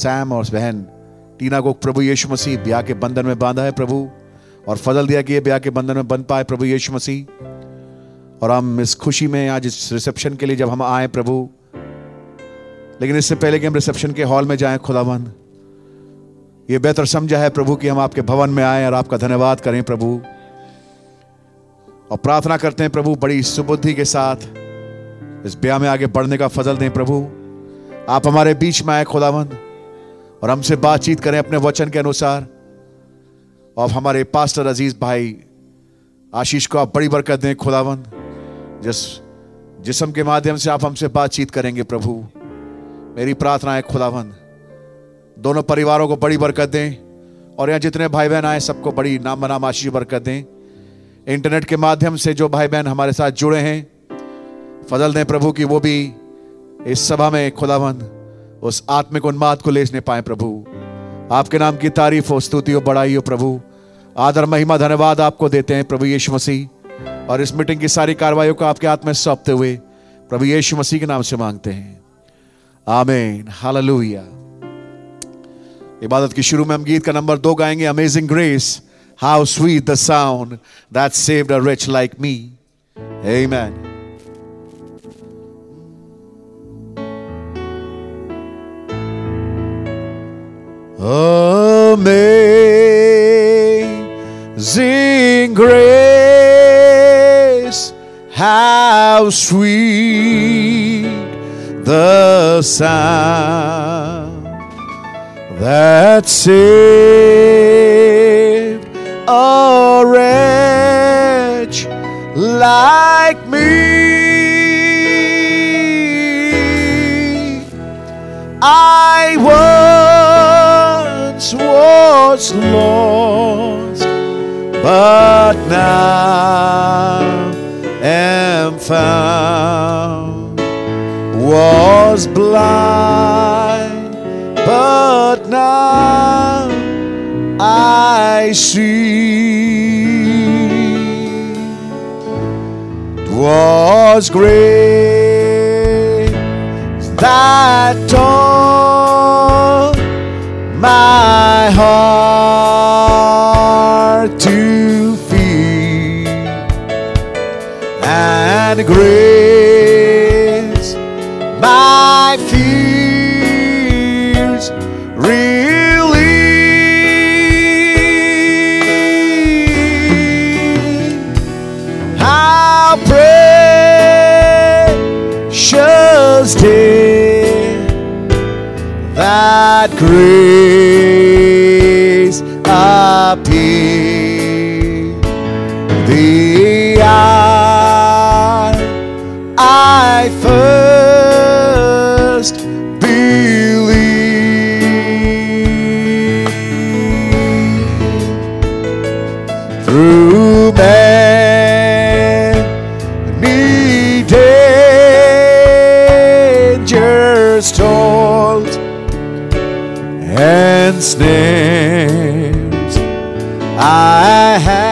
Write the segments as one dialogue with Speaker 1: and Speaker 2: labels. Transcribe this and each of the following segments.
Speaker 1: Sam और बहन Tina को प्रभु यीशु मसीह ब्याह के बंधन में बांधा है प्रभु और फजल दिया कि ये ब्याह के बंधन में बन पाए प्रभु यीशु मसीह और हम इस खुशी में आज इस रिसेप्शन के लिए जब हम आए प्रभु लेकिन इससे पहले कि हम रिसेप्शन के हॉल में जाएं खुदावन ये बेहतर समझा है प्रभु कि हम आपके भवन में आए और आपका धन्यवाद करें प्रभु और प्रार्थना करते हैं प्रभु बड़ी सुबुद्धि के साथ इस ब्याह में आगे बढ़ने का फजल दें प्रभु आप हमारे बीच में आए खुदावंद और हमसे बातचीत करें अपने वचन के अनुसार और हमारे पास्टर अजीज भाई आशीष को आप बड़ी बरकत दें खुदावंद जिस जिसम के माध्यम से आप हमसे बातचीत करेंगे प्रभु मेरी प्रार्थना है खुदावंद दोनों परिवारों को बड़ी बरकत दें और यहाँ जितने भाई बहन आए सबको बड़ी नाम बनाम आशीष बरकत दें इंटरनेट के माध्यम से जो भाई बहन हमारे साथ जुड़े हैं फजल दें प्रभु कि वो भी इस सभा में खुदावंद उस आत्मिक उन्माद को लेसने पाए प्रभु आपके नाम की तारीफ हो स्तुति हो बड़ाई हो प्रभु आदर महिमा धन्यवाद आपको देते हैं प्रभु यीशु मसीह और इस मीटिंग की सारी कार्रवाइयों को आपके हाथ में सौंपते हुए प्रभु यीशु मसीह के नाम से मांगते हैं आमेन हालेलुया इबादत की शुरू में हम गीत का नंबर दो गाएंगे amazing grace How sweet the sound that saved a wretch like me. Amen. Amazing grace, how sweet the sound that saved a wretch like me. I once was lost, but now am found. Was blind, but now I see was great that taught my heart to feed and grace my fears relieved. How precious did that grace appear? The hour I first believed through many dangers, toils, and snares I have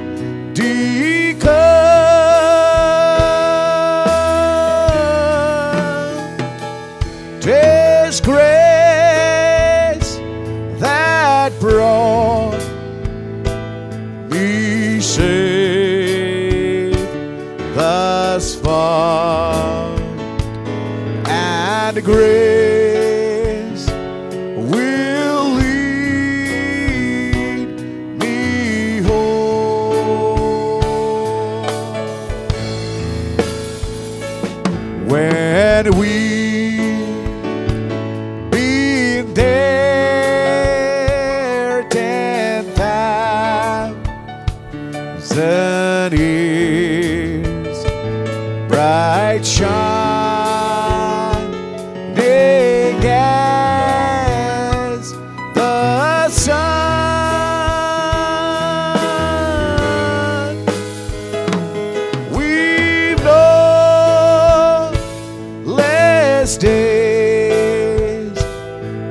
Speaker 1: already come. This grace that brought me safe thus far, and grace will lead me home when we been there ten thousand years, bright shining as the sun. We've known less days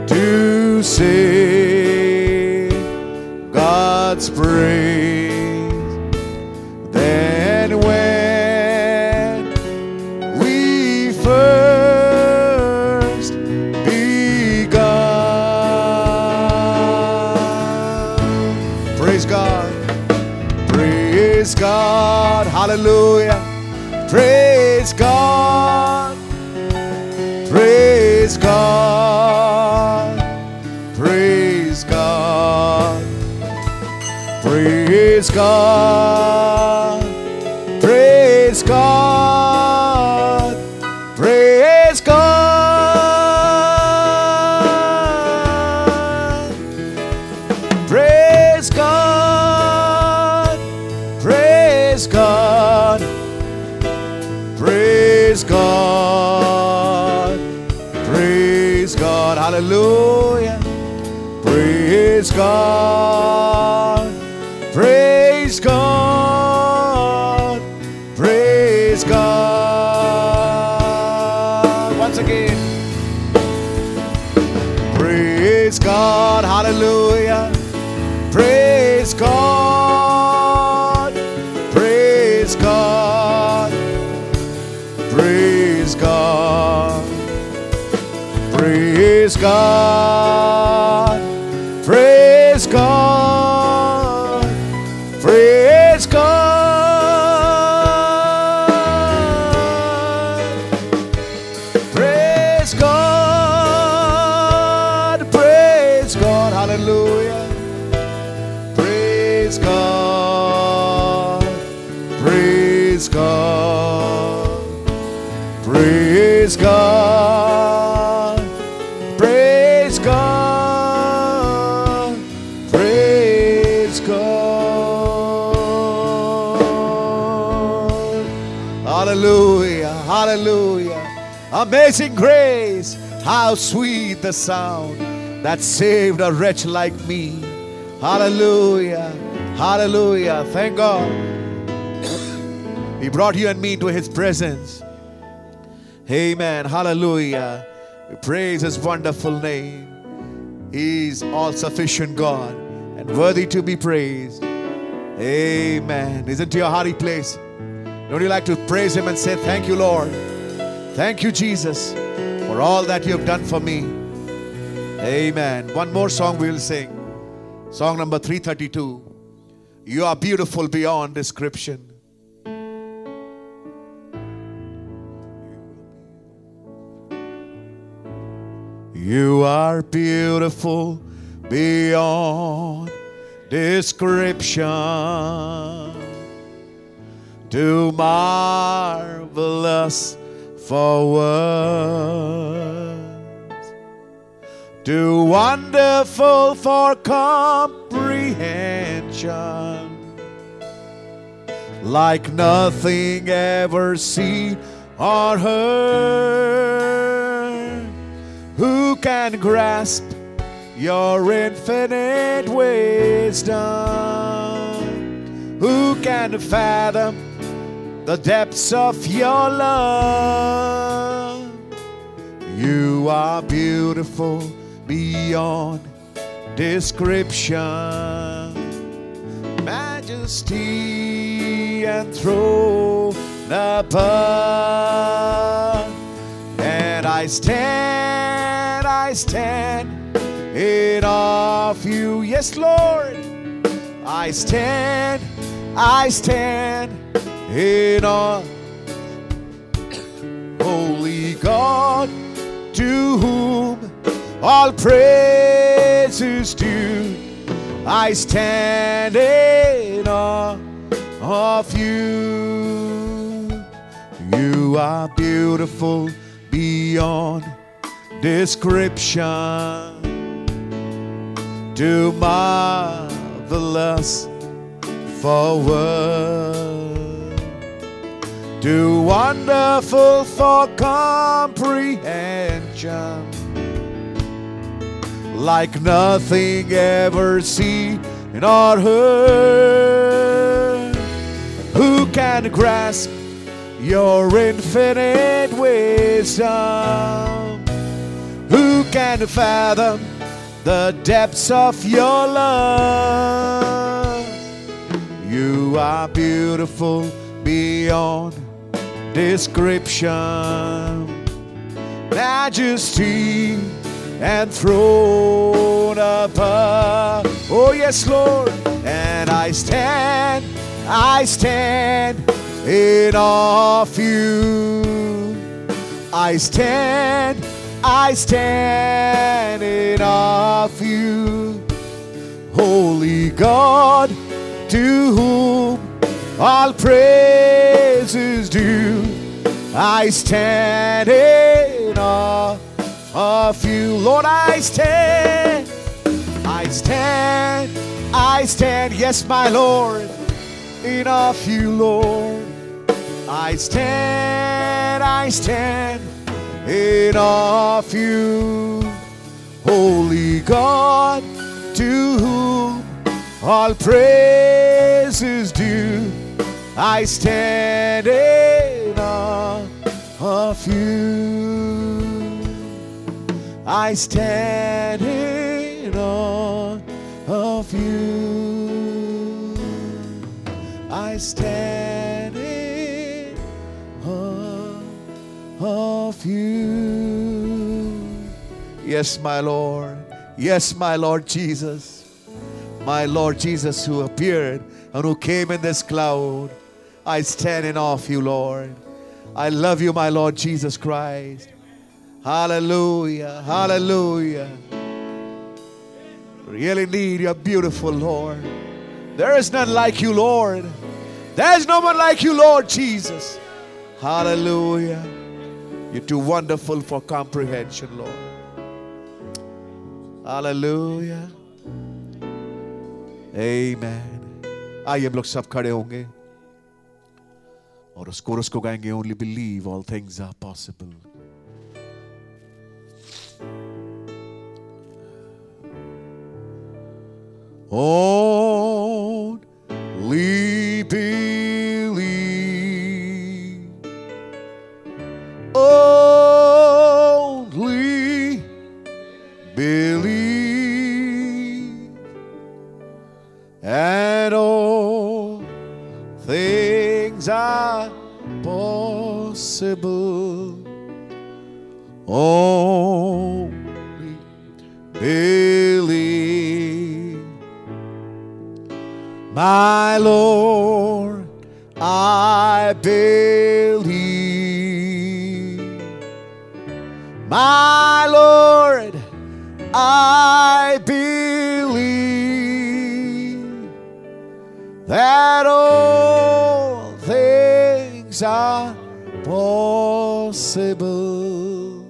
Speaker 1: to sing God's praise than when we Hallelujah. Praise God. Praise God. Praise God. Praise God. Praise God. Praise God. Praise God. Praise God. Praise God. Praise God. Hallelujah. Praise God. Praise God. Praise God. Once again. Praise God. Hallelujah. Praise God. Praise God. Praise God. Praise God. Praise God. Praise God. Praise God. Praise God. Hallelujah. Praise God. Praise God. Praise God. Praise God. Praise God. Hallelujah. Hallelujah. Amazing grace. How sweet the sound that saved a wretch like me. Hallelujah. Hallelujah. Thank God. He brought you and me to his presence. Amen. Hallelujah. We praise his wonderful name. He is all sufficient God and worthy to be praised. Amen. Isn't your hearty place? Don't you like to praise him and say, Thank you, Lord. Thank you, Jesus, for all that you have done for me. Amen. One more song we will sing. Song number 332. You are beautiful beyond description. You are beautiful beyond description. Too marvelous for words. Too wonderful for comprehension. Like nothing ever seen or heard. Who can grasp your infinite wisdom? Who can fathom the depths of your love? You are beautiful beyond description, majesty and throne above. And I stand, I stand in awe of you. Yes, Lord. I stand, I stand in awe. Holy God, to whom all praise is due, I stand in awe of you. You are beautiful beyond description. Too marvelous for words. Too wonderful for comprehension. Like nothing ever seen or heard. Who can grasp your infinite wisdom. Who can fathom the depths of your love? You are beautiful beyond description, majesty and throne above. Oh, yes, Lord. And I stand, I stand And of you I stand, I stand in of you. Holy God, to whom all praise is due, I stand in awe of you. Lord, I stand, I stand, I stand, yes, my Lord, in awe of you, Lord. I stand, I stand in awe of you, Holy God, to whom all praise is due. I stand in awe of you. I stand in awe of you. I stand in awe of you. Yes, my Lord. Yes, my Lord Jesus. My Lord Jesus, who appeared and who came in this cloud, I stand in awe of you, Lord. I love you, my Lord Jesus Christ. Hallelujah. Hallelujah. Really need you're beautiful, Lord. There is none like you, Lord. There is no one like you, Lord Jesus. Hallelujah. You're too wonderful for comprehension, Lord. Hallelujah. Amen. आइए हम लोग सब खड़े होंगे और उस chorus को गाएंगे only believe all things are possible Only believe. Only believe. And all things are possible. Only believe. My Lord, I believe. My Lord, I believe that all things are possible.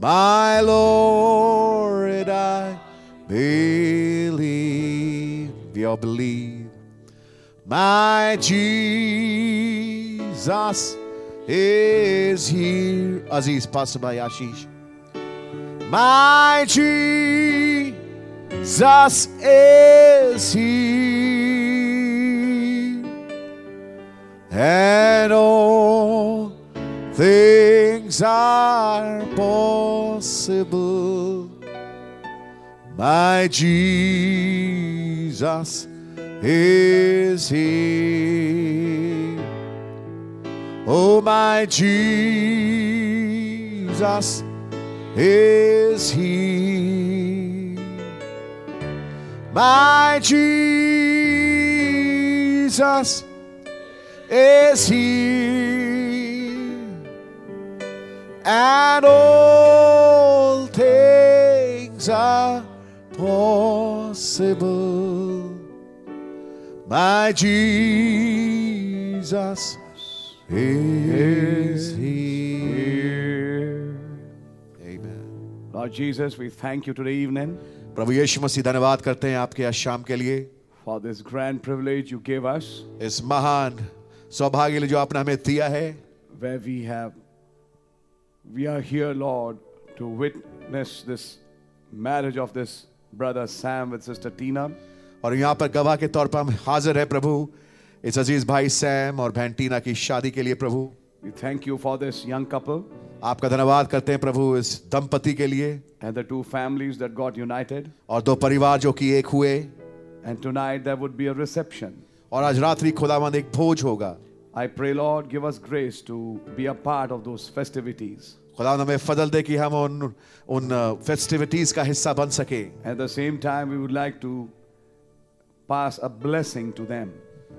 Speaker 1: My Lord, I believe. We all believe. My Jesus is here. Aziz, pass by Ashish. My Jesus is here, and all things are possible. My Jesus is here. Oh, my Jesus is here. My Jesus is here and all things are possible. My Jesus is here. Amen.
Speaker 2: Lord Jesus, we thank you today evening
Speaker 1: प्रभु यीशु मसीह धन्यवाद करते हैं आपके आज शाम के लिए
Speaker 2: for this grand privilege you gave us,
Speaker 1: इस महान सौभाग्य के लिए जो आपने हमें दिया है
Speaker 2: where we have, we are here, Lord, to witness this marriage of this brother Sam with sister Tina.
Speaker 1: और यहाँ पर गवाह के तौर पर हम हाजिर है प्रभु इस अजीज भाई सैम और बहन टीना की शादी के लिए प्रभु
Speaker 2: We thank you for this young couple
Speaker 1: आपका धन्यवाद करते हैं प्रभु इस दंपति के लिए
Speaker 2: and the two families that got united.
Speaker 1: और दो परिवार जो कि एक हुए
Speaker 2: And tonight there would be a reception.
Speaker 1: और आज रात्रि खुदावंद एक भोज होगा
Speaker 2: I pray, Lord, give us grace to be a part of those festivities.
Speaker 1: खुदावंद हमें फजल दे कि हम उन उन फेस्टिविटीज का हिस्सा बन सके
Speaker 2: At the same time, we would like to pass a blessing to them.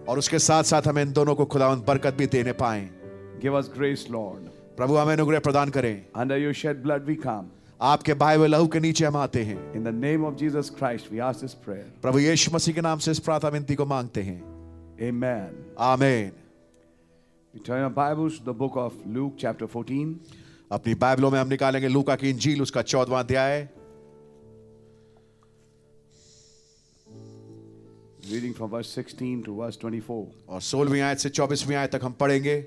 Speaker 1: और उसके साथ साथ हमें इन दोनों को खुदावंत बरकत भी देने पाए
Speaker 2: Give us grace, Lord.
Speaker 1: प्रभु हमें अनुग्रह प्रदान करें
Speaker 2: Under your shed blood we come.
Speaker 1: आपके भाई हुए लहू के नीचे हम आते हैं
Speaker 2: In the name of Jesus Christ, we ask this prayer.
Speaker 1: प्रभु यीशु मसीह के नाम से इस प्रार्थना विनती को मांगते हैं
Speaker 2: Amen.
Speaker 1: Amen
Speaker 2: We turn our Bibles to the book of Luke, chapter 14.
Speaker 1: अपनी बाइबलों में हम निकालेंगे लूका की इंजील उसका चौदवा अध्याय
Speaker 2: Reading from verse 16 to verse 24.
Speaker 1: और सोलहवीं आयत से चौबीसवीं आयत तक हम पढ़ेंगे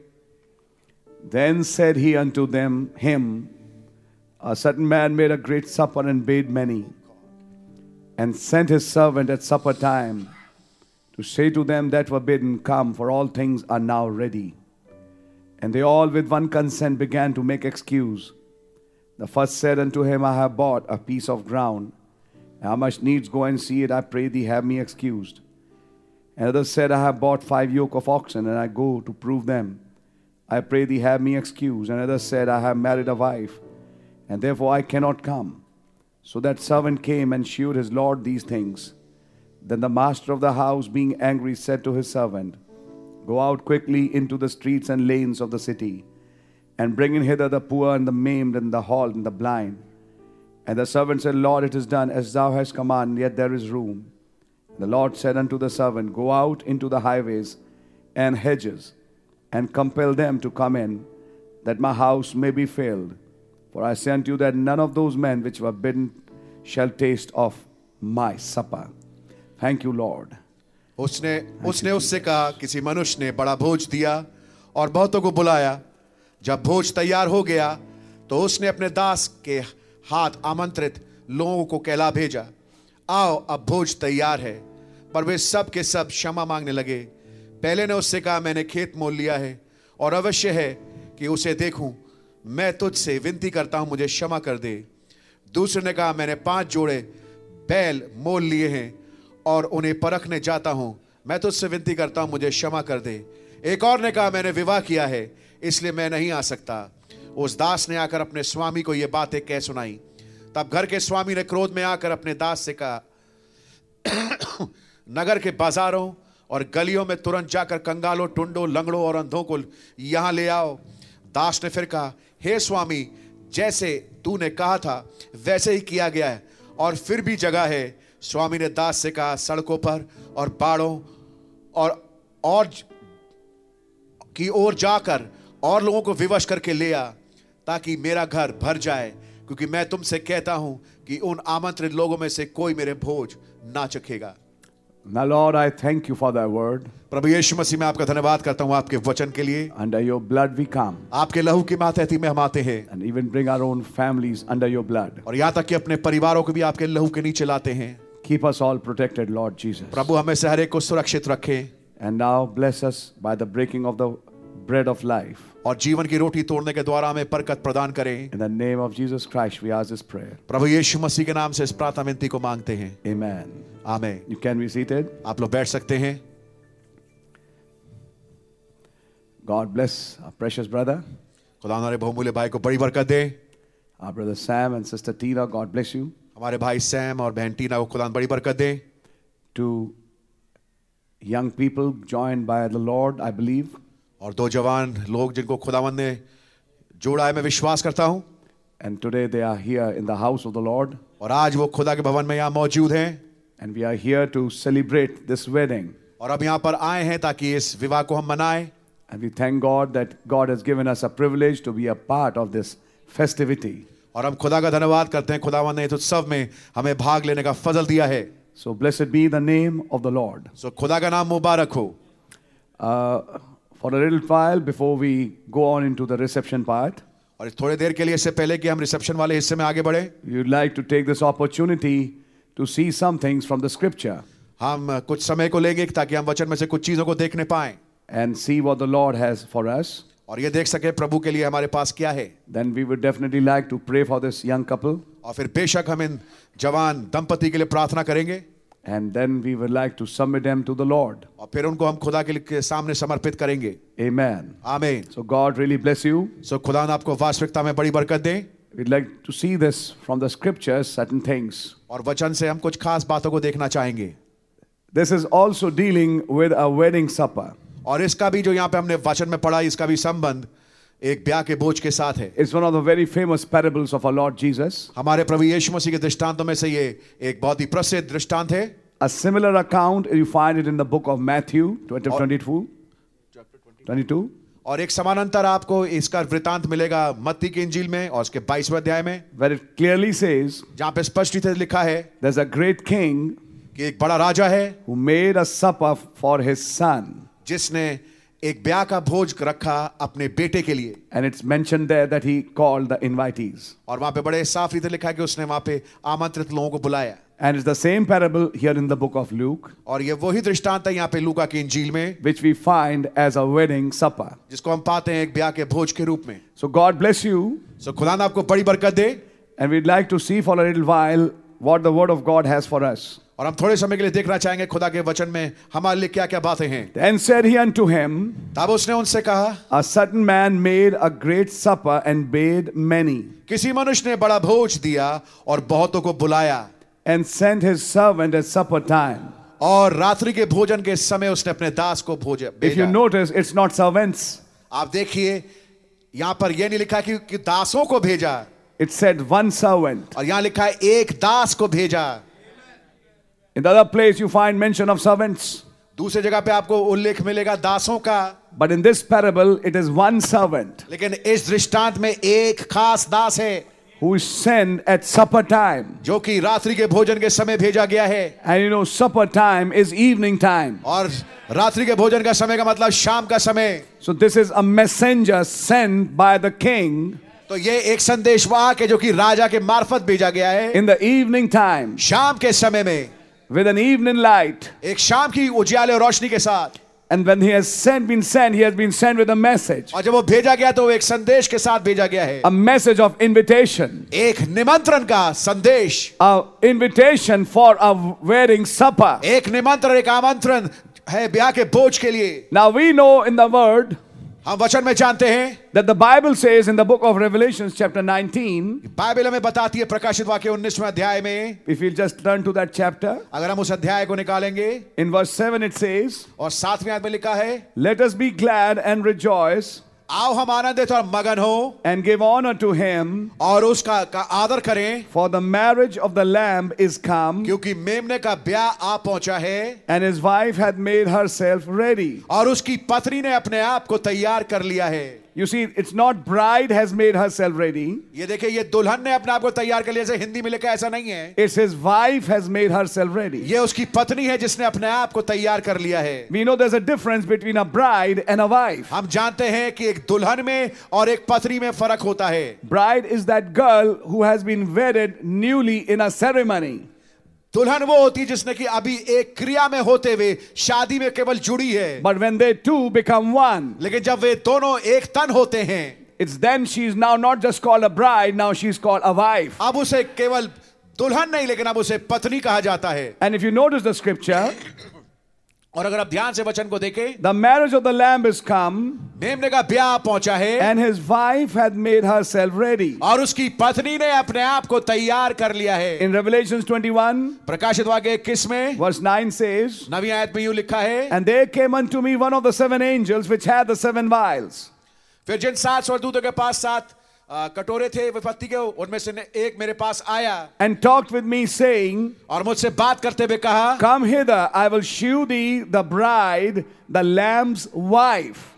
Speaker 2: Then said he unto them, Him, a certain man made a great supper and bade many, and sent his servant at supper time to say to them that were bidden, Come, for all things are now ready. And they all with one consent began to make excuse. The first said unto him, I have bought a piece of ground. I must needs go and see it. I pray thee, have me excused. Another said, I have bought five yoke of oxen, and I go to prove them. I pray thee, have me excused. Another said, I have married a wife, and therefore I cannot come. So that servant came and shewed his lord these things. Then the master of the house, being angry, said to his servant, Go out quickly into the streets and lanes of the city, and bring in hither the poor and the maimed and the halt and the blind. And the servant said, Lord, it is done as thou hast commanded, yet there is room. The Lord said unto the servant, Go out into the highways and hedges, and compel them to come in, that my house may be filled. For I sent you that none of those men which were bidden shall taste of my supper. Thank you, Lord.
Speaker 1: उसने उसने उससे कहा किसी मनुष्य ने बड़ा भोज दिया और बहुतों को बुलाया जब भोज तैयार हो गया तो उसने अपने दास के हाथ आमंत्रित लोगों को कहला भेजा आओ अब भोज तैयार है पर वे सब के सब क्षमा मांगने लगे पहले ने उससे कहा मैंने खेत मोल लिया है और अवश्य है कि उसे देखूं मैं तुझसे विनती करता हूं मुझे क्षमा कर दे दूसरे ने कहा मैंने पांच जोड़े बैल मोल लिए हैं और उन्हें परखने जाता हूं मैं तुझसे विनती करता हूं मुझे क्षमा कर दे एक और ने कहा मैंने विवाह किया है इसलिए मैं नहीं आ सकता उस दास ने आकर अपने स्वामी को ये बातें कह सुनाई तब घर के स्वामी ने क्रोध में आकर अपने दास से कहा नगर के बाजारों और गलियों में तुरंत जाकर कंगालों टुंडों लंगड़ों और अंधों को यहाँ ले आओ दास ने फिर कहा हे स्वामी जैसे तूने कहा था वैसे ही किया गया है और फिर भी जगह है स्वामी ने दास से कहा सड़कों पर और पहाड़ों और और की ओर जाकर और लोगों को विवश करके ले आ ताकि मेरा घर भर जाए क्योंकि मैं तुमसे कहता हूं कि उन आमंत्रित लोगों में से कोई मेरे भोज ना चखेगा
Speaker 2: Now, Lord, I thank you for thy word.
Speaker 1: प्रभु यीशु मसीह मैं आपका धन्यवाद करता हूं आपके वचन के लिए
Speaker 2: Under your blood we come,
Speaker 1: आपके लहू की मातहती में हम आते हैं
Speaker 2: and even bring our own families under your blood.
Speaker 1: और यहाँ तक कि अपने परिवारों को भी आपके लहू के नीचे लाते हैं
Speaker 2: Keep us all protected, Lord Jesus.
Speaker 1: प्रभु हमें से हर एक को सुरक्षित रखें
Speaker 2: And now bless us by the breaking of the bread of life.
Speaker 1: और जीवन की रोटी तोड़ने के द्वारा हमें बरकत प्रदान करें
Speaker 2: In the name of Jesus Christ, we ask this prayer.
Speaker 1: प्रभु यीशु मसीह के नाम से इस प्रार्थना विनती को मांगते हैं
Speaker 2: Amen.
Speaker 1: Amen
Speaker 2: You can be seated.
Speaker 1: आप लोग बैठ सकते हैं
Speaker 2: God bless our precious brother,
Speaker 1: खुदा हमारे बहुमूल्य भाई को बड़ी बरकत दे
Speaker 2: our brother Sam and sister Tina. God bless you.
Speaker 1: हमारे भाई सैम और बहन टीना को खुदा बड़ी बरकत दे
Speaker 2: To young people joined by the Lord, I believe.
Speaker 1: और दो जवान लोग जिनको खुदावन ने जोड़ा है मैं विश्वास करता हूँ
Speaker 2: And today they are here in the house of the Lord.
Speaker 1: और आज वो खुदा के भवन में यहाँ मौजूद हैं
Speaker 2: And we are here to celebrate this wedding.
Speaker 1: और अब यहाँ पर आए हैं ताकि इस विवाह को हम मनाएं
Speaker 2: And we thank God that God has given us a privilege to be a part of this festivity.
Speaker 1: और हम खुदा का धन्यवाद करते हैं खुदावन ने इस उत्सव में हमें भाग लेने का फजल दिया है
Speaker 2: So blessed be the name of the Lord.
Speaker 1: सो खुदा का नाम मुबारक हो
Speaker 2: Uh, for a little while before we go on into the reception part,
Speaker 1: और इस थोड़ी देर के लिए इससे पहले कि हम रिसेप्शन वाले हिस्से में आगे बढ़े
Speaker 2: we would like to take this opportunity to see some things from the scripture
Speaker 1: हम कुछ समय को लेंगे ताकि हम वचन में से कुछ चीजों को देखने पाए
Speaker 2: and see what the Lord has for us.
Speaker 1: और ये देख सके प्रभु के लिए हमारे पास क्या है
Speaker 2: Then we would definitely like to pray for this young couple
Speaker 1: और फिर बेशक हम इन जवान दंपति के लिए प्रार्थना करेंगे
Speaker 2: and then we would like to submit them to the Lord.
Speaker 1: और फिर उनको हम खुदा के लिए- के सामने समर्पित करेंगे
Speaker 2: Amen.
Speaker 1: आमीन
Speaker 2: So God really bless you.
Speaker 1: सो खुदा ने आपको वास्तविकता में बड़ी बरकत दे
Speaker 2: We'd like to see this from the scriptures, certain things.
Speaker 1: और वचन से हम कुछ खास बातों को देखना चाहेंगे
Speaker 2: This is also dealing with a wedding supper.
Speaker 1: और इसका भी जो यहाँ पे हमने वचन में पढ़ा इसका भी संबंध एक ब्याह के बोझ के साथ है
Speaker 2: It's one of the very famous parables of our Lord Jesus.
Speaker 1: हमारे प्रभु यीशु मसीह के दृष्टांतों में से ये एक बहुत ही प्रसिद्ध दृष्टांत है
Speaker 2: A similar account, you find it in the book of Matthew 20, 22. 22.
Speaker 1: और एक समानांतर आपको इसका वृतांत मिलेगा मत्ती की इंजील में और उसके 22वें अध्याय में
Speaker 2: where it clearly says
Speaker 1: जहाँ पे स्पष्ट रीति से लिखा है
Speaker 2: there's a great king
Speaker 1: कि एक बड़ा राजा है
Speaker 2: who made a supper for his son.
Speaker 1: जिसने एक ब्याह का भोज रखा अपने बेटे के लिए
Speaker 2: And it's mentioned there that he called the invitees.
Speaker 1: और वहां पे बड़े साफ रीति से लिखा है कि उसने वहां पे आमंत्रित लोगों को बुलाया
Speaker 2: And it's the same parable here in the book of Luke,
Speaker 1: और ये वही दृष्टांत है यहाँ पे लूका की इंजील में
Speaker 2: which we find as a wedding supper.
Speaker 1: जिसको हम पाते हैं एक ब्याह के भोज के रूप में
Speaker 2: So God bless you.
Speaker 1: सो खुदा ने आपको बड़ी बरकत दे
Speaker 2: And we'd like to see for a little while what the word of God has for us.
Speaker 1: और हम थोड़े समय के लिए देखना चाहेंगे खुदा के वचन में हमारे लिए क्या क्या बातें हैं
Speaker 2: Then said he unto him,
Speaker 1: तब उसने उनसे कहा
Speaker 2: A certain man made a great supper and bade many,
Speaker 1: किसी मनुष्य ने बड़ा भोज दिया और बहुतों को बुलाया
Speaker 2: and sent his servant at supper time.
Speaker 1: और रात्रि के भोजन के समय उसने अपने दास को भोज
Speaker 2: If you
Speaker 1: भेजा।
Speaker 2: notice, it's not servants.
Speaker 1: आप देखिए यहाँ पर यह नहीं लिखा कि, कि दासों को भेजा
Speaker 2: It said one servant.
Speaker 1: और यहाँ लिखा है एक दास को भेजा
Speaker 2: In the other place, you find mention of servants.
Speaker 1: दूसरी जगह पे आपको उल्लेख मिलेगा दासों का
Speaker 2: But in this parable, it is one servant
Speaker 1: लेकिन इस दृष्टांत में एक खास दास है
Speaker 2: who is sent at supper time.
Speaker 1: जो कि रात्रि के भोजन के समय भेजा गया है
Speaker 2: And you know, supper time is evening time.
Speaker 1: और रात्रि के भोजन का समय का मतलब शाम का समय
Speaker 2: So this is a messenger sent by the king
Speaker 1: तो ये एक संदेशवाहक है जो कि राजा के मार्फत भेजा गया है
Speaker 2: in the evening time
Speaker 1: शाम के समय में
Speaker 2: with an evening light.
Speaker 1: एक शाम की उजियाले और रोशनी के साथ
Speaker 2: And when he has sent, been sent, he has been sent with a message,
Speaker 1: और जब वो भेजा गया तो वो एक संदेश के साथ भेजा गया है
Speaker 2: a message of invitation,
Speaker 1: एक निमंत्रण का संदेश
Speaker 2: a invitation for a wedding supper.
Speaker 1: एक निमंत्रण एक आमंत्रण है ब्याह के बोझ के लिए
Speaker 2: Now we know in the word
Speaker 1: हम वचन में जानते हैं
Speaker 2: that the Bible says in the book of Revelations, chapter 19,
Speaker 1: Bible हमें बताती है प्रकाशित वाक्य 19वें अध्याय में
Speaker 2: if you'll just turn to that chapter,
Speaker 1: अगर हम उस अध्याय को निकालेंगे
Speaker 2: in verse 7 it says,
Speaker 1: और सातवें आयत में लिखा है
Speaker 2: Let us be glad and rejoice
Speaker 1: आओ हम आनंदित और मगन हो
Speaker 2: and give honor to him,
Speaker 1: और उसका का आदर करें
Speaker 2: for the marriage of the Lamb is come,
Speaker 1: क्योंकि मेमने का ब्याह आ पहुंचा है
Speaker 2: and his wife hath made herself ready.
Speaker 1: और उसकी पत्नी ने अपने आप को तैयार कर लिया है
Speaker 2: You see, it's not bride has made herself ready,
Speaker 1: ये देखिए ये दुल्हन ने अपने आप को तैयार कर लिया जैसे हिंदी में लिखा है, ऐसा नहीं है
Speaker 2: it's his wife has made herself ready.
Speaker 1: ये उसकी पत्नी है जिसने अपने आप को तैयार कर लिया है
Speaker 2: We know there's a difference between a bride and a wife.
Speaker 1: हम जानते हैं कि एक दुल्हन में और एक पत्नी में फर्क होता है
Speaker 2: Bride is that girl who has been wedded newly in a ceremony.
Speaker 1: दुल्हन वो होती है जिसने कि अभी एक क्रिया में होते हुए शादी में केवल जुड़ी है
Speaker 2: But when they two become one,
Speaker 1: लेकिन जब वे दोनों एक तन होते हैं
Speaker 2: it's then she is now not just called a bride, now she's called a wife.
Speaker 1: अब उसे केवल दुल्हन नहीं लेकिन अब उसे पत्नी कहा जाता है
Speaker 2: And if you notice the scripture,
Speaker 1: और अगर आप ध्यान से वचन को देखें
Speaker 2: the marriage of the Lamb is come,
Speaker 1: मेमने का ब्याह पहुंचा है
Speaker 2: and his wife hath made herself ready.
Speaker 1: और उसकी पत्नी ने अपने आप को तैयार कर लिया है
Speaker 2: In Revelations 21,
Speaker 1: प्रकाशित वाक्य किस में
Speaker 2: verse 9 says,
Speaker 1: नवी आयत में यूं लिखा है
Speaker 2: And there came unto me one of the seven angels which had the seven vials,
Speaker 1: फिर जिन सात स्वर्गदूतों के पास सात आ, कटोरे थे विपत्ति के उनमें से ने- एक मेरे पास आया
Speaker 2: and talked with me, saying,
Speaker 1: और मुझसे बात करते हुए कहा
Speaker 2: Come hither, I will shew thee the bride, the Lamb's wife.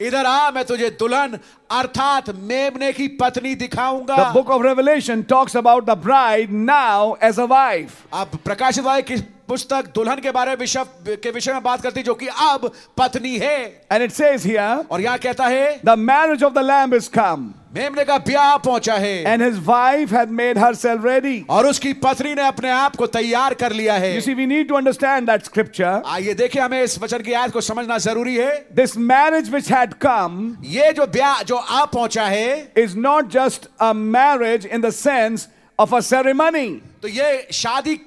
Speaker 1: इधर आ मैं तुझे दुल्हन अर्थात मेमने की पत्नी दिखाऊंगा
Speaker 2: The book of Revelation talks about the bride now as a wife.
Speaker 1: अब प्रकाशित वाक्य की पुस्तक दुल्हन के बारे में विषय के विषय में बात करती है, जो कि अब पत्नी है
Speaker 2: And it says here,
Speaker 1: और यहाँ कहता है
Speaker 2: the marriage of the Lamb is come,
Speaker 1: मेमने का ब्याह पहुंचा है
Speaker 2: and his wife hath made herself ready.
Speaker 1: और उसकी पत्नी ने अपने आप को तैयार कर लिया है
Speaker 2: You see, we need to understand that scripture.
Speaker 1: आइए देखिए हमें इस वचन की आयत को समझना जरूरी है
Speaker 2: This marriage which had come
Speaker 1: ये जो ब्याह जो आ पहुंचा है
Speaker 2: is not just a marriage in the sense of a ceremony,
Speaker 1: तो ये शादी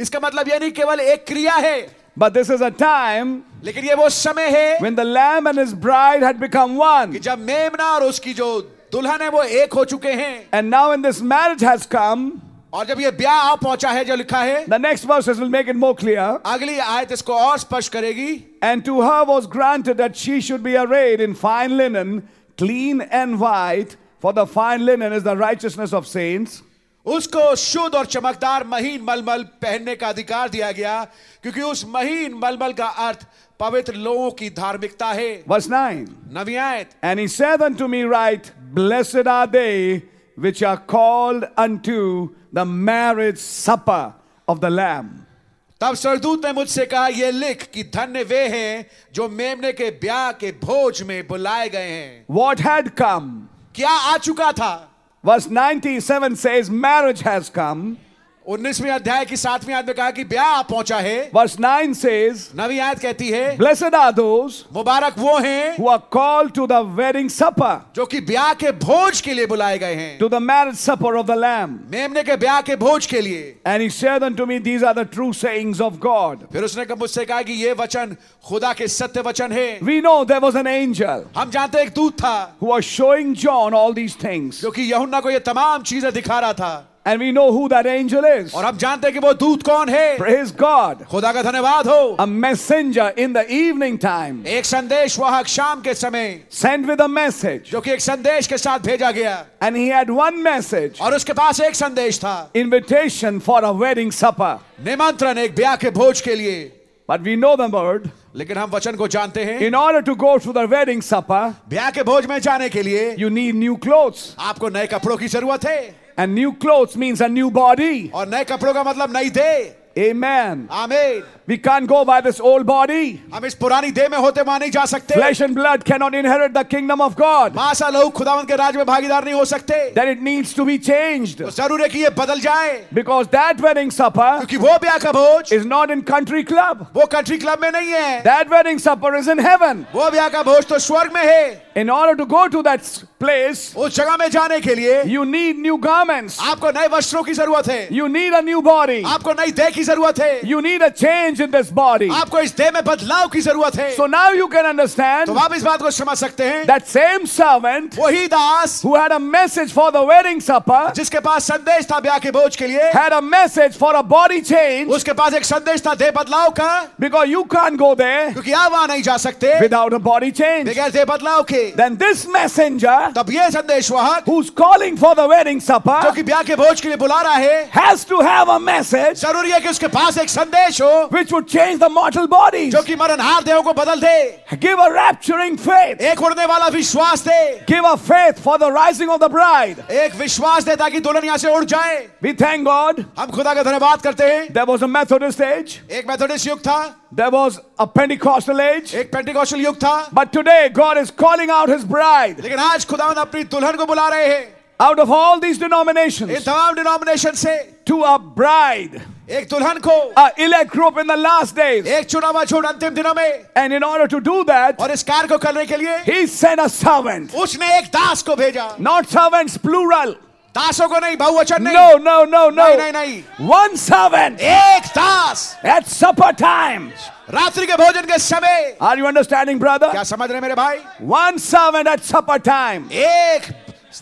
Speaker 1: इसका मतलब ये नहीं केवल एक क्रिया है
Speaker 2: but this is a time
Speaker 1: लेकिन ये वो समय है
Speaker 2: when the Lamb and his bride had become
Speaker 1: कि
Speaker 2: one.
Speaker 1: जब मेमना और उसकी जो दुल्हन है वो एक हो चुके हैं
Speaker 2: And now, when this marriage has come,
Speaker 1: और जब ये ब्याह आ पहुंचा है जो लिखा है
Speaker 2: The next verses will make it more clear.
Speaker 1: अगली आयत इसको और स्पष्ट करेगी
Speaker 2: And to her was granted that she should be arrayed in fine linen, clean and white, for the fine linen is the righteousness of saints.
Speaker 1: उसको शुद्ध और चमकदार महीन मलमल पहनने का अधिकार दिया गया क्योंकि उस महीन मलमल का अर्थ पवित्र लोगों की धार्मिकता है
Speaker 2: Verse 9.
Speaker 1: नवी आयत
Speaker 2: And he said unto me, Right, blessed are they which are called unto the marriage supper of the Lamb.
Speaker 1: तब सरदूत ने मुझसे कहा यह लिख कि धन्य वे हैं जो मेमने के ब्याह के भोज में बुलाए गए हैं
Speaker 2: What had come?
Speaker 1: क्या आ चुका था
Speaker 2: Verse 97 says, Marriage has come.
Speaker 1: 19वें अध्याय की सातवीं आयत में कहा कि ब्याह आ पहुंचा है
Speaker 2: Verse 9 says,
Speaker 1: नवी आयत कहती है
Speaker 2: Blessed are those
Speaker 1: मुबारक वो हैं
Speaker 2: who are called to the wedding supper,
Speaker 1: जो कि ब्याह के भोज के लिए बुलाए गए हैं
Speaker 2: to the marriage supper of the Lamb.
Speaker 1: मेमने के ब्याह के भोज के लिए
Speaker 2: And he said unto me, These are the true sayings of God.
Speaker 1: फिर उसने कहा- मुझसे कहा कि ये वचन खुदा के सत्य वचन है
Speaker 2: We know there was an angel
Speaker 1: हम जानते हैं एक दूत था
Speaker 2: who was showing John all these things.
Speaker 1: जो कि यहुन्ना को ये तमाम चीजें दिखा रहा था
Speaker 2: And we know who that angel is.
Speaker 1: और हम जानते हैं कि वो दूत कौन है
Speaker 2: Praise God.
Speaker 1: खुदा का धन्यवाद हो
Speaker 2: a messenger in the evening time
Speaker 1: एक संदेश वाहक शाम के समय
Speaker 2: sent with a message
Speaker 1: जो कि एक संदेश के साथ भेजा गया
Speaker 2: and he had one message
Speaker 1: और उसके पास एक संदेश था
Speaker 2: invitation for a wedding supper
Speaker 1: निमंत्रण एक ब्याह के भोज के लिए
Speaker 2: but we know the word
Speaker 1: लेकिन हम वचन को जानते हैं
Speaker 2: in order to go to the wedding supper
Speaker 1: ब्याह के भोज में जाने के लिए
Speaker 2: you need new clothes
Speaker 1: आपको नए कपड़ों की जरूरत है
Speaker 2: and new clothes means a new body
Speaker 1: और नए कपड़ों का मतलब नई देह
Speaker 2: amen
Speaker 1: आमीन
Speaker 2: we can't go by this old body
Speaker 1: हम इस पुरानी देह में होते मां नहीं जा सकते
Speaker 2: flesh and blood cannot inherit the kingdom of god
Speaker 1: मासा लहू खुदावन के राज में भागीदार नहीं हो सकते
Speaker 2: then it needs to be changed
Speaker 1: तो जरूर है कि ये बदल जाए
Speaker 2: because that wedding supper
Speaker 1: क्योंकि वो ब्याह का भोज
Speaker 2: is not in country club
Speaker 1: वो कंट्री क्लब में नहीं है
Speaker 2: that wedding supper is in heaven
Speaker 1: वो ब्याह का भोज तो स्वर्ग में है
Speaker 2: in order to go to that s- place
Speaker 1: उस जगह में जाने के लिए
Speaker 2: You need new garments.
Speaker 1: आपको नए वस्त्रों की जरूरत है
Speaker 2: You need a new body.
Speaker 1: आपको नई देह की जरूरत है
Speaker 2: You need a change in this body.
Speaker 1: आपको इस देह में बदलाव की जरूरत है
Speaker 2: So now you can understand
Speaker 1: तो आप इस बात को समझ सकते हैं
Speaker 2: that same servant
Speaker 1: वही दास
Speaker 2: who had a message for the wedding supper
Speaker 1: जिसके पास संदेश था ब्याह के भोज के लिए
Speaker 2: had a message for a body change
Speaker 1: उसके पास एक संदेश था देह बदलाव का
Speaker 2: because you can't go there
Speaker 1: क्योंकि आप वहां नहीं जा सकते
Speaker 2: without a body change.
Speaker 1: बगैर देह बदलाव के
Speaker 2: Then this messenger
Speaker 1: तब ये संदेश वाहक
Speaker 2: who's calling for the wedding
Speaker 1: जो
Speaker 2: supper
Speaker 1: कि ब्याह के भोज के लिए बुला रहा है
Speaker 2: has to have a message
Speaker 1: जरूरी है कि उसके पास एक संदेश हो
Speaker 2: which would change the mortal body,
Speaker 1: जो कि मरणहार देहों को बदल दे
Speaker 2: give a rapturing faith,
Speaker 1: एक उड़ने वाला विश्वास दे
Speaker 2: give a faith for the rising of the bride.
Speaker 1: एक विश्वास दे ताकि दुल्हन यहाँ से उड़ जाए
Speaker 2: We thank God.
Speaker 1: हम खुदा का धन्यवाद करते हैं
Speaker 2: There was a Methodist age,
Speaker 1: एक मेथोडिस्ट युग था
Speaker 2: there was a Pentecostal age,
Speaker 1: एक पेंटिकॉस्टल युग था
Speaker 2: but today God is calling out His bride
Speaker 1: लेकिन आज खुदावन अपनी दुल्हन को बुला रहे हैं
Speaker 2: out of all these
Speaker 1: इन
Speaker 2: denominations
Speaker 1: तमाम डिनोमिनेशन से
Speaker 2: to a bride,
Speaker 1: एक दुल्हन को
Speaker 2: a elect group in the last days.
Speaker 1: एक चुना हुआ झूठ अंतिम दिनों में
Speaker 2: And in order to do that,
Speaker 1: और इस कार्य को करने के लिए
Speaker 2: He sent a servant,
Speaker 1: उसने एक दास को भेजा
Speaker 2: not servants plural.
Speaker 1: दासों को नहीं बहुवचन नहीं
Speaker 2: No, no, no,
Speaker 1: नहीं नहीं
Speaker 2: no.
Speaker 1: नहीं
Speaker 2: One servant
Speaker 1: एक दास
Speaker 2: at supper time.
Speaker 1: रात्रि के भोजन के समय
Speaker 2: Are you understanding, brother?
Speaker 1: क्या समझ रहे हैं मेरे भाई
Speaker 2: One servant at supper time.
Speaker 1: एक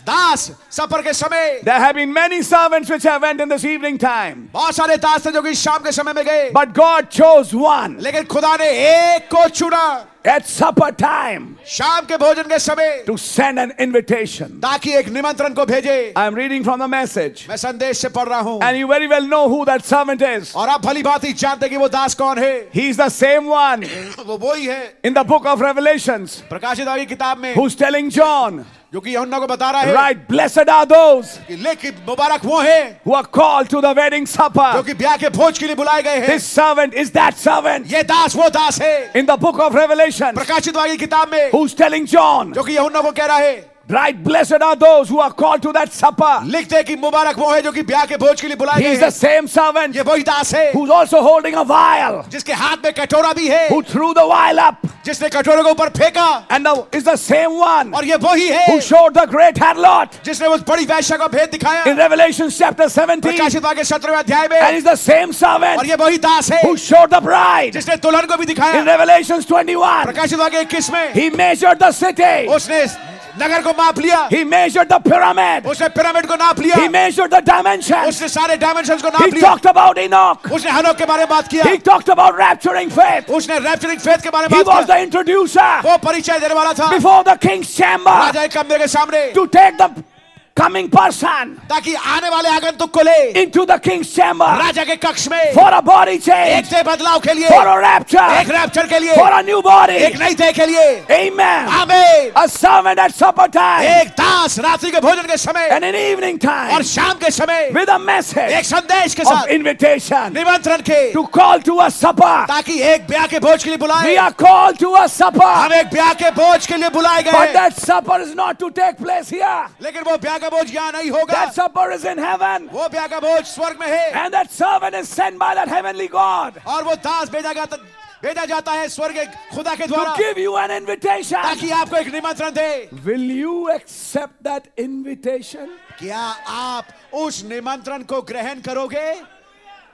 Speaker 1: दास सफर के समय
Speaker 2: There have been many servants which have went in this evening time,
Speaker 1: बहुत सारे दास थे जो कि शाम के समय में गए
Speaker 2: but God chose one.
Speaker 1: लेकिन खुदा ने एक को चुना
Speaker 2: at supper time
Speaker 1: शाम के भोजन के समय
Speaker 2: to send an invitation.
Speaker 1: ताकि एक निमंत्रण को भेजे
Speaker 2: I'm reading from the message,
Speaker 1: मैं संदेश से पढ़ रहा हूँ
Speaker 2: and you very well know who that servant is.
Speaker 1: और आप भली बात ही जानते कि वो दास कौन है
Speaker 2: He's the same one
Speaker 1: वो वो ही है
Speaker 2: in the book of Revelations
Speaker 1: प्रकाशित आगे किताब में
Speaker 2: who's telling John,
Speaker 1: जो कि यहुन्ना को बता रहा है
Speaker 2: Right, blessed are those
Speaker 1: कि लेकिन मुबारक वो है
Speaker 2: who are called to the wedding
Speaker 1: जो
Speaker 2: supper.
Speaker 1: कि ब्याह के भोज के लिए बुलाए गए हैं
Speaker 2: This servant is that servant
Speaker 1: ये दास वो दास है
Speaker 2: in the book of Revelation
Speaker 1: प्रकाशित वाली किताब में
Speaker 2: who's telling John,
Speaker 1: जो कि यहुन्ना को कह रहा है
Speaker 2: Right, blessed are those who are called to that supper.
Speaker 1: लिख दे कि मुबारक वो है जो कि ब्याह के भोज के लिए बुलाए गए
Speaker 2: He's the
Speaker 1: हैं।
Speaker 2: same servant
Speaker 1: ये वही दास है
Speaker 2: who's also holding a vial,
Speaker 1: जिसके हाथ में कटोरा भी है
Speaker 2: who threw the vial up,
Speaker 1: जिसने कटोरे के ऊपर फेंका
Speaker 2: and the, is the same one
Speaker 1: और ये वही है
Speaker 2: who showed the great harlot
Speaker 1: जिसने उस बड़ी वैश्य का भेद दिखाया
Speaker 2: in Revelation chapter 17.
Speaker 1: प्रकाशित वाक्य सत्रहवें अध्याय
Speaker 2: And
Speaker 1: में
Speaker 2: it's the same
Speaker 1: और
Speaker 2: servant
Speaker 1: ये वही दास है
Speaker 2: who showed the bride
Speaker 1: जिसने दुल्हन को भी दिखाया
Speaker 2: in Revelation 21.
Speaker 1: प्रकाशित वाक्य इक्कीस में
Speaker 2: He measured the city
Speaker 1: उसने नगर को माप लिया
Speaker 2: He measured the pyramid.
Speaker 1: उसने पिरामिड को नाप लिया
Speaker 2: He measured the dimensions.
Speaker 1: उसने सारे डायमेंशंस को
Speaker 2: He
Speaker 1: नाप लिया
Speaker 2: talked about Enoch.
Speaker 1: उसने हनोक के बारे में बात किया
Speaker 2: He talked about rapturing faith.
Speaker 1: उसने रैप्चरिंग फेथ के बारे में
Speaker 2: He
Speaker 1: बात
Speaker 2: was
Speaker 1: किया
Speaker 2: the introducer
Speaker 1: वो परिचय देने वाला था
Speaker 2: before the king's chamber
Speaker 1: राजा के कमरे के सामने
Speaker 2: to take the coming person
Speaker 1: ताकि आने वाले आगंतुक को ले
Speaker 2: into the king's chamber
Speaker 1: राजा के कक्ष में एक
Speaker 2: for a body change,
Speaker 1: से बदलाव के लिए
Speaker 2: for a
Speaker 1: एक
Speaker 2: rapture,
Speaker 1: रैप्चर के लिए
Speaker 2: for a new body.
Speaker 1: एक नई देह के लिए Ah.
Speaker 2: Amen.
Speaker 1: Amen
Speaker 2: A servant at supper time
Speaker 1: एक दास रात्रि के भोजन के समय
Speaker 2: and in evening time
Speaker 1: और शाम के समय
Speaker 2: with a
Speaker 1: एक
Speaker 2: message
Speaker 1: संदेश के
Speaker 2: of
Speaker 1: साथ
Speaker 2: invitation
Speaker 1: निमंत्रण के
Speaker 2: to call to a supper.
Speaker 1: ताकि एक ब्याह के भोज के लिए बुलाए
Speaker 2: We are called to a supper,
Speaker 1: हम एक ब्याह के भोज के लिए बुलाए गए
Speaker 2: but
Speaker 1: हैं।
Speaker 2: that supper is not to take place here.
Speaker 1: लेकिन वो ब्याह का भोज यहाँ नहीं होगा
Speaker 2: That supper is in heaven,
Speaker 1: वो ब्याह का भोज स्वर्ग में है
Speaker 2: and that servant is sent by that heavenly God
Speaker 1: और वो दास भेजा जाता भेजा जाता है स्वर्ग के खुदा के
Speaker 2: to
Speaker 1: द्वारा
Speaker 2: give you an invitation.
Speaker 1: ताकि आपको एक निमंत्रण दे
Speaker 2: Will you accept that invitation?
Speaker 1: क्या आप उस निमंत्रण को ग्रहण करोगे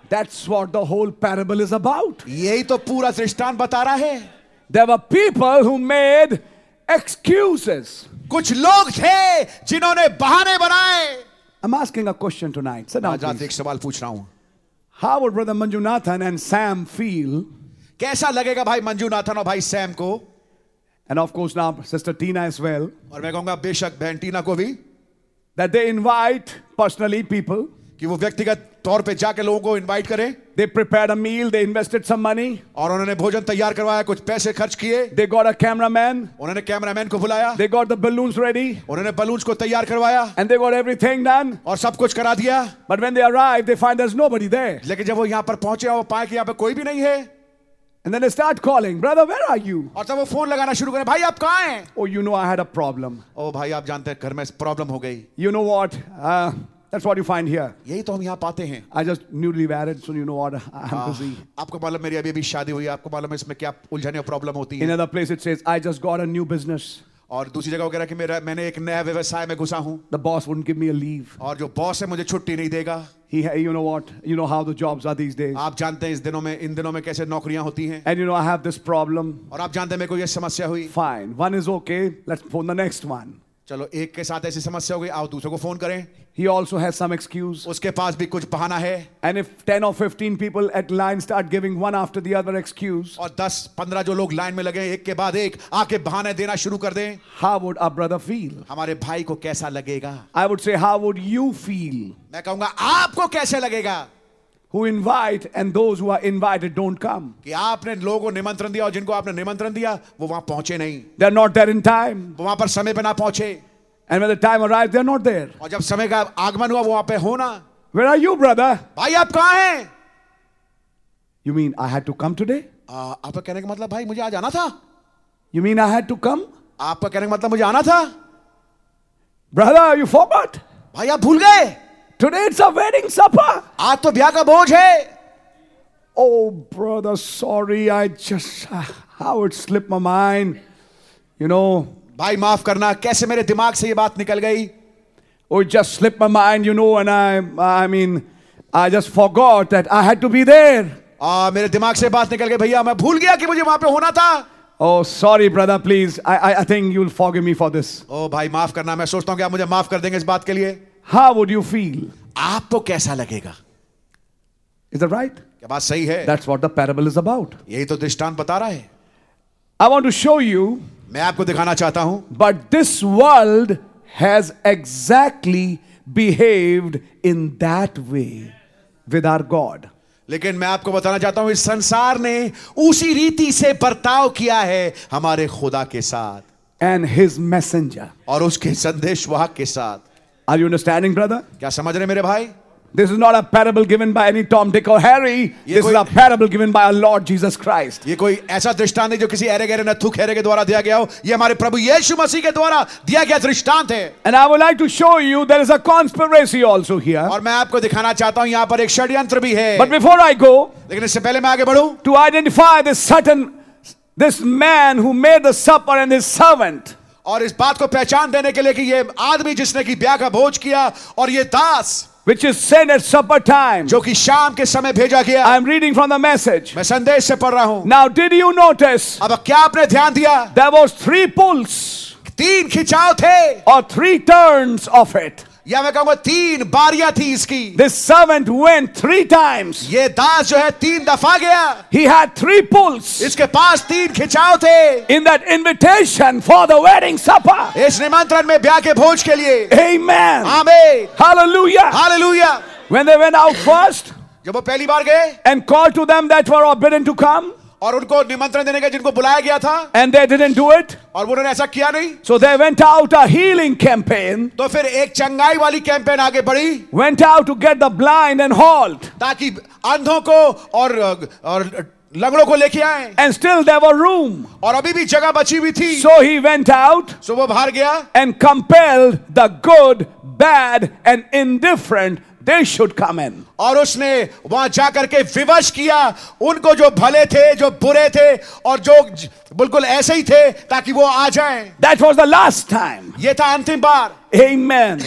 Speaker 2: That's what the whole parable is about.
Speaker 1: यही तो पूरा दृष्टांत बता रहा है
Speaker 2: There were people who made excuses.
Speaker 1: कुछ लोग थे जिन्होंने बहाने बनाए
Speaker 2: I'm asking a question tonight. Sit down,
Speaker 1: आज रात
Speaker 2: please.
Speaker 1: एक सवाल पूछ रहा हूँ
Speaker 2: How would Brother Manjunathan and Sam feel?
Speaker 1: कैसा लगेगा भाई मंजूनाथन और भाई सैम को
Speaker 2: And of course, now Sister Tina as well,
Speaker 1: और मैं कहूंगा बेशक बहन टीना को भी
Speaker 2: that they invite personally people.
Speaker 1: कि वो व्यक्तिगत तौर पे जाके लोगों को इनवाइट करें
Speaker 2: They prepared a meal, they invested some money,
Speaker 1: और उन्होंने भोजन तैयार करवाया कुछ पैसे खर्च किए
Speaker 2: they got a cameraman,
Speaker 1: उन्होंने कैमरामैन को बुलाया
Speaker 2: they got the balloons ready,
Speaker 1: उन्होंने बलून्स को तैयार करवाया
Speaker 2: and they got everything done.
Speaker 1: और सब कुछ करा दिया
Speaker 2: But when they arrive, they find there's nobody there.
Speaker 1: लेकिन जब वो यहाँ पर पहुंचे और वो पाए कि यहाँ पे कोई भी नहीं है
Speaker 2: And then they start calling, Brother, where are you?
Speaker 1: और तब वो फोन लगाना शुरू करें भाई आप कहाँ हैं
Speaker 2: Oh, you know, I had a problem.
Speaker 1: ओ भाई आप जानते हैं घर में प्रॉब्लम हो गई
Speaker 2: You know what? Uh, that's what you find here.
Speaker 1: यही तो हम यहाँ पाते हैं
Speaker 2: I just newly married, so you know what?
Speaker 1: Ah,
Speaker 2: I'm busy.
Speaker 1: आपको मालूम मेरी अभी अभी शादी हुई है आपको मालूम है इसमें क्या उलझने और प्रॉब्लम होती
Speaker 2: In
Speaker 1: है
Speaker 2: other place, it says, I just got a new business.
Speaker 1: और दूसरी जगह वगैरह कि मेरा मैंने एक नया व्यवसाय में घुसा हूँ
Speaker 2: The boss wouldn't give me a leave.
Speaker 1: और जो बॉस है मुझे छुट्टी नहीं देगा
Speaker 2: He, you know what? You know how the jobs are these days.
Speaker 1: आप जानते हैं इस दिनों में इन दिनों में कैसे नौकरियां होती हैं
Speaker 2: And you know, I have this problem.
Speaker 1: और आप जानते हैं मेरे को ये समस्या हुई
Speaker 2: Fine, one is okay. Let's phone the next one.
Speaker 1: चलो एक के साथ ऐसी समस्या हो गई आओ दूसरे को फोन करें
Speaker 2: He also has some excuse.
Speaker 1: उसके पास भी कुछ बहाना है
Speaker 2: And if 10 or 15 people at line start giving one after the other excuse,
Speaker 1: और 10 15 जो लोग लाइन में लगे हैं, एक के बाद एक आके बहाने देना शुरू कर दें
Speaker 2: how would our brother feel?
Speaker 1: हमारे भाई को कैसा लगेगा
Speaker 2: I would say, how would you feel?
Speaker 1: मैं कहूंगा आपको कैसे लगेगा
Speaker 2: Who invite and those who are invited don't come.
Speaker 1: कि आपने लोगों को निमंत्रण दिया और जिनको आपने निमंत्रण दिया वो वहां पहुंचे नहीं
Speaker 2: They're not there in time.
Speaker 1: वो वहां पर समय पे ना पहुंचे
Speaker 2: And when the time arrives, they're not there.
Speaker 1: और जब समय का आगमन हुआ वो वहां पे होना
Speaker 2: Where are you, brother?
Speaker 1: भाई आप कहाँ हैं
Speaker 2: You mean I had to come today?
Speaker 1: आ, आपका कहने का मतलब भाई मुझे आज आना था
Speaker 2: You mean I had to come?
Speaker 1: आपका कहने का मतलब मुझे आना था
Speaker 2: Brother, you forgot?
Speaker 1: भाई आप भूल गए
Speaker 2: Today it's a wedding supper.
Speaker 1: आज तो ब्याह का बोझ है
Speaker 2: Oh, brother, sorry. I just, uh, how it slipped my mind. You know,
Speaker 1: भाई माफ करना कैसे मेरे दिमाग से ये बात निकल गई
Speaker 2: oh, it just slipped my mind, you know, and I, I mean, I just forgot that I had to be there.
Speaker 1: आ, मेरे दिमाग से बात निकल गई भैया मैं भूल गया कि मुझे वहां पे होना था
Speaker 2: Oh, sorry, brother, please. I, I, I think you'll forgive me for this.
Speaker 1: ओ भाई माफ करना मैं सोचता हूँ कि आप मुझे माफ कर देंगे इस बात के लिए
Speaker 2: How would you feel?
Speaker 1: आपको कैसा लगेगा
Speaker 2: Is that right?
Speaker 1: क्या बात सही है
Speaker 2: That's what the parable is about.
Speaker 1: यही तो दृष्टांत बता रहा है
Speaker 2: I want to show you,
Speaker 1: मैं आपको दिखाना चाहता हूँ
Speaker 2: but this world has exactly behaved in that way with our God.
Speaker 1: लेकिन मैं आपको बताना चाहता हूँ इस संसार ने उसी रीति से बर्ताव किया है हमारे खुदा के साथ
Speaker 2: and his messenger.
Speaker 1: और उसके संदेशवाहक के साथ
Speaker 2: Are you understanding, brother?
Speaker 1: क्या समझ रहे मेरे भाई
Speaker 2: This is not a parable given by any Tom, Dick, or Harry.
Speaker 1: Ye
Speaker 2: This is
Speaker 1: koi-
Speaker 2: a parable given by our Lord Jesus Christ.
Speaker 1: ये कोई ऐसा दृष्टांत है जो किसी अरे गहरे नथु खेरे के द्वारा दिया गया हो ये हमारे प्रभु यीशु मसीह के द्वारा दिया गया दृष्टांत है
Speaker 2: And I would like to show you there is a conspiracy also here.
Speaker 1: और मैं आपको दिखाना चाहता हूं यहाँ पर एक षड्यंत्र भी है
Speaker 2: But before I go,
Speaker 1: लेकिन इससे पहले मैं आगे बढ़ूं
Speaker 2: to identify this certain this man who made the supper and his servant.
Speaker 1: और इस बात को पहचान देने के लिए कि ये आदमी जिसने की ब्याह का भोज किया और ये दास
Speaker 2: Which is sent at supper time.
Speaker 1: जो कि शाम के समय भेजा गया
Speaker 2: I'm reading from the message.
Speaker 1: मैं संदेश से पढ़ रहा हूं
Speaker 2: Now, did you notice
Speaker 1: अब क्या आपने ध्यान दिया
Speaker 2: there was three pulls?
Speaker 1: तीन खिंचाव थे
Speaker 2: or three turns of it.
Speaker 1: या मैं कहूंगा तीन बारियां थी इसकी
Speaker 2: This servant went three times.
Speaker 1: ये दास जो है तीन दफा गया
Speaker 2: He had three pulls
Speaker 1: इसके पास तीन खिंचाव थे
Speaker 2: in that invitation for the wedding supper.
Speaker 1: इस निमंत्रण में ब्याह के भोज के लिए
Speaker 2: Amen.
Speaker 1: Amen
Speaker 2: Hallelujah.
Speaker 1: Hallelujah
Speaker 2: When they went out first
Speaker 1: जब वो पहली बार गए
Speaker 2: and called to them that were forbidden to come,
Speaker 1: और उनको निमंत्रण देने का जिनको बुलाया गया था
Speaker 2: and they didn't do it,
Speaker 1: और उन्होंने ऐसा किया नहीं
Speaker 2: so they went out a healing campaign,
Speaker 1: तो फिर एक चंगाई वाली कैंपेन आगे बढ़ी
Speaker 2: went out to get the blind and halt,
Speaker 1: ताकि अंधों को और और लंगड़ों को लेके आए
Speaker 2: and still there were room.
Speaker 1: और अभी भी जगह बची हुई थी
Speaker 2: So he went out
Speaker 1: सो वो बाहर गया
Speaker 2: and compelled the good, bad, and indifferent, they should come in.
Speaker 1: और उसने वहां जा करके विवश किया उनको जो भले थे जो बुरे थे और जो ज- बिल्कुल ऐसे ही थे ताकि वो आ जाएं
Speaker 2: That was the last time.
Speaker 1: ये था अंतिम बार
Speaker 2: Amen.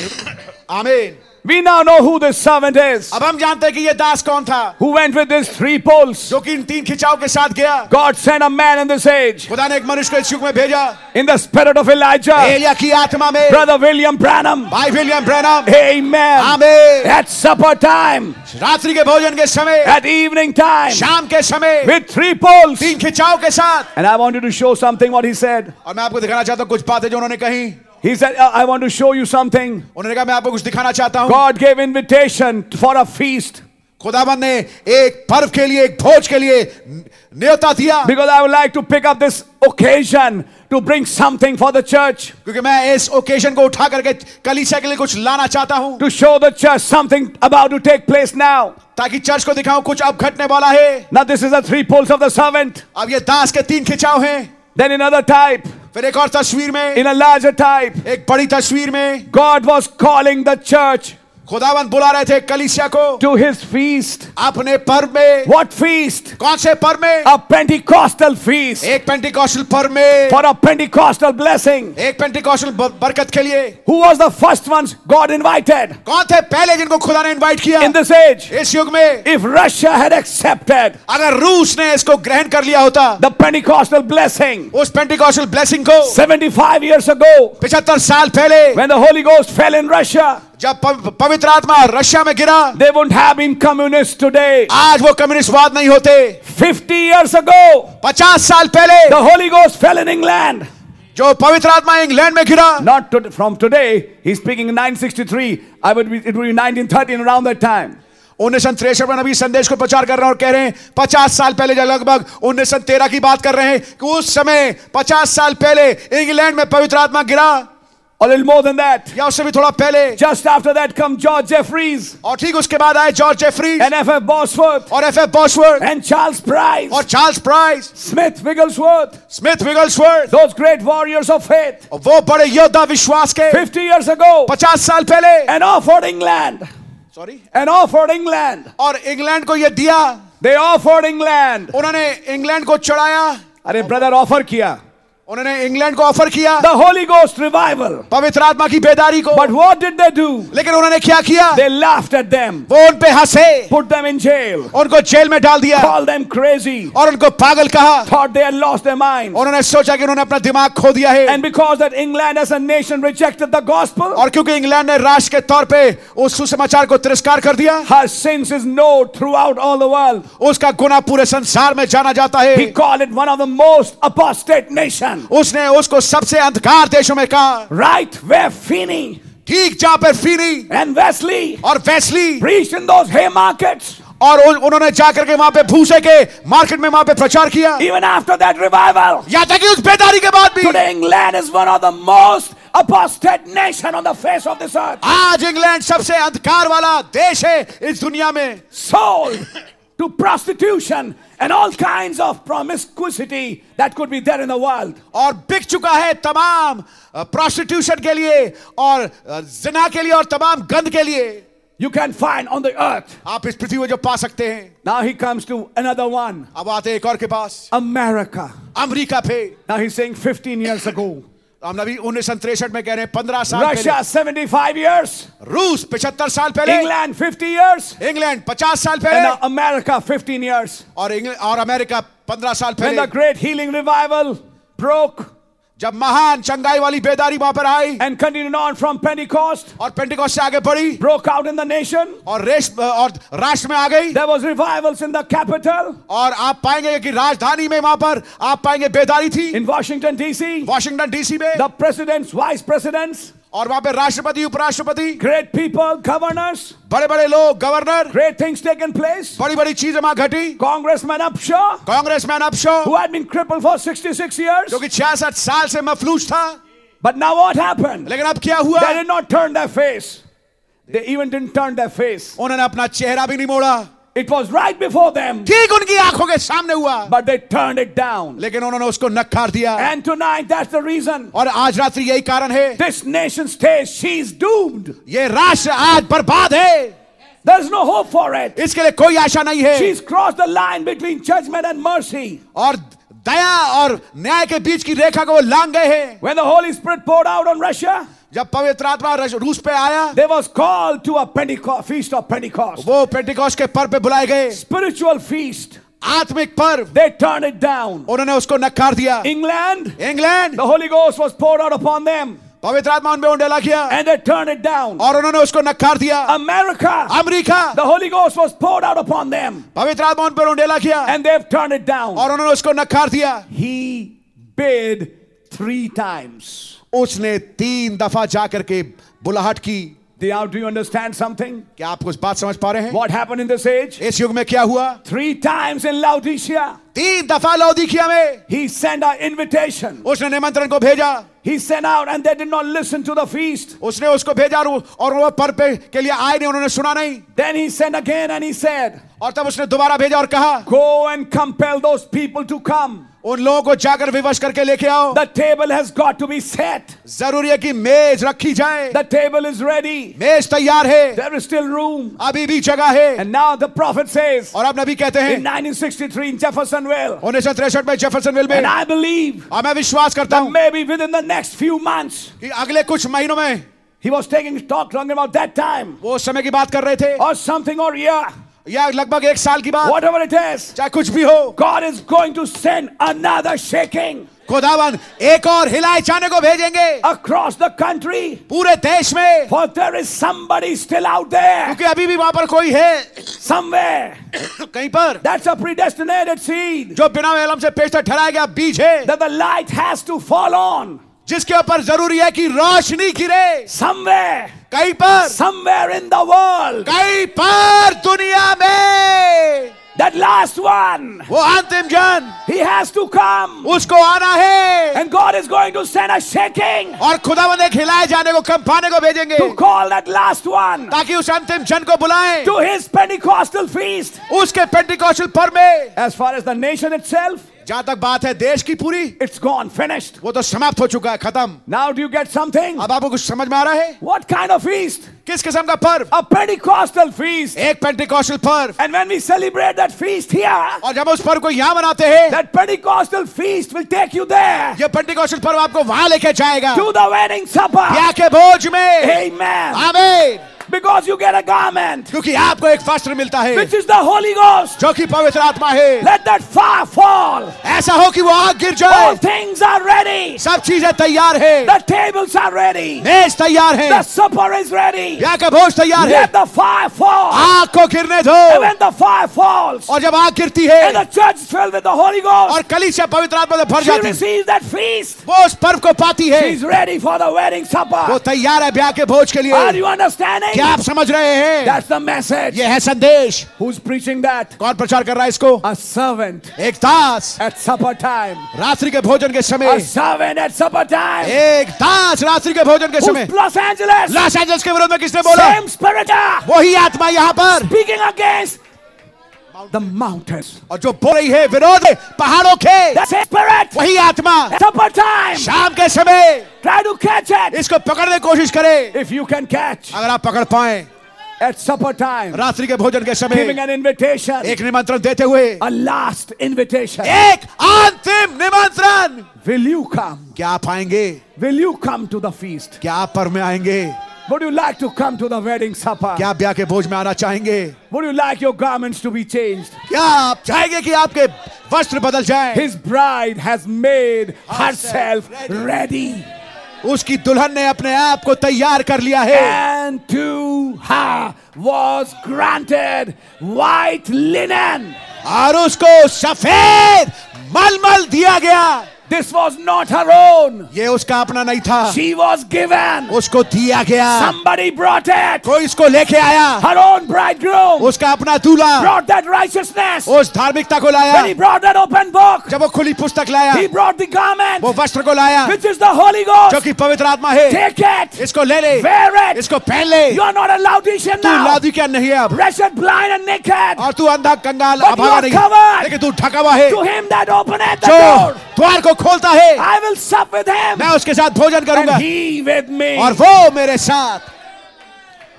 Speaker 1: आमीन
Speaker 2: We now know who this servant is
Speaker 1: अब हम जानते हैं कि ये दास कौन था
Speaker 2: who went with these three poles.
Speaker 1: जो कि इन तीन खिंचाव के साथ गया
Speaker 2: God sent a man in this age
Speaker 1: खुदा ने एक मनुष्य को इस युग में भेजा
Speaker 2: in the spirit of Elijah,
Speaker 1: एलिया की आत्मा में
Speaker 2: Brother William Branham.
Speaker 1: भाई विलियम ब्रैनम
Speaker 2: Amen.
Speaker 1: आमीन
Speaker 2: At supper time,
Speaker 1: रात्रि के भोजन के समय
Speaker 2: at evening time,
Speaker 1: शाम के समय
Speaker 2: with three poles.
Speaker 1: तीन खिंचाव के साथ
Speaker 2: And I wanted to show something what he said.
Speaker 1: और मैं आपको दिखाना चाहता हूँ कुछ बातें जो उन्होंने कही
Speaker 2: He said, "Uh, I I want to show you something.
Speaker 1: उन्होंने कहा मैं आपको कुछ दिखाना चाहता हूँ
Speaker 2: God gave invitation for a feast.
Speaker 1: खुदावन ने एक पर्व के लिए एक भोज के लिए न्योता दिया
Speaker 2: Because I would like to pick up this occasion to bring something for the church,
Speaker 1: क्योंकि मैं इस ओकेजन को उठा करके कलीसिया के लिए कुछ लाना चाहता हूँ
Speaker 2: to show the church something about to take place now.
Speaker 1: ताकि चर्च को दिखाऊं कुछ अब घटने वाला है
Speaker 2: Now, this is the three poles of the servant.
Speaker 1: अब ये दास के तीन खिंचाव हैं
Speaker 2: Then, another type,
Speaker 1: फिर एक और तस्वीर में
Speaker 2: in a larger type,
Speaker 1: एक बड़ी तस्वीर में
Speaker 2: God was calling the church
Speaker 1: खुदावन बुला रहे थे कलीसिया को
Speaker 2: to his feast.
Speaker 1: अपने पर्व में
Speaker 2: What feast?
Speaker 1: कौन से पर्व में
Speaker 2: A Pentecostal feast
Speaker 1: एक पेंटिकॉस्टल पर्व में
Speaker 2: for a Pentecostal blessing.
Speaker 1: एक पेंटिकॉस्टल ब- बरकत के लिए
Speaker 2: Who was the first ones God invited
Speaker 1: कौन थे पहले जिनको खुदा ने इनवाइट किया
Speaker 2: in this age?
Speaker 1: इस युग में
Speaker 2: If Russia had accepted
Speaker 1: अगर रूस ने इसको ग्रहण कर लिया होता
Speaker 2: the Pentecostal blessing
Speaker 1: उस पेंटिकॉस्टल ब्लेसिंग को
Speaker 2: 75 years ago,
Speaker 1: पिछहत्तर साल पहले
Speaker 2: When the Holy Ghost fell in Russia,
Speaker 1: जब पव- पवित्र आत्मा रशिया में गिरा
Speaker 2: they wouldn't have been communists today.
Speaker 1: आज वो कम्युनिस्टवाद नहीं होते
Speaker 2: 50 years ago,
Speaker 1: पचास साल पहले
Speaker 2: the Holy Ghost fell in England.
Speaker 1: जो पवित्र आत्मा इंग्लैंड में गिरा
Speaker 2: Not to, from today, he's speaking in 963. I would be, it would be 1913 around that time.
Speaker 1: उन्नीस सौ तिरसठ में नबी संदेश को प्रचार कर रहे हैं और कह रहे हैं पचास साल पहले जो लगभग उन्नीस सौ तेरह की बात कर रहे हैं कि उस समय पचास साल पहले इंग्लैंड में पवित्र आत्मा गिरा
Speaker 2: A little more than that.
Speaker 1: या उससे भी थोड़ा पहले
Speaker 2: Just after that come George Jeffreys
Speaker 1: और ठीक उसके बाद आए George Jeffrey
Speaker 2: and F.F. Bosworth
Speaker 1: और F F Bosworth
Speaker 2: and Charles Price,
Speaker 1: और Charles Price
Speaker 2: Smith Wigglesworth,
Speaker 1: Smith Wigglesworth
Speaker 2: those great warriors of faith.
Speaker 1: और वो बड़े योद्धा विश्वास के
Speaker 2: 50 years ago,
Speaker 1: पचास साल पहले
Speaker 2: and offered England.
Speaker 1: Sorry
Speaker 2: And offered England.
Speaker 1: और इंग्लैंड को ये दिया
Speaker 2: They offered England.
Speaker 1: उन्होंने इंग्लैंड को चढ़ाया
Speaker 2: अरे ब्रदर ऑफर किया
Speaker 1: उन्होंने इंग्लैंड को ऑफर किया
Speaker 2: the Holy Ghost revival.
Speaker 1: पवित्र आत्मा की बेदारी को
Speaker 2: But what did they do?
Speaker 1: लेकिन उन्होंने क्या किया
Speaker 2: They laughed at them,
Speaker 1: वो उन पे हंसे
Speaker 2: put them in jail,
Speaker 1: उनको जेल में डाल दिया
Speaker 2: called them crazy,
Speaker 1: और उनको पागल कहा
Speaker 2: thought they had lost their mind.
Speaker 1: उन्होंने सोचा कि उन्होंने अपना दिमाग खो दिया है
Speaker 2: And because that England as a nation rejected the gospel,
Speaker 1: और क्योंकि इंग्लैंड ने राष्ट्र के तौर पे उस सुसमाचार को तिरस्कार कर दिया
Speaker 2: her sins is known throughout all the world.
Speaker 1: उसका गुना पूरे संसार में जाना जाता
Speaker 2: He
Speaker 1: है
Speaker 2: called it one of the most apostate nation.
Speaker 1: उसने उसको सबसे अंधकार देशों में कहा
Speaker 2: Right where Finney
Speaker 1: ठीक जहाँ पर फीनी
Speaker 2: and Wesley
Speaker 1: और Wesley
Speaker 2: preached in those hay markets,
Speaker 1: और उन- उन्होंने जा करके वहां पे भूसे के मार्केट में वहां पे प्रचार किया
Speaker 2: even after that revival,
Speaker 1: या तक कि उस बेदारी के बाद भी
Speaker 2: today England is one of the most apostate nation on the face of this earth.
Speaker 1: आज इंग्लैंड सबसे अंधकार वाला देश है इस दुनिया में
Speaker 2: sold to prostitution and all kinds of promiscuity that could be there in the world.
Speaker 1: और बिक चुका है तमाम प्रोस्टिट्यूशन के लिए और अ, जिना के लिए और तमाम गंद के लिए
Speaker 2: You can find on the earth.
Speaker 1: आप इस पृथ्वी में जो पा सकते हैं
Speaker 2: Now he comes to another one
Speaker 1: अब आते हैं एक और के पास
Speaker 2: America.
Speaker 1: अमेरिका पे
Speaker 2: Now he's saying 15 years ago.
Speaker 1: हम नबी उन्नीस सौ तिरसठ में कह रहे हैं पंद्रह साल
Speaker 2: Russia, 75 years.
Speaker 1: पहले रूस पिछहत्तर साल पहले
Speaker 2: England, 50 years.
Speaker 1: इंग्लैंड पचास साल
Speaker 2: And
Speaker 1: पहले
Speaker 2: now America, 15 years.
Speaker 1: और इंग्लैंड और अमेरिका पंद्रह साल
Speaker 2: When the
Speaker 1: पहले
Speaker 2: great healing revival broke,
Speaker 1: जब महान चंगाई वाली बेदारी वहां पर आई
Speaker 2: and continued on from Pentecost,
Speaker 1: और पेंटिकॉस्ट से आगे बढ़ी
Speaker 2: broke out in the nation.
Speaker 1: और रेश और राष्ट्र में आ गई
Speaker 2: There was revivals in the capital,
Speaker 1: और आप पाएंगे कि राजधानी में वहां पर आप पाएंगे बेदारी थी
Speaker 2: in Washington D.C.
Speaker 1: Washington DC में
Speaker 2: The presidents, vice presidents,
Speaker 1: और वहां पे राष्ट्रपति उपराष्ट्रपति
Speaker 2: great people, governors,
Speaker 1: बड़े बड़े लोग governor
Speaker 2: great things taken place.
Speaker 1: बड़ी बड़ी चीजें वहां घटी
Speaker 2: Congressman Upshaw,
Speaker 1: congressman Upshaw
Speaker 2: who had been crippled for 66 years,
Speaker 1: जो कि 66 साल से मफलूज था
Speaker 2: but now what happened?
Speaker 1: लेकिन अब क्या हुआ
Speaker 2: They did not turn their face. They even didn't turn their face.
Speaker 1: उन्होंने अपना चेहरा भी नहीं मोड़ा
Speaker 2: It was right before them,
Speaker 1: ठीक उनकी आंखों के सामने हुआ
Speaker 2: but they turned it down.
Speaker 1: लेकिन उन्होंने उसको नकार दिया
Speaker 2: And tonight, that's the reason
Speaker 1: और आज रात्रि यही कारण है
Speaker 2: this nation stays. She's doomed.
Speaker 1: ये राष्ट्र आज बर्बाद है
Speaker 2: There's no hope for it.
Speaker 1: इसके लिए कोई आशा नहीं है
Speaker 2: She's crossed the line between judgment and mercy.
Speaker 1: और दया और न्याय के बीच की रेखा को वो लांग गए हैं
Speaker 2: When the Holy Spirit poured out on Russia,
Speaker 1: जब पवित्र आत्मा रश- रूस पे आया
Speaker 2: there was called to a Pentecost, feast of Pentecost,
Speaker 1: वो पेंटिकॉस्ट के पर्व पे बुलाए गए
Speaker 2: spiritual feast.
Speaker 1: आत्मिक पर्व
Speaker 2: They turned it down.
Speaker 1: उन्होंने उसको नकार दिया
Speaker 2: England,
Speaker 1: England
Speaker 2: the Holy Ghost was poured out upon them,
Speaker 1: पवित्र आत्मा उनपे उंडेला किया
Speaker 2: and they turned it down.
Speaker 1: और उन्होंने उसको नकार दिया
Speaker 2: America,
Speaker 1: America
Speaker 2: the Holy Ghost was poured out upon them,
Speaker 1: पवित्र आत्मा उन पर उंडेला किया
Speaker 2: and they've turned it down.
Speaker 1: और उन्होंने उसको नकार दिया
Speaker 2: He bid three times.
Speaker 1: उसने तीन दफा जा करके बुलाहट की
Speaker 2: Now, do you understand something?
Speaker 1: क्या आप कुछ बात समझ पा रहे हैं
Speaker 2: What happened in this age?
Speaker 1: इस युग में क्या हुआ
Speaker 2: Three times in Laodicea,
Speaker 1: तीन दफा लौदीखिया में
Speaker 2: he sent an invitation.
Speaker 1: उसने निमंत्रण को भेजा
Speaker 2: He sent out, and they did not listen to the feast.
Speaker 1: उसने उसको भेजा और और वो पर पे के लिए आए नहीं उन्होंने सुना नहीं
Speaker 2: Then he sent again and he said,
Speaker 1: और तब उसने दोबारा भेजा और कहा
Speaker 2: Go and compel those people to come.
Speaker 1: उन लोगों को जाकर विवश करके लेके आओ
Speaker 2: The table has got to be set.
Speaker 1: जरूरी है कि मेज रखी जाए
Speaker 2: The table is ready.
Speaker 1: मेज तैयार है
Speaker 2: There is still room.
Speaker 1: अभी भी जगह है
Speaker 2: And now the prophet says
Speaker 1: और अब नबी कहते
Speaker 2: in
Speaker 1: हैं
Speaker 2: 1963 in Jeffersonville,
Speaker 1: उन्नीस सौ तिरसठ में जेफरसनविल
Speaker 2: and
Speaker 1: में
Speaker 2: I believe
Speaker 1: और मैं विश्वास करता हूं
Speaker 2: maybe within the next few months,
Speaker 1: कि अगले कुछ महीनों में
Speaker 2: he was taking talk talking about that time
Speaker 1: वो उस समय की बात कर रहे थे
Speaker 2: or something or year,
Speaker 1: या लगभग एक साल की बात
Speaker 2: whatever it is.
Speaker 1: चाहे कुछ भी हो
Speaker 2: God is going to send another shaking
Speaker 1: खुदावन एक और हिलाए जाने को भेजेंगे
Speaker 2: across the country,
Speaker 1: पूरे देश में
Speaker 2: for there is somebody still out there,
Speaker 1: क्योंकि अभी भी वहां पर कोई है
Speaker 2: somewhere.
Speaker 1: कहीं पर
Speaker 2: That's a predestinated seed
Speaker 1: जो बिना वेलम से पेशतर ठहराया गया बीज है
Speaker 2: that the light has to fall on
Speaker 1: जिसके ऊपर जरूरी है कि रोशनी गिरे
Speaker 2: somewhere,
Speaker 1: कहीं पर
Speaker 2: somewhere in the world.
Speaker 1: कहीं पर दुनिया में
Speaker 2: That last one,
Speaker 1: वो अंतिम जन
Speaker 2: he has to come.
Speaker 1: उसको आना है
Speaker 2: And God is going to send a shaking
Speaker 1: और खुदावन एक हिलाए जाने को कंपाने को भेजेंगे
Speaker 2: to call that last one
Speaker 1: ताकि उस अंतिम जन को बुलाएं
Speaker 2: to his Pentecostal feast.
Speaker 1: उसके पेंटिकॉस्टल पर में
Speaker 2: As far as the nation itself,
Speaker 1: जहां तक बात है देश की पूरी
Speaker 2: it's gone, finished.
Speaker 1: वो तो समाप्त हो चुका है खत्म
Speaker 2: Now, do you get something?
Speaker 1: अब आपको कुछ समझ में आ रहा है
Speaker 2: What kind of feast?
Speaker 1: किस किस्म का पर्व
Speaker 2: A Pentecostal feast.
Speaker 1: एक पेंटिकॉस्टल पर्व
Speaker 2: And when we celebrate that feast here,
Speaker 1: और जब उस पर्व को यहाँ मनाते हैं
Speaker 2: that Pentecostal feast will take you there
Speaker 1: ये पेंटिकॉस्टल पर्व आपको वहां लेके जाएगा
Speaker 2: to the wedding supper.
Speaker 1: ब्याह के भोज में
Speaker 2: Amen.
Speaker 1: आमीन
Speaker 2: Because you get a garment,
Speaker 1: क्योंकि आपको एक वस्त्र मिलता है
Speaker 2: which is the Holy Ghost.
Speaker 1: जो कि पवित्र आत्मा है
Speaker 2: Let that fire fall.
Speaker 1: ऐसा हो कि वो आग गिर
Speaker 2: All
Speaker 1: जाए
Speaker 2: things are ready.
Speaker 1: सब चीजें तैयार है
Speaker 2: The tables are ready.
Speaker 1: मेज तैयार है
Speaker 2: The supper is ready.
Speaker 1: ब्याह का भोज तैयार है
Speaker 2: Let the fire fall.
Speaker 1: आग को गिरने दो
Speaker 2: And when the fire falls,
Speaker 1: और जब आग गिरती है
Speaker 2: and the church is filled with the Holy Ghost,
Speaker 1: और कलीसिया पवित्र आत्मा से भर
Speaker 2: she
Speaker 1: जाती है
Speaker 2: receives that feast.
Speaker 1: वो उस पर्व को पाती है
Speaker 2: She's ready for the wedding
Speaker 1: वो
Speaker 2: supper.
Speaker 1: तैयार है ब्याह के भोज के
Speaker 2: Are
Speaker 1: लिए
Speaker 2: you
Speaker 1: क्या
Speaker 2: understanding?
Speaker 1: आप समझ रहे हैं
Speaker 2: That's the message.
Speaker 1: ये है संदेश
Speaker 2: Who's preaching that?
Speaker 1: कौन प्रचार कर रहा है इसको
Speaker 2: A servant
Speaker 1: एक दास
Speaker 2: at supper time.
Speaker 1: रात्रि के भोजन के
Speaker 2: A
Speaker 1: समय
Speaker 2: servant at supper time.
Speaker 1: एक दास रात्रि के भोजन के समय
Speaker 2: Who's Los Angeles?
Speaker 1: Los Angeles के विरोध में किसने बोला
Speaker 2: Same spirit ah,
Speaker 1: वही आत्मा यहाँ पर
Speaker 2: speaking against the mountains.
Speaker 1: और जो बोल रही है विरोध है पहाड़ों के
Speaker 2: The same spirit
Speaker 1: वही आत्मा
Speaker 2: at supper time.
Speaker 1: शाम के समय
Speaker 2: Try to catch it.
Speaker 1: इसको पकड़ने की कोशिश करे
Speaker 2: If you can catch
Speaker 1: अगर आप पकड़ पाए
Speaker 2: at supper time,
Speaker 1: रात्रि के भोजन के समय
Speaker 2: giving an invitation,
Speaker 1: एक निमंत्रण देते हुए
Speaker 2: a last invitation.
Speaker 1: एक अंतिम निमंत्रण
Speaker 2: Will you come?
Speaker 1: क्या आप आएंगे
Speaker 2: Will you come to the feast?
Speaker 1: क्या आप पर में आएंगे
Speaker 2: Would you like to come to the wedding supper?
Speaker 1: क्या आप ब्याह के भोज में आना चाहेंगे
Speaker 2: Would you like your garments to be changed?
Speaker 1: क्या आप चाहेंगे कि आपके वस्त्र बदल जाए
Speaker 2: His bride has made herself ready.
Speaker 1: उसकी दुल्हन ने अपने आप को तैयार कर लिया है
Speaker 2: And to her was granted white linen.
Speaker 1: और उसको सफेद मलमल दिया गया
Speaker 2: This was not her own.
Speaker 1: ये उसका अपना नहीं था
Speaker 2: She was given.
Speaker 1: उसको दिया गया
Speaker 2: Somebody brought it.
Speaker 1: कोई इसको लेके आया
Speaker 2: Her own bridegroom
Speaker 1: उसका अपना दूल्हा
Speaker 2: brought that righteousness.
Speaker 1: उस धार्मिकता को लाया
Speaker 2: When he brought that open book,
Speaker 1: जब वो खुली पुस्तक लाया
Speaker 2: he brought the
Speaker 1: वो
Speaker 2: garment,
Speaker 1: वस्त्र को लाया
Speaker 2: which is the Holy
Speaker 1: जो
Speaker 2: Ghost.
Speaker 1: कि पवित्र आत्मा है
Speaker 2: Take it.
Speaker 1: इसको ले ले
Speaker 2: Wear it.
Speaker 1: इसको पहन ले
Speaker 2: You are not a Laodicean
Speaker 1: तू
Speaker 2: now.
Speaker 1: लादी क्या नहीं है अब
Speaker 2: Wretched, blind, and naked.
Speaker 1: और तू अंधा कंगाल
Speaker 2: But you
Speaker 1: अभागा
Speaker 2: are
Speaker 1: नहीं
Speaker 2: covered.
Speaker 1: लेकिन तू ढका हुआ है
Speaker 2: To him that openeth
Speaker 1: जो
Speaker 2: the door,
Speaker 1: द्वार को खोलता है
Speaker 2: I will sup with him,
Speaker 1: मैं उसके साथ भोजन करूंगा
Speaker 2: and he with me.
Speaker 1: और वो मेरे साथ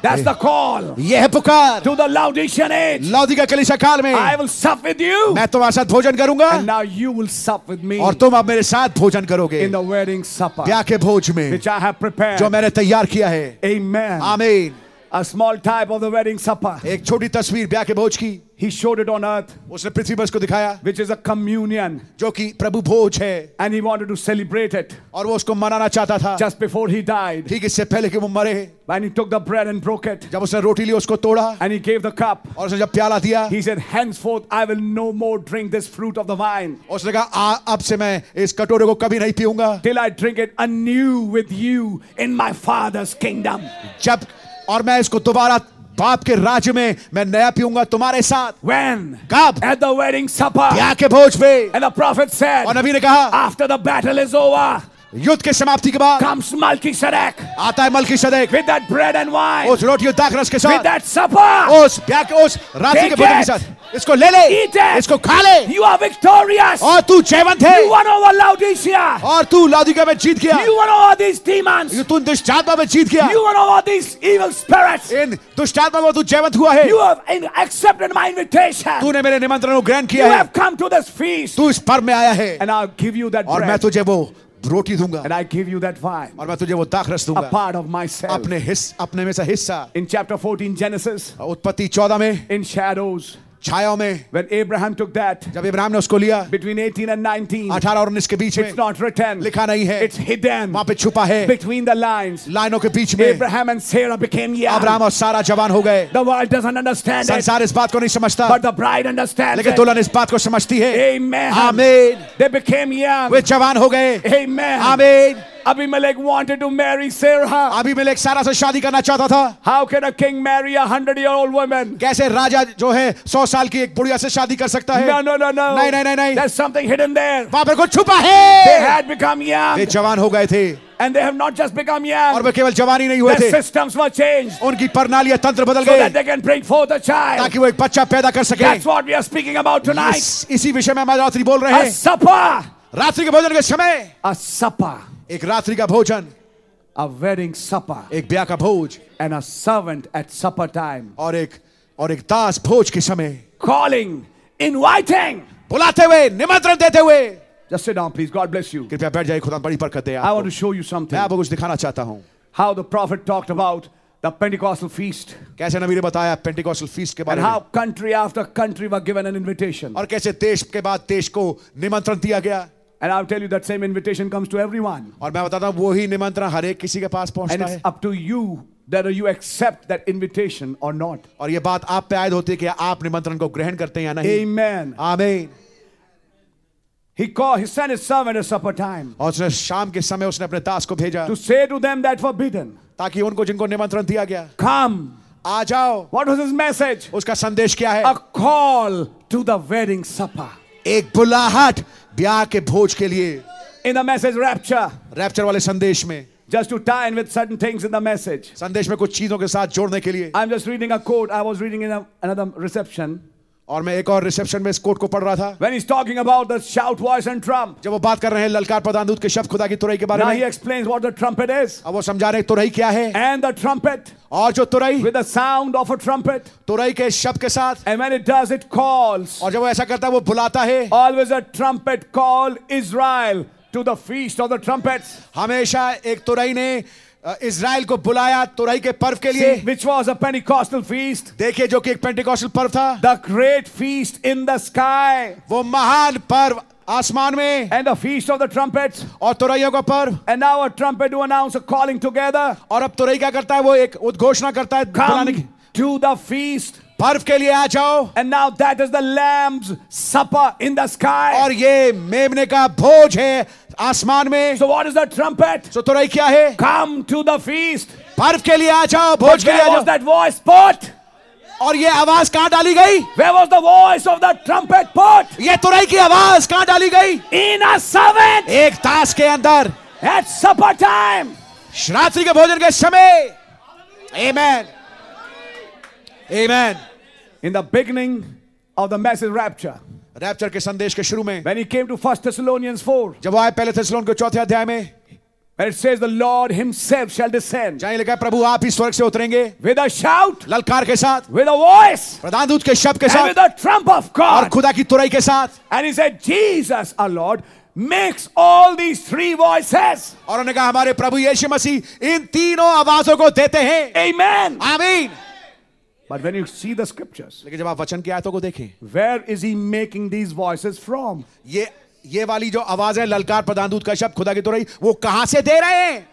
Speaker 2: That's the call
Speaker 1: यह है पुकार
Speaker 2: to the Laodicean age.
Speaker 1: लादी का कलिशा काल में
Speaker 2: I will sup with you,
Speaker 1: मैं तुम्हारे साथ भोजन करूंगा
Speaker 2: and now you will sup with me
Speaker 1: और तुम अब मेरे साथ भोजन करोगे
Speaker 2: in the wedding supper
Speaker 1: ब्याह के भोज में
Speaker 2: which I have prepared.
Speaker 1: जो मैंने तैयार किया है
Speaker 2: Amen.
Speaker 1: आमीन
Speaker 2: A small type of the wedding supper.
Speaker 1: एक छोटी तस्वीर ब्याह के भोज की
Speaker 2: He showed it on earth,
Speaker 1: उसने पृथ्वी पर उसको दिखाया
Speaker 2: which is a communion,
Speaker 1: जो कि प्रभु भोज है
Speaker 2: and he wanted to celebrate it
Speaker 1: और वो उसको मनाना चाहता था
Speaker 2: just before he died.
Speaker 1: ठीक इससे पहले कि वो मरे
Speaker 2: When he took the bread and broke it,
Speaker 1: जब उसने रोटी ली उसको तोड़ा
Speaker 2: and he gave the cup,
Speaker 1: और उसने जब प्याला दिया
Speaker 2: he said, Henceforth, I will no more drink this fruit of the vine
Speaker 1: उसने कहा "आ- अब से मैं इस कटोरे को कभी नहीं पीऊंगा
Speaker 2: till I drink it anew with you in my Father's kingdom.
Speaker 1: जब और मैं इसको दोबारा बाप के राज्य में मैं नया पीऊंगा तुम्हारे साथ
Speaker 2: When?
Speaker 1: कब
Speaker 2: At the wedding supper.
Speaker 1: ब्याह के भोज पे
Speaker 2: And the prophet said,
Speaker 1: और नबी ने कहा
Speaker 2: After the battle is over,
Speaker 1: युद्ध के समाप्ति के बाद
Speaker 2: comes Melchizedek
Speaker 1: आता है Melchi सदैक
Speaker 2: with that bread and wine,
Speaker 1: उस रोटी और दाख रस के
Speaker 2: with
Speaker 1: साथ
Speaker 2: that supper.
Speaker 1: उस ब्याह के उस राशि के
Speaker 2: Take
Speaker 1: भोजन के
Speaker 2: it.
Speaker 1: साथ इसको ले ले
Speaker 2: Eat it.
Speaker 1: इसको खा ले
Speaker 2: You are victorious.
Speaker 1: और तू जयवंत है
Speaker 2: You won over Laodicea.
Speaker 1: और तू लादिका में जीत गया
Speaker 2: You won over these demons.
Speaker 1: तू दुष्टात्मा में जीत गया
Speaker 2: You won over these evil spirits.
Speaker 1: इन दुष्टात्मा में तू जयवंत हुआ है
Speaker 2: You have in- accepted my invitation.
Speaker 1: तूने मेरे निमंत्रण को ग्रहण
Speaker 2: You
Speaker 1: किया है
Speaker 2: have come to this feast.
Speaker 1: तू इस पर्व में आया है
Speaker 2: And I'll give you that
Speaker 1: और मैं
Speaker 2: bread.
Speaker 1: तुझे वो रोटी दूंगा
Speaker 2: And I give you that wine.
Speaker 1: और मैं तुझे वो दाख रस
Speaker 2: A
Speaker 1: दूंगा
Speaker 2: part of myself.
Speaker 1: अपने हिस अपने में से हिस्सा
Speaker 2: In chapter 14, Genesis,
Speaker 1: उत्पत्ति चौदह में
Speaker 2: in shadows,
Speaker 1: छायाओं में
Speaker 2: when Abraham took that
Speaker 1: जब इब्राहिम ने उसको लिया
Speaker 2: between 18 and 19,
Speaker 1: अठारह और उन्नीस के बीच में
Speaker 2: it's not written,
Speaker 1: लिखा नहीं है
Speaker 2: it's hidden
Speaker 1: वहां पे छुपा है
Speaker 2: between the lines.
Speaker 1: लाइनों के बीच में
Speaker 2: Abraham and Sarah became young.
Speaker 1: Abraham और सारा जवान हो गए
Speaker 2: The world doesn't understand it,
Speaker 1: संसार इस बात को नहीं समझता
Speaker 2: but the bride understands
Speaker 1: लेकिन
Speaker 2: it.
Speaker 1: दुल्हन इस बात को समझती है
Speaker 2: Amen.
Speaker 1: आमीन
Speaker 2: They became young.
Speaker 1: वे जवान हो गए
Speaker 2: Amen.
Speaker 1: आमीन
Speaker 2: Abimelech wanted to marry Sarah.
Speaker 1: अभी मैं सारा से शादी करना चाहता था
Speaker 2: How can a king marry a hundred year old woman?
Speaker 1: कैसे राजा जो है सौ साल की एक बुढ़िया से शादी कर सकता है
Speaker 2: No, no, no, no.
Speaker 1: नहीं नहीं नहीं नहीं
Speaker 2: There's something hidden there.
Speaker 1: वहां पर कुछ छुपा
Speaker 2: They
Speaker 1: है
Speaker 2: had become young,
Speaker 1: वे जवान हो गए थे
Speaker 2: and they have not just become
Speaker 1: और
Speaker 2: young.
Speaker 1: वे केवल जवान ही नहीं हुए थे
Speaker 2: Their systems were changed so
Speaker 1: उनकी प्रणाली या तंत्र बदल गए
Speaker 2: that they can bring forth a child.
Speaker 1: ताकि वो एक बच्चा पैदा कर सके
Speaker 2: That's what we are speaking about tonight.
Speaker 1: इस, इसी विषय में हम आज रात्रि बोल रहे
Speaker 2: A
Speaker 1: हैं
Speaker 2: supper.
Speaker 1: रात्रि के भोजन के समय
Speaker 2: A supper.
Speaker 1: एक रात्रि का भोजन
Speaker 2: A wedding supper.
Speaker 1: एक ब्याह का भोज
Speaker 2: And a servant at supper time.
Speaker 1: और एक और एक दास भोज के समय
Speaker 2: Calling, inviting.
Speaker 1: बुलाते हुए निमंत्रण देते हुए
Speaker 2: Just sit down, please. God bless you.
Speaker 1: कृपया बैठ जाइए खुदा बड़ी बरकत दे
Speaker 2: I
Speaker 1: आपको।
Speaker 2: want to show you
Speaker 1: मैं
Speaker 2: something.
Speaker 1: आपको कुछ दिखाना चाहता हूँ
Speaker 2: How the prophet talked about the Pentecostal feast.
Speaker 1: कैसे नबी ने बताया पेंटिकॉस्टल फीस के
Speaker 2: And
Speaker 1: बारे
Speaker 2: how
Speaker 1: में
Speaker 2: country after country were given an invitation.
Speaker 1: और कैसे देश के बाद देश को निमंत्रण दिया गया
Speaker 2: And I'll tell you that same invitation comes to everyone.
Speaker 1: और मैं बताता हूँ वही निमंत्रण हर एक किसी के पास
Speaker 2: And
Speaker 1: पहुंचता
Speaker 2: it's
Speaker 1: है
Speaker 2: up to you whether you accept that invitation or not.
Speaker 1: और ये बात आप पे आयद होती है कि आप निमंत्रण को ग्रहण करते हैं या नहीं
Speaker 2: Amen.
Speaker 1: आमीन
Speaker 2: He called, he sent his servant at supper time
Speaker 1: और उसने शाम के समय उसने अपने दास को भेजा
Speaker 2: to say to them that forbidden,
Speaker 1: ताकि उनको जिनको निमंत्रण दिया गया
Speaker 2: come.
Speaker 1: आ जाओ
Speaker 2: What was his message?
Speaker 1: उसका संदेश क्या है
Speaker 2: A call to the wedding supper.
Speaker 1: एक बुलाहट ब्याह के भोज के लिए
Speaker 2: In the message rapture,
Speaker 1: rapture वाले संदेश में
Speaker 2: just to tie in with certain things in the message.
Speaker 1: संदेश में कुछ चीजों के साथ जोड़ने के लिए
Speaker 2: I'm just reading a quote I was reading in a, another reception
Speaker 1: और मैं एक और रिसेप्शन में इस कोट को पढ़ रहा था
Speaker 2: when he's talking about the shout, voice, and trump.
Speaker 1: जब वो बात कर रहे हैं ललकार प्रधान दूत के शब्द खुदा की तुरई के बारे
Speaker 2: Now
Speaker 1: में
Speaker 2: he explains what the trumpet is.
Speaker 1: अब वो समझा रहे हैं तुरई क्या है
Speaker 2: And the trumpet,
Speaker 1: और जो तुरई
Speaker 2: with the sound of a trumpet,
Speaker 1: तुरई के शब्द के साथ
Speaker 2: and when it does, it calls.
Speaker 1: और जब वो ऐसा करता है वो बुलाता है
Speaker 2: Always a trumpet called Israel to the feast of the trumpets.
Speaker 1: हमेशा एक तुरई ने इसराइल को बुलाया तुरई के पर्व के लिए
Speaker 2: See, which was a Pentecostal feast,
Speaker 1: देखिए जो कि एक पेंटिकॉस्टल पर्व था
Speaker 2: the great feast in the sky,
Speaker 1: वो महान पर्व आसमान में
Speaker 2: and the feast of the trumpets.
Speaker 1: और तुरैयों का पर्व
Speaker 2: And now a trumpet to announce a calling together.
Speaker 1: और अब तुरई क्या करता है वो एक उद्घोषणा करता है बुलाने की
Speaker 2: Come to the feast.
Speaker 1: पर्व के लिए आ जाओ
Speaker 2: And now that is the Lamb's supper in the sky.
Speaker 1: और ये मेमने का भोज है आसमान में
Speaker 2: So, what is the trumpet?
Speaker 1: सो तुरई क्या है
Speaker 2: Come to the feast.
Speaker 1: पर्व के लिए आ जाओ भोज के लिए
Speaker 2: Where
Speaker 1: आ जाओ
Speaker 2: was that voice put?
Speaker 1: और ये आवाज कहाँ डाली गई
Speaker 2: Where was the voice of the trumpet put?
Speaker 1: ये तुरई की आवाज कहाँ डाली गई
Speaker 2: In a servant
Speaker 1: एक ताश के अंदर
Speaker 2: at supper time.
Speaker 1: रात्रि के भोजन के समय Amen. Amen.
Speaker 2: In the beginning of the message rapture,
Speaker 1: rapture के संदेश के शुरू में
Speaker 2: when he came to 1 Thessalonians 4,
Speaker 1: जब वो आए पहले थेसलोन के चौथे अध्याय में
Speaker 2: where it says, The Lord himself shall descend
Speaker 1: जहाँ ये लिखा है प्रभु आप ही स्वर्ग से उतरेंगे
Speaker 2: with a shout,
Speaker 1: ललकार के साथ
Speaker 2: with a voice,
Speaker 1: प्रधान दूत के शब्द के
Speaker 2: and with
Speaker 1: साथ
Speaker 2: the trump of
Speaker 1: और
Speaker 2: God.
Speaker 1: खुदा की तुरई के साथ
Speaker 2: And he said, Jesus, our Lord, makes all these three voices.
Speaker 1: और उन्होंने कहा हमारे प्रभु यीशु मसीह इन तीनों आवाजों को देते हैं
Speaker 2: Amen.
Speaker 1: आमीन
Speaker 2: But when you see the scriptures,
Speaker 1: लेकिन जब आप वचन की आयतों को देखें
Speaker 2: where is he making these voices from?
Speaker 1: ये ये वाली जो आवाज है ललकार प्रधान दूत का शब्द खुदा की तुरई वो कहां से दे रहे हैं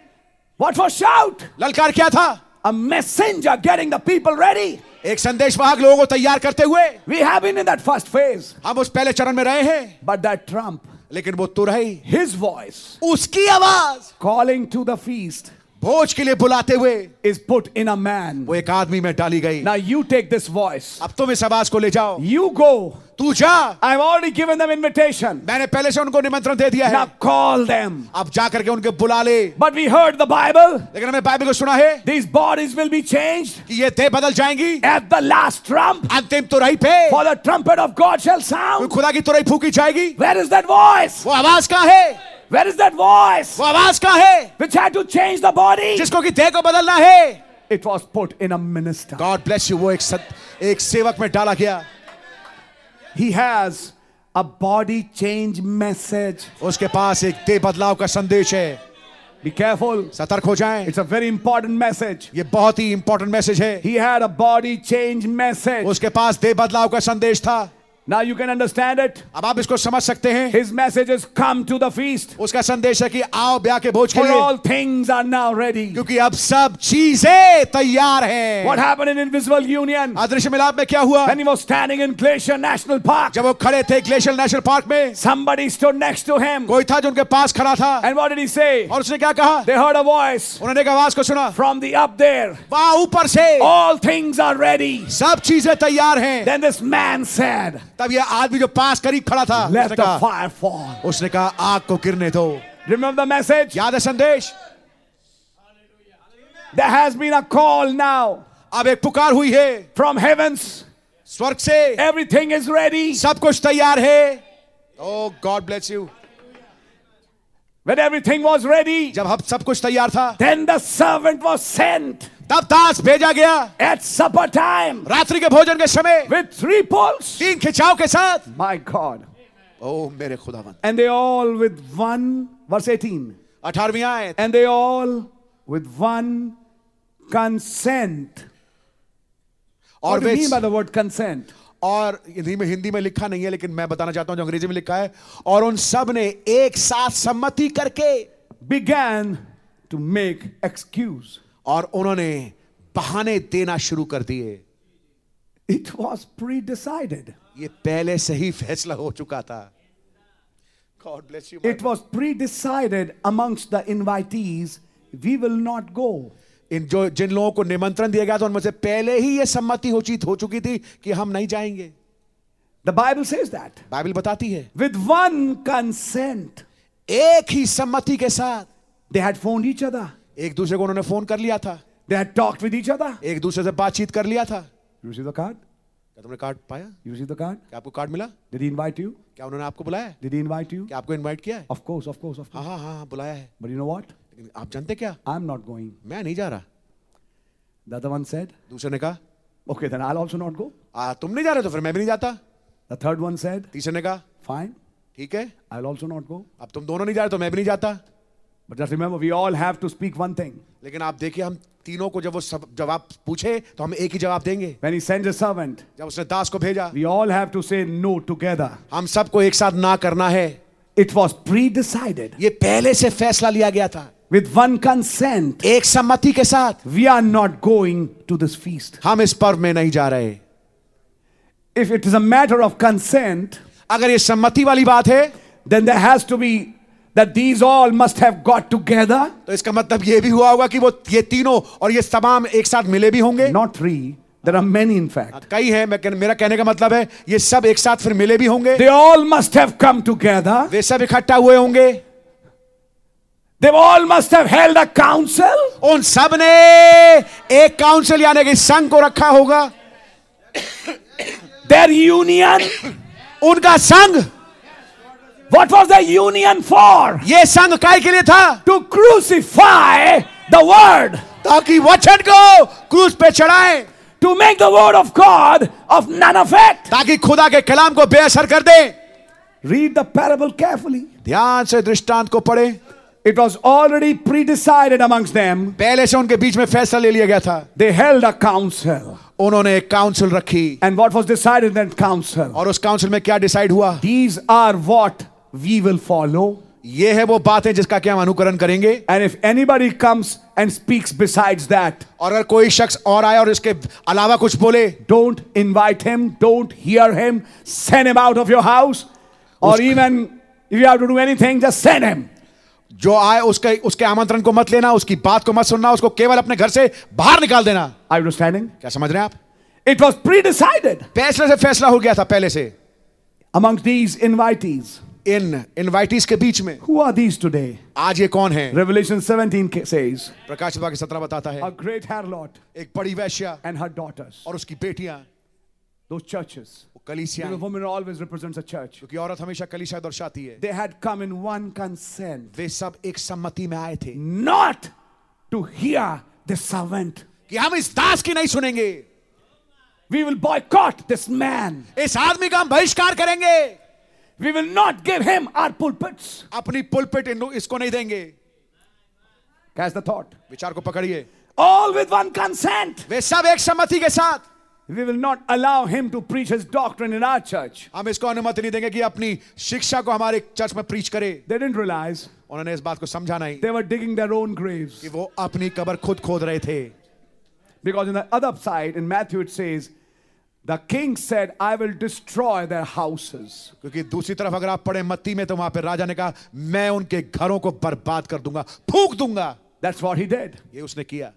Speaker 2: What for shout?
Speaker 1: ललकार क्या था
Speaker 2: A messenger getting the people ready.
Speaker 1: एक संदेश वाहक लोगों को तैयार करते हुए
Speaker 2: We have been in that first phase.
Speaker 1: हम उस पहले चरण में रहे हैं
Speaker 2: But that trump,
Speaker 1: लेकिन वो तुरई
Speaker 2: his voice
Speaker 1: उसकी आवाज
Speaker 2: calling to the feast,
Speaker 1: भोज के लिए बुलाते हुए
Speaker 2: is put in a man.
Speaker 1: वो एक आदमी में डाली गई
Speaker 2: Now you take this voice.
Speaker 1: अब तुम इस आवाज को ले जाओ
Speaker 2: You go.
Speaker 1: तू जा
Speaker 2: I've already given them invitation.
Speaker 1: मैंने पहले से उनको निमंत्रण दे दिया है
Speaker 2: Now call them.
Speaker 1: अब जा करके उनके बुला ले
Speaker 2: But we heard the Bible.
Speaker 1: लेकिन हमने बाइबल को सुना है
Speaker 2: These bodies will be changed
Speaker 1: कि ये देह बदल जाएंगी
Speaker 2: at the last trump.
Speaker 1: अंतिम तुरही पे
Speaker 2: For the trumpet of God shall sound.
Speaker 1: खुदा की तुरही फूकी जाएगी
Speaker 2: Where is that voice?
Speaker 1: वो आवाज कहाँ है
Speaker 2: Where is that voice
Speaker 1: वो आवाज कहाँ है
Speaker 2: which had to change the body?
Speaker 1: जिसको कि देह को बदलना है
Speaker 2: It was put in a minister.
Speaker 1: God bless you वो एक सत, एक सेवक में डाला गया
Speaker 2: He has a body change message.
Speaker 1: उसके पास एक देह बदलाव का संदेश है
Speaker 2: Be careful.
Speaker 1: सतर्क हो जाएं
Speaker 2: It's a very important message.
Speaker 1: ये बहुत ही इंपॉर्टेंट मैसेज है
Speaker 2: He had a body change message.
Speaker 1: उसके पास देह बदलाव का संदेश था
Speaker 2: Now you can understand it.
Speaker 1: अब आप इसको समझ सकते हैं
Speaker 2: His message is come to the feast.
Speaker 1: उसका संदेश है कि आओ ब्याह के भोज के
Speaker 2: For
Speaker 1: लिए
Speaker 2: all things are now ready.
Speaker 1: क्योंकि अब सब चीजें तैयार हैं
Speaker 2: What happened in Invisible Union?
Speaker 1: अदृश्य मिलाप में क्या हुआ
Speaker 2: When he was standing in Glacier National Park,
Speaker 1: जब वो खड़े थे ग्लेशियर नेशनल पार्क में
Speaker 2: somebody stood next to him.
Speaker 1: कोई था जो उनके पास खड़ा था
Speaker 2: And what did he say?
Speaker 1: और उसने क्या कहा
Speaker 2: They heard a voice
Speaker 1: उन्होंने एक आवाज को सुना
Speaker 2: from the up there.
Speaker 1: वाह ऊपर से
Speaker 2: All things are ready.
Speaker 1: सब चीजें तैयार हैं
Speaker 2: Then this man said,
Speaker 1: तब ये आदमी जो पास करीब खड़ा था
Speaker 2: Let
Speaker 1: उसने
Speaker 2: the
Speaker 1: कहा,
Speaker 2: fire fall.
Speaker 1: उसने कहा आग को गिरने दो
Speaker 2: Remember the message?
Speaker 1: याद है संदेश
Speaker 2: There has been a call now
Speaker 1: अब एक पुकार हुई है
Speaker 2: from heavens.
Speaker 1: स्वर्ग से
Speaker 2: Everything is ready.
Speaker 1: सब कुछ तैयार है oh God bless you
Speaker 2: When everything was ready,
Speaker 1: जब हम सब कुछ तैयार था
Speaker 2: then the servant was sent
Speaker 1: तब दास भेजा गया
Speaker 2: at supper time
Speaker 1: रात्रि के भोजन के समय
Speaker 2: with three poles.
Speaker 1: तीन खिंचाव के साथ
Speaker 2: My God.
Speaker 1: ओ Oh, मेरे खुदावन
Speaker 2: And they all with one, verse 18.
Speaker 1: अठारहवीं आयत
Speaker 2: And they all with one consent.
Speaker 1: और
Speaker 2: What do
Speaker 1: वे
Speaker 2: you mean by the word consent?
Speaker 1: और हिंदी में हिंदी में लिखा नहीं है लेकिन मैं बताना चाहता हूं जो अंग्रेजी में लिखा है और उन सब ने एक साथ सम्मति करके
Speaker 2: Began to make excuse.
Speaker 1: और उन्होंने बहाने देना शुरू कर दिए
Speaker 2: It was pre decided.
Speaker 1: ये पहले से ही फैसला हो चुका था God bless you
Speaker 2: It was pre decided amongst the invitees, we will not go.
Speaker 1: इन जो जिन लोगों को निमंत्रण दिया गया था उनमें से पहले ही ये सम्मति हो चीत हो चुकी थी कि हम नहीं जाएंगे
Speaker 2: The Bible says that.
Speaker 1: Bible बताती है
Speaker 2: With one consent,
Speaker 1: एक ही सम्मति के साथ
Speaker 2: they had phoned each other,
Speaker 1: एक दूसरे को उन्होंने फोन कर लिया था
Speaker 2: they had talked with each other.
Speaker 1: एक दूसरे से बातचीत कर लिया था क्या
Speaker 2: You receive the card?
Speaker 1: तुमने कार्ड पाया क्या
Speaker 2: You receive the card?
Speaker 1: आपको कार्ड मिला
Speaker 2: Did he invite you?
Speaker 1: क्या उन्होंने आपको बुलाया
Speaker 2: Did he invite you?
Speaker 1: क्या आपको इनवाइट किया है
Speaker 2: Of course, of course, of course.
Speaker 1: हाँ हाँ हाँ हाँ, बुलाया है
Speaker 2: But you know what?
Speaker 1: लेकिन आप जानते क्या
Speaker 2: I'm not going.
Speaker 1: मैं नहीं जा रहा
Speaker 2: The other one said,
Speaker 1: दूसरे ने कहा
Speaker 2: Okay, then I'll also not go.
Speaker 1: आ, तुम नहीं जा रहे तो फिर मैं भी नहीं जाता
Speaker 2: The third one said,
Speaker 1: तीसरे ने कहा
Speaker 2: Fine,
Speaker 1: ठीक है
Speaker 2: I'll also not go.
Speaker 1: अब तुम दोनों नहीं जा रहे तो मैं भी नहीं जाता
Speaker 2: But just remember, we all have to speak one thing.
Speaker 1: लेकिन आप देखिए हम तीनों को जब वो सब जवाब पूछे तो हम एक ही जवाब देंगे
Speaker 2: When he sends a servant,
Speaker 1: जब उसने दास को भेजा
Speaker 2: we all have to say no together.
Speaker 1: हम सबको एक साथ ना करना है
Speaker 2: It was pre decided
Speaker 1: ये पहले से फैसला लिया गया था
Speaker 2: with one consent.
Speaker 1: एक सम्मति के साथ
Speaker 2: We are not going to this feast.
Speaker 1: हम इस पर्व में नहीं जा रहे
Speaker 2: If it is a matter of consent,
Speaker 1: अगर ये सम्मति वाली बात है तो
Speaker 2: then there has to be that these all must have got together,
Speaker 1: तो इसका मतलब ये भी हुआ होगा कि वो ये तीनों और ये तमाम एक साथ मिले भी होंगे
Speaker 2: not three. There are many, in fact.
Speaker 1: कई है मैं मेरा कहने का मतलब है ये सब एक साथ फिर मिले भी होंगे
Speaker 2: They all must have come together.
Speaker 1: वे सब इकट्ठा हुए होंगे
Speaker 2: They all must have held a council.
Speaker 1: उन सब ने एक काउंसिल यानी कि संघ को रखा होगा
Speaker 2: Their union.
Speaker 1: उनका संघ
Speaker 2: What was the union for?
Speaker 1: ये संघ काय के लिए था
Speaker 2: To crucify the word,
Speaker 1: ताकि वचन को क्रूस पे चढ़ाए
Speaker 2: to make the word of God of none effect.
Speaker 1: ताकि खुदा के कलाम को बेअसर कर दे
Speaker 2: Read the parable carefully.
Speaker 1: ध्यान से दृष्टांत को पढ़े
Speaker 2: It was already pre-decided amongst them.
Speaker 1: पहले से उनके बीच में फैसला ले लिया गया था
Speaker 2: They held a council.
Speaker 1: उन्होंने एक काउंसिल रखी
Speaker 2: And what was decided in that council?
Speaker 1: और उस काउंसिल में क्या डिसाइड हुआ
Speaker 2: These are what we will follow.
Speaker 1: ये है वो बात है जिसका कि हम अनुकरण करेंगे
Speaker 2: And if anybody comes and speaks besides that,
Speaker 1: और अगर कोई शख्स और आए और इसके अलावा कुछ बोले
Speaker 2: don't invite him, don't hear him, send him out of your house, or even if you have to do anything, just send him.
Speaker 1: जो आए उसके उसके आमंत्रण को मत लेना उसकी बात को मत सुनना उसको केवल अपने घर से बाहर निकाल देना
Speaker 2: Are you understanding?
Speaker 1: क्या समझ रहे हैं आप
Speaker 2: It was pre decided
Speaker 1: फैसले से फैसला हो गया था पहले से
Speaker 2: amongst these invitees.
Speaker 1: इन इनवाइटीज के बीच में
Speaker 2: Who are these today?
Speaker 1: आज ये कौन है
Speaker 2: Revelation 17 ca- says,
Speaker 1: प्रकाश विभाग सत्रह बताता है
Speaker 2: A great harlot
Speaker 1: एक बड़ी वैश्या
Speaker 2: and her daughters,
Speaker 1: और उसकी बेटियां
Speaker 2: those churches.
Speaker 1: कलिसिया
Speaker 2: The woman always represents a church.
Speaker 1: क्योंकि औरत हमेशा कलिसिया दर्शाती है
Speaker 2: They had come in one consent,
Speaker 1: वे सब एक सम्मति में आए थे
Speaker 2: not to hear the servant.
Speaker 1: कि हम इस दास की नहीं सुनेंगे
Speaker 2: We will boycott this man.
Speaker 1: इस आदमी का हम बहिष्कार करेंगे
Speaker 2: We will not give him our pulpits.
Speaker 1: अपनी पुलपिट इसको नहीं देंगे
Speaker 2: Catch the thought.
Speaker 1: विचार को पकड़िए
Speaker 2: All with one consent.
Speaker 1: वे सब एक सम्मति के साथ
Speaker 2: We will not allow him to preach his doctrine in our church.
Speaker 1: हम इसको अनुमति नहीं देंगे कि अपनी शिक्षा को हमारे चर्च में प्रीच करे
Speaker 2: They didn't realize
Speaker 1: उन्होंने इस बात को समझा नहीं
Speaker 2: they were digging their own graves.
Speaker 1: कि वो अपनी कबर खुद खोद रहे थे
Speaker 2: Because on the other side, in Matthew, it says, The king said, I will destroy their houses.
Speaker 1: क्योंकि दूसरी तरफ अगर आप पढ़े मत्ती में तो वहां पे राजा ने कहा मैं उनके घरों को बर्बाद कर दूंगा फूक दूंगा
Speaker 2: That's what he did.
Speaker 1: ये उसने किया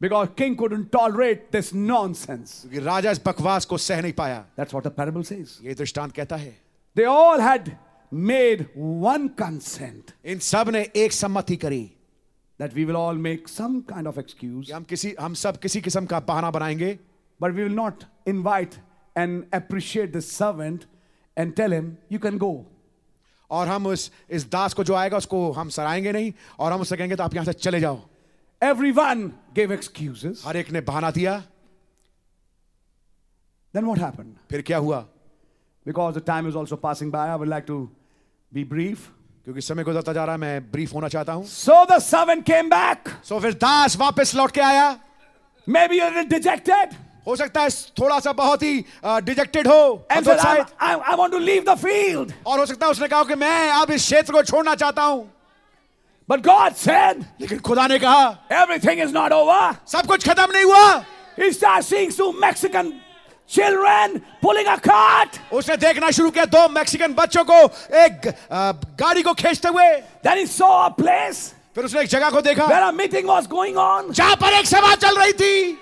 Speaker 2: Because king couldn't tolerate this nonsense.
Speaker 1: क्योंकि राजा इस बकवास को सह नहीं पाया
Speaker 2: That's what the parable says.
Speaker 1: ये दृष्टांत कहता है
Speaker 2: They all had made one consent
Speaker 1: इन सब ने एक सम्मति करी कि
Speaker 2: that we will all make some kind of excuse,
Speaker 1: हम किसी हम सब किसी किस्म का बहाना बनाएंगे
Speaker 2: but we will not invite and appreciate the servant and tell him, You can go.
Speaker 1: और हम उस इस दास को जो आएगा उसको हम सराएंगे नहीं और हम उससे कहेंगे तो आप यहां से चले जाओ
Speaker 2: Everyone gave excuses.
Speaker 1: हर एक ने बहाना दिया
Speaker 2: Then what happened?
Speaker 1: फिर क्या हुआ
Speaker 2: Because the time is also passing by, I would like to be brief.
Speaker 1: क्योंकि समय गुजरता जा रहा है मैं ब्रीफ होना चाहता हूं
Speaker 2: So the servant came back,
Speaker 1: सो फिर दास वापस लौट के आया
Speaker 2: maybe a little dejected,
Speaker 1: हो सकता है थोड़ा सा बहुत ही डिजेक्टेड हो
Speaker 2: and said, I,
Speaker 1: हतोत्साहित।
Speaker 2: I, I want to leave the field.
Speaker 1: और हो सकता है उसने कहा कि मैं अब इस क्षेत्र को छोड़ना चाहता हूं
Speaker 2: But God said,
Speaker 1: लेकिन खुदा ने कहा
Speaker 2: Everything is not over.
Speaker 1: सब कुछ खत्म नहीं हुआ
Speaker 2: He starts seeing two Mexican children pulling a cart.
Speaker 1: उसने देखना शुरू किया दो मैक्सिकन बच्चों को एक अ, गाड़ी को खींचते हुए
Speaker 2: Then he saw a place
Speaker 1: फिर उसने एक जगह को देखा
Speaker 2: where a meeting was going on,
Speaker 1: जहां पर एक सभा चल रही थी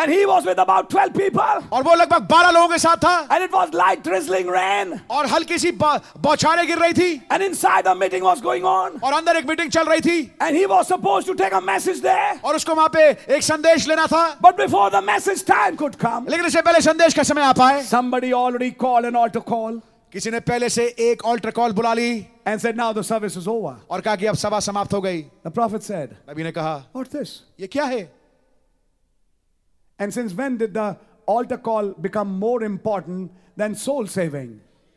Speaker 2: and he was with about 12 people,
Speaker 1: और वो लगभग बारह लोगों के साथ था
Speaker 2: and it was light drizzling rain,
Speaker 1: और हल्की सी बौ- बौछारें गिर रही थी
Speaker 2: and inside the meeting was going on,
Speaker 1: और अंदर एक मीटिंग चल रही थी
Speaker 2: and he was supposed to take a message there.
Speaker 1: और उसको वहां पे एक संदेश लेना था
Speaker 2: But before the message time could come,
Speaker 1: लेकिन इससे पहले संदेश का समय आ पाए
Speaker 2: somebody already called an altar call
Speaker 1: किसी ने पहले से एक ऑल्टर कॉल बुला ली
Speaker 2: and said, Now the service is over.
Speaker 1: और कहा कि अब सभा समाप्त हो गई
Speaker 2: The prophet said,
Speaker 1: नबी ने कहा
Speaker 2: What's this?
Speaker 1: ये क्या है
Speaker 2: And since when did the altar call become more important than soul saving?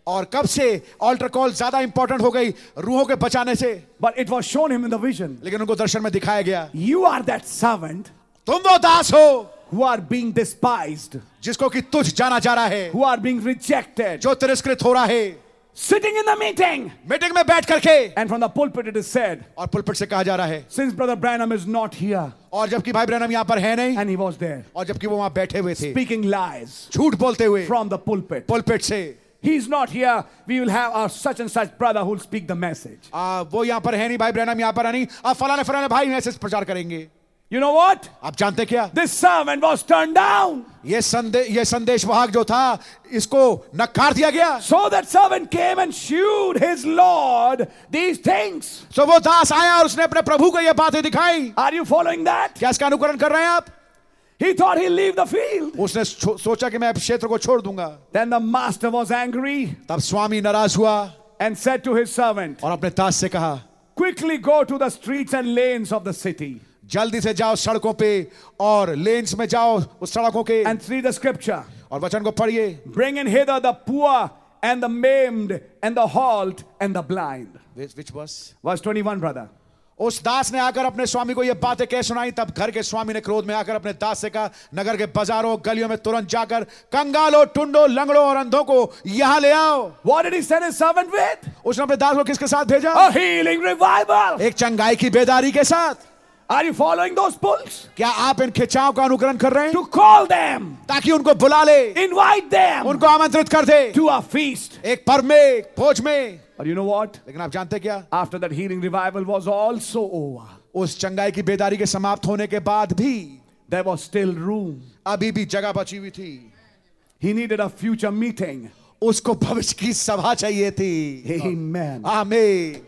Speaker 1: और कब से ऑल्टर कॉल ज्यादा इंपॉर्टेंट हो गई रूहों के बचाने से
Speaker 2: But it was shown him in the vision.
Speaker 1: लेकिन उनको दर्शन में दिखाया गया
Speaker 2: You are that servant
Speaker 1: तुम वो दास हो
Speaker 2: who are being despised,
Speaker 1: जिसको कि तुझ जाना जा रहा है
Speaker 2: who are being rejected,
Speaker 1: जो तिरस्कृत हो रहा है
Speaker 2: sitting in the meeting.
Speaker 1: Meeting में बैठ करके
Speaker 2: And from the pulpit it is said,
Speaker 1: और पुलपिट से कहा जा रहा है
Speaker 2: since Brother Branham is not here,
Speaker 1: और जबकि भाई ब्रहणम यहाँ पर है नहीं
Speaker 2: and he was there,
Speaker 1: और जबकि वो वहां बैठे हुए थे
Speaker 2: speaking lies
Speaker 1: झूठ बोलते हुए
Speaker 2: from the pulpit.
Speaker 1: पुलपिट से
Speaker 2: He's not here. We will have our such and such brother who'll speak the message.
Speaker 1: आ, वो यहाँ पर है नहीं भाई ब्रहणम यहाँ पर है नहीं अब फलाने फलाने भाई मैसेज प्रचार करेंगे
Speaker 2: You know what?
Speaker 1: आप जानते क्या
Speaker 2: This servant was turned down.
Speaker 1: ये संदेश ये संदेश वाहक जो था इसको नकार दिया गया
Speaker 2: So that servant came and shewed his Lord these things.
Speaker 1: तो वो दास आया और उसने अपने प्रभु को ये बातें दिखाई
Speaker 2: Are you following that?
Speaker 1: क्या इसका अनुकरण कर रहे हैं आप
Speaker 2: He thought he'll leave the field.
Speaker 1: उसने छो- सोचा कि मैं अब क्षेत्र को छोड़ दूंगा
Speaker 2: Then the master was angry
Speaker 1: तब स्वामी नाराज हुआ
Speaker 2: and said to his servant,
Speaker 1: और अपने दास से कहा
Speaker 2: Quickly go to the streets and lanes of the city
Speaker 1: जल्दी से जाओ सड़कों पे और लेन्स में जाओ उस सड़कों के
Speaker 2: and read the scripture.
Speaker 1: और वचन को पढ़िए
Speaker 2: Bring in hither the poor and the maimed and the halt and the blind.
Speaker 1: विच बस
Speaker 2: Verse 21, brother.
Speaker 1: उस दास ने आकर अपने स्वामी को ये बातें कह सुनाई तब घर के स्वामी ने क्रोध में आकर अपने दास से कहा नगर के बाजारों गलियों में तुरंत जाकर कंगालों टुंडों लंगड़ों और अंधों को यहाँ ले आओ
Speaker 2: What did he send his servant with?
Speaker 1: उसने अपने दास को किसके साथ भेजा
Speaker 2: A healing revival.
Speaker 1: एक चंगाई की बेदारी के साथ
Speaker 2: Are you following those pulls?
Speaker 1: क्या आप इन खिंचाव का अनुकरण कर रहे हैं
Speaker 2: To call them,
Speaker 1: ताकि उनको बुला ले
Speaker 2: invite them
Speaker 1: उनको आमंत्रित कर दे
Speaker 2: to a feast.
Speaker 1: एक पर्व में एक भोज में लेकिन
Speaker 2: But you know what?
Speaker 1: आप जानते क्या
Speaker 2: After that healing revival was also over,
Speaker 1: उस चंगाई की बेदारी के समाप्त होने के बाद भी
Speaker 2: there was still room.
Speaker 1: अभी भी जगह बची हुई थी
Speaker 2: He needed a future meeting.
Speaker 1: उसको भविष्य की सभा चाहिए थी
Speaker 2: Amen.
Speaker 1: आमीन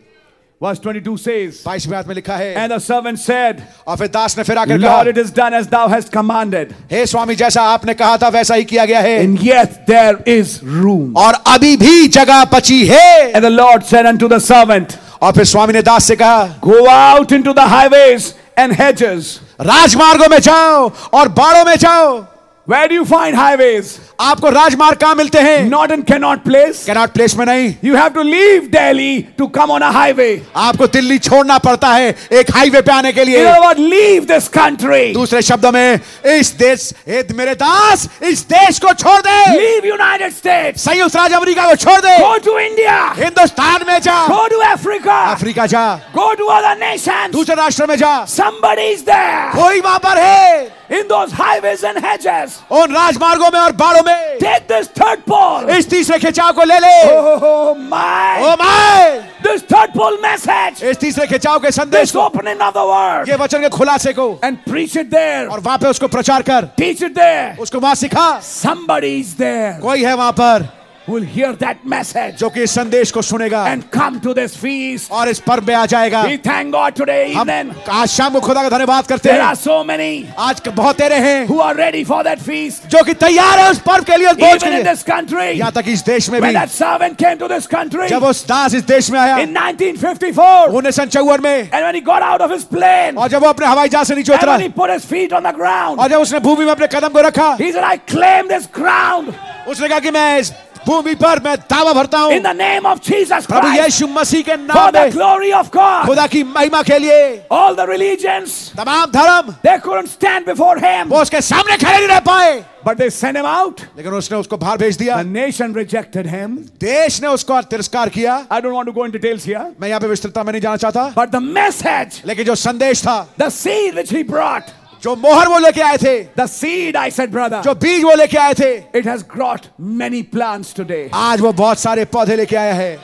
Speaker 2: Verse 22 says,
Speaker 1: बाईस में में लिखा है
Speaker 2: And the servant said,
Speaker 1: और फिर दास ने फिर आकर
Speaker 2: Lord, it
Speaker 1: कहा
Speaker 2: is done as thou hast commanded,
Speaker 1: हे स्वामी जैसा आपने कहा था वैसा ही किया गया है
Speaker 2: and yet there is room.
Speaker 1: और अभी भी जगह बची है
Speaker 2: And the Lord said unto the servant,
Speaker 1: और फिर स्वामी ने दास से कहा
Speaker 2: Go out into the highways and hedges.
Speaker 1: राजमार्गों में जाओ और बाड़ों में जाओ
Speaker 2: Where do you find highways?
Speaker 1: आपको राजमार्ग कहां मिलते हैं
Speaker 2: Not in cannot place.
Speaker 1: Connaught Place में नहीं
Speaker 2: You have to leave Delhi to come on a highway.
Speaker 1: आपको दिल्ली छोड़ना पड़ता है एक हाईवे पे आने के
Speaker 2: In
Speaker 1: लिए
Speaker 2: other words, leave this country.
Speaker 1: दूसरे शब्दों में इस देश ए, मेरे दास इस देश को छोड़ दे
Speaker 2: Leave United States.
Speaker 1: संयुक्त राज्य अमेरिका को छोड़ दे
Speaker 2: Go to India.
Speaker 1: हिंदुस्तान में जा
Speaker 2: Go to Africa.
Speaker 1: अफ्रीका जा
Speaker 2: Go to other nations.
Speaker 1: दूसरे राष्ट्र में जा
Speaker 2: Somebody's there
Speaker 1: कोई वहां पर है
Speaker 2: in those highways and hedges.
Speaker 1: उन राजमार्गों में और बाड़ों में
Speaker 2: Take this third pole.
Speaker 1: इस तीसरे खिंचाव को ले ले
Speaker 2: Oh
Speaker 1: oh
Speaker 2: my!
Speaker 1: My
Speaker 2: This third pole message.
Speaker 1: इस तीसरे खिंचाव के संदेश
Speaker 2: This
Speaker 1: को
Speaker 2: opening of the word.
Speaker 1: ये वचन के खुलासे को
Speaker 2: And preach it there.
Speaker 1: और वहां पे उसको प्रचार कर
Speaker 2: Teach it there.
Speaker 1: उसको वहां सिखा
Speaker 2: Somebody's there
Speaker 1: कोई है वहां पर
Speaker 2: who will hear that message
Speaker 1: जो कि इस संदेश को सुनेगा
Speaker 2: and come to this feast.
Speaker 1: और इस पर्व में आ जाएगा
Speaker 2: We thank God Oh, today
Speaker 1: हम
Speaker 2: evening.
Speaker 1: आज शाम को खुदा का धन्यवाद करते
Speaker 2: There
Speaker 1: हैं
Speaker 2: are so many
Speaker 1: आज क- बहुत तेरे हैं
Speaker 2: who are ready for that feast.
Speaker 1: जो कि तैयार है उस पर्व के लिए उस भोज के
Speaker 2: Even in
Speaker 1: लिए
Speaker 2: this country,
Speaker 1: यहाँ तक इस देश में भी
Speaker 2: when that servant came to this country
Speaker 1: जब उस दास इस देश में आया
Speaker 2: in 1954,
Speaker 1: उन्नीस सौ चौवन में
Speaker 2: and when he got out of his plane,
Speaker 1: और जब वो अपने हवाई जहाज से नीचे
Speaker 2: and
Speaker 1: उतरा
Speaker 2: when he put his feet on the ground,
Speaker 1: और जब उसने भूमि में अपने कदम को रखा
Speaker 2: he said, I claim this ground
Speaker 1: उसने कहा कि मैं इस भूमि पर मैं दावा भरता हूँ
Speaker 2: in the name of Jesus
Speaker 1: प्रभु
Speaker 2: Christ
Speaker 1: यीशु मसीह के
Speaker 2: for
Speaker 1: नाम
Speaker 2: the
Speaker 1: में
Speaker 2: glory of God.
Speaker 1: खुदा की महिमा के लिए
Speaker 2: All the religions,
Speaker 1: तमाम धर्म
Speaker 2: they couldn't stand before him,
Speaker 1: वो उसके सामने खड़े नहीं रह पाए
Speaker 2: but they sent him out.
Speaker 1: लेकिन उसने उसको बाहर भेज दिया
Speaker 2: The nation rejected him.
Speaker 1: देश ने उसको तिरस्कार किया
Speaker 2: I don't want to go into details here,
Speaker 1: मैं यहाँ पे विस्तृतता में नहीं जाना चाहता
Speaker 2: but the message,
Speaker 1: लेकिन जो संदेश था
Speaker 2: the seed which he brought,
Speaker 1: जो मोहर वो लेके आए थे
Speaker 2: the seed, I said, brother,
Speaker 1: जो बीज वो लेके आए थे
Speaker 2: it has brought many plants today.
Speaker 1: आज वो बहुत सारे पौधे लेके आया है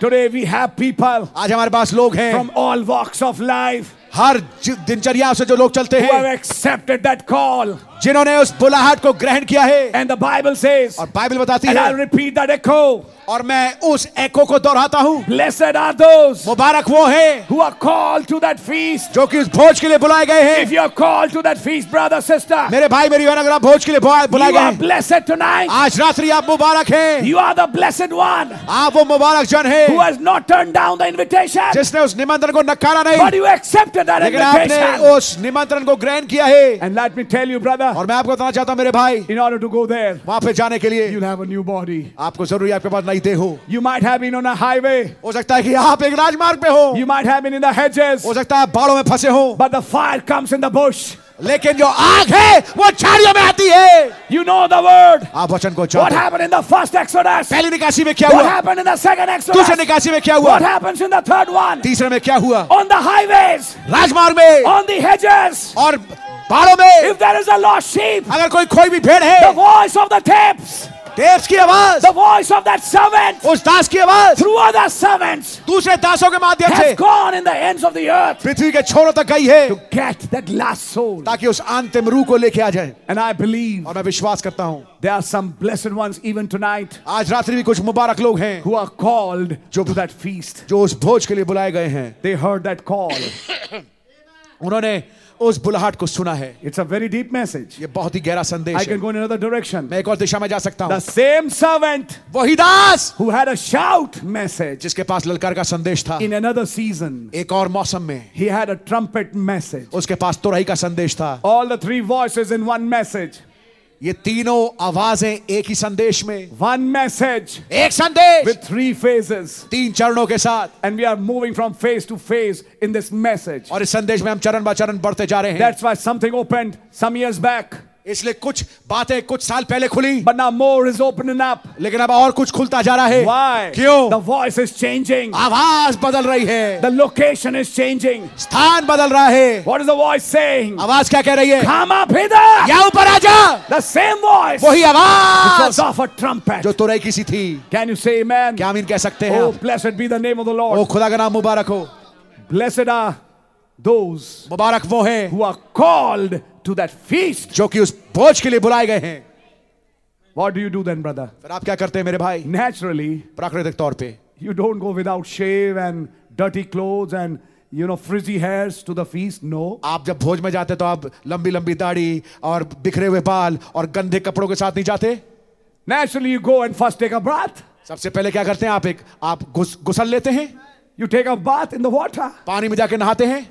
Speaker 2: Today we have people
Speaker 1: आज हमारे पास लोग हैं
Speaker 2: from all walks of life
Speaker 1: हर जि- दिनचर्या से जो लोग चलते
Speaker 2: who have
Speaker 1: हैं
Speaker 2: accepted that call.
Speaker 1: जिन्होंने उस बुलाहट को ग्रहण किया है
Speaker 2: And the Bible says,
Speaker 1: और बाइबल बताती
Speaker 2: and
Speaker 1: है
Speaker 2: I'll repeat that echo
Speaker 1: और मैं उस एको को दोहराता हूँ
Speaker 2: blessed are those
Speaker 1: मुबारक वो हैं
Speaker 2: who are called to that feast.
Speaker 1: जो कि उस भोज के लिए बुलाए गए
Speaker 2: If
Speaker 1: हैं
Speaker 2: you are called to that feast, brother, sister,
Speaker 1: मेरे भाई मेरी बहन अगर आप भोज के लिए बुआ- बुलाए
Speaker 2: you
Speaker 1: गए
Speaker 2: are
Speaker 1: हैं
Speaker 2: blessed tonight.
Speaker 1: आज रात्रि आप मुबारक हैं
Speaker 2: You are the blessed one
Speaker 1: आप वो मुबारक जन
Speaker 2: who
Speaker 1: हैं
Speaker 2: has not turned down the invitation,
Speaker 1: जिसने उस निमंत्रण को नकारा नहीं
Speaker 2: but you accepted that
Speaker 1: लेकिन आपने
Speaker 2: invitation.
Speaker 1: उस निमंत्रण को ग्रहण किया है
Speaker 2: And let me tell you, brother, brother,
Speaker 1: और मैं आपको बताना चाहता हूँ मेरे भाई
Speaker 2: in order to go there,
Speaker 1: वहां पे जाने के लिए
Speaker 2: you'll have a new body.
Speaker 1: आपको जरूरी है आपके पास नई देह हो
Speaker 2: You might have been on a highway,
Speaker 1: हो सकता है कि आप एक राजमार्ग पे हो
Speaker 2: you might have been in the hedges,
Speaker 1: हो सकता है आप बाड़ों में फंसे हो
Speaker 2: but the fire comes in the bush.
Speaker 1: लेकिन जो आग है वो झाड़ियों में आती है
Speaker 2: You know the word.
Speaker 1: आप वचन को
Speaker 2: What
Speaker 1: जानते हैं।
Speaker 2: happened in the first Exodus?
Speaker 1: पहली निकासी में क्या
Speaker 2: What
Speaker 1: हुआ
Speaker 2: happened in the second
Speaker 1: दूसरे
Speaker 2: Exodus?
Speaker 1: निकासी में क्या हुआ
Speaker 2: What happens in the third one?
Speaker 1: तीसरे में क्या हुआ
Speaker 2: On the highways,
Speaker 1: राजमार्ग में
Speaker 2: on the hedges.
Speaker 1: और पहाड़ों में
Speaker 2: If there is a lost sheep,
Speaker 1: अगर कोई खोई भी भेड़
Speaker 2: the
Speaker 1: है
Speaker 2: voice of the tapes,
Speaker 1: देश की आवाज
Speaker 2: the voice of that servant
Speaker 1: उस दास की आवाज
Speaker 2: through other servants
Speaker 1: दूसरे दासों के माध्यम से
Speaker 2: has gone in the ends of the earth.
Speaker 1: पृथ्वी के छोरों तक गई है
Speaker 2: Get that last soul.
Speaker 1: ताकि उस अंतिम रूह को लेके आ जाए
Speaker 2: And I believe
Speaker 1: और मैं विश्वास करता हूँ
Speaker 2: there are some blessed ones even tonight
Speaker 1: आज रात्रि भी कुछ मुबारक लोग हैं
Speaker 2: who are called to that feast.
Speaker 1: जो उस भोज के लिए बुलाए गए हैं
Speaker 2: They heard that call.
Speaker 1: उन्होंने उस बुलाहट को सुना है
Speaker 2: It's a very deep message.
Speaker 1: ये बहुत ही गहरा संदेश
Speaker 2: I
Speaker 1: है
Speaker 2: can go in another direction.
Speaker 1: मैं एक और दिशा में जा सकता
Speaker 2: The
Speaker 1: हूँ
Speaker 2: same servant
Speaker 1: वही दास
Speaker 2: who had a shout message
Speaker 1: जिसके पास ललकार का संदेश था
Speaker 2: in another season,
Speaker 1: एक और मौसम में
Speaker 2: he had a trumpet message.
Speaker 1: उसके पास तुरही का संदेश था
Speaker 2: All the three voices in one message.
Speaker 1: ये तीनों आवाजें एक ही संदेश में
Speaker 2: One message
Speaker 1: एक संदेश
Speaker 2: with three phases.
Speaker 1: तीन चरणों के साथ
Speaker 2: And we are moving from phase to phase in this message.
Speaker 1: और इस संदेश में हम चरण ब चरण बढ़ते जा रहे हैं
Speaker 2: That's why something opened some years back,
Speaker 1: इसलिए कुछ बातें कुछ साल पहले खुली
Speaker 2: but now more is opening up.
Speaker 1: लेकिन अब और कुछ खुलता जा रहा है
Speaker 2: Why?
Speaker 1: क्यों?
Speaker 2: The voice is changing.
Speaker 1: आवाज बदल रही है
Speaker 2: The location is changing.
Speaker 1: स्थान बदल रहा है
Speaker 2: What is the voice saying?
Speaker 1: आवाज क्या कह रही है
Speaker 2: Come up hither.
Speaker 1: या ऊपर आ जा
Speaker 2: The same voice
Speaker 1: वही
Speaker 2: was
Speaker 1: आवाज
Speaker 2: of a trumpet.
Speaker 1: जो तुरई की सी थी
Speaker 2: Can you say amen?
Speaker 1: क्या हम इन कह सकते हैं
Speaker 2: Oh,
Speaker 1: आप?
Speaker 2: blessed be the name of the Lord.
Speaker 1: ओ खुदा का नाम मुबारक हो
Speaker 2: Blessed are those
Speaker 1: मुबारक वो हैं
Speaker 2: who are called to that feast.
Speaker 1: जो कि उस भोज के लिए बुलाए गए हैं
Speaker 2: What do you do then, brother?
Speaker 1: फिर आप क्या करते हैं मेरे भाई
Speaker 2: Naturally,
Speaker 1: प्राकृतिक तौर पे
Speaker 2: you don't go without shave and dirty clothes and you know frizzy hairs to the feast. No.
Speaker 1: आप जब भोज में जाते तो आप लंबी लंबी दाढ़ी और बिखरे हुए बाल और गंदे कपड़ों के साथ नहीं जाते
Speaker 2: Naturally, you go and first take a bath.
Speaker 1: सबसे पहले क्या करते हैं आप एक आप घुस- घुसल लेते हैं
Speaker 2: You take a bath in the water.
Speaker 1: पानी में जाके नहाते हैं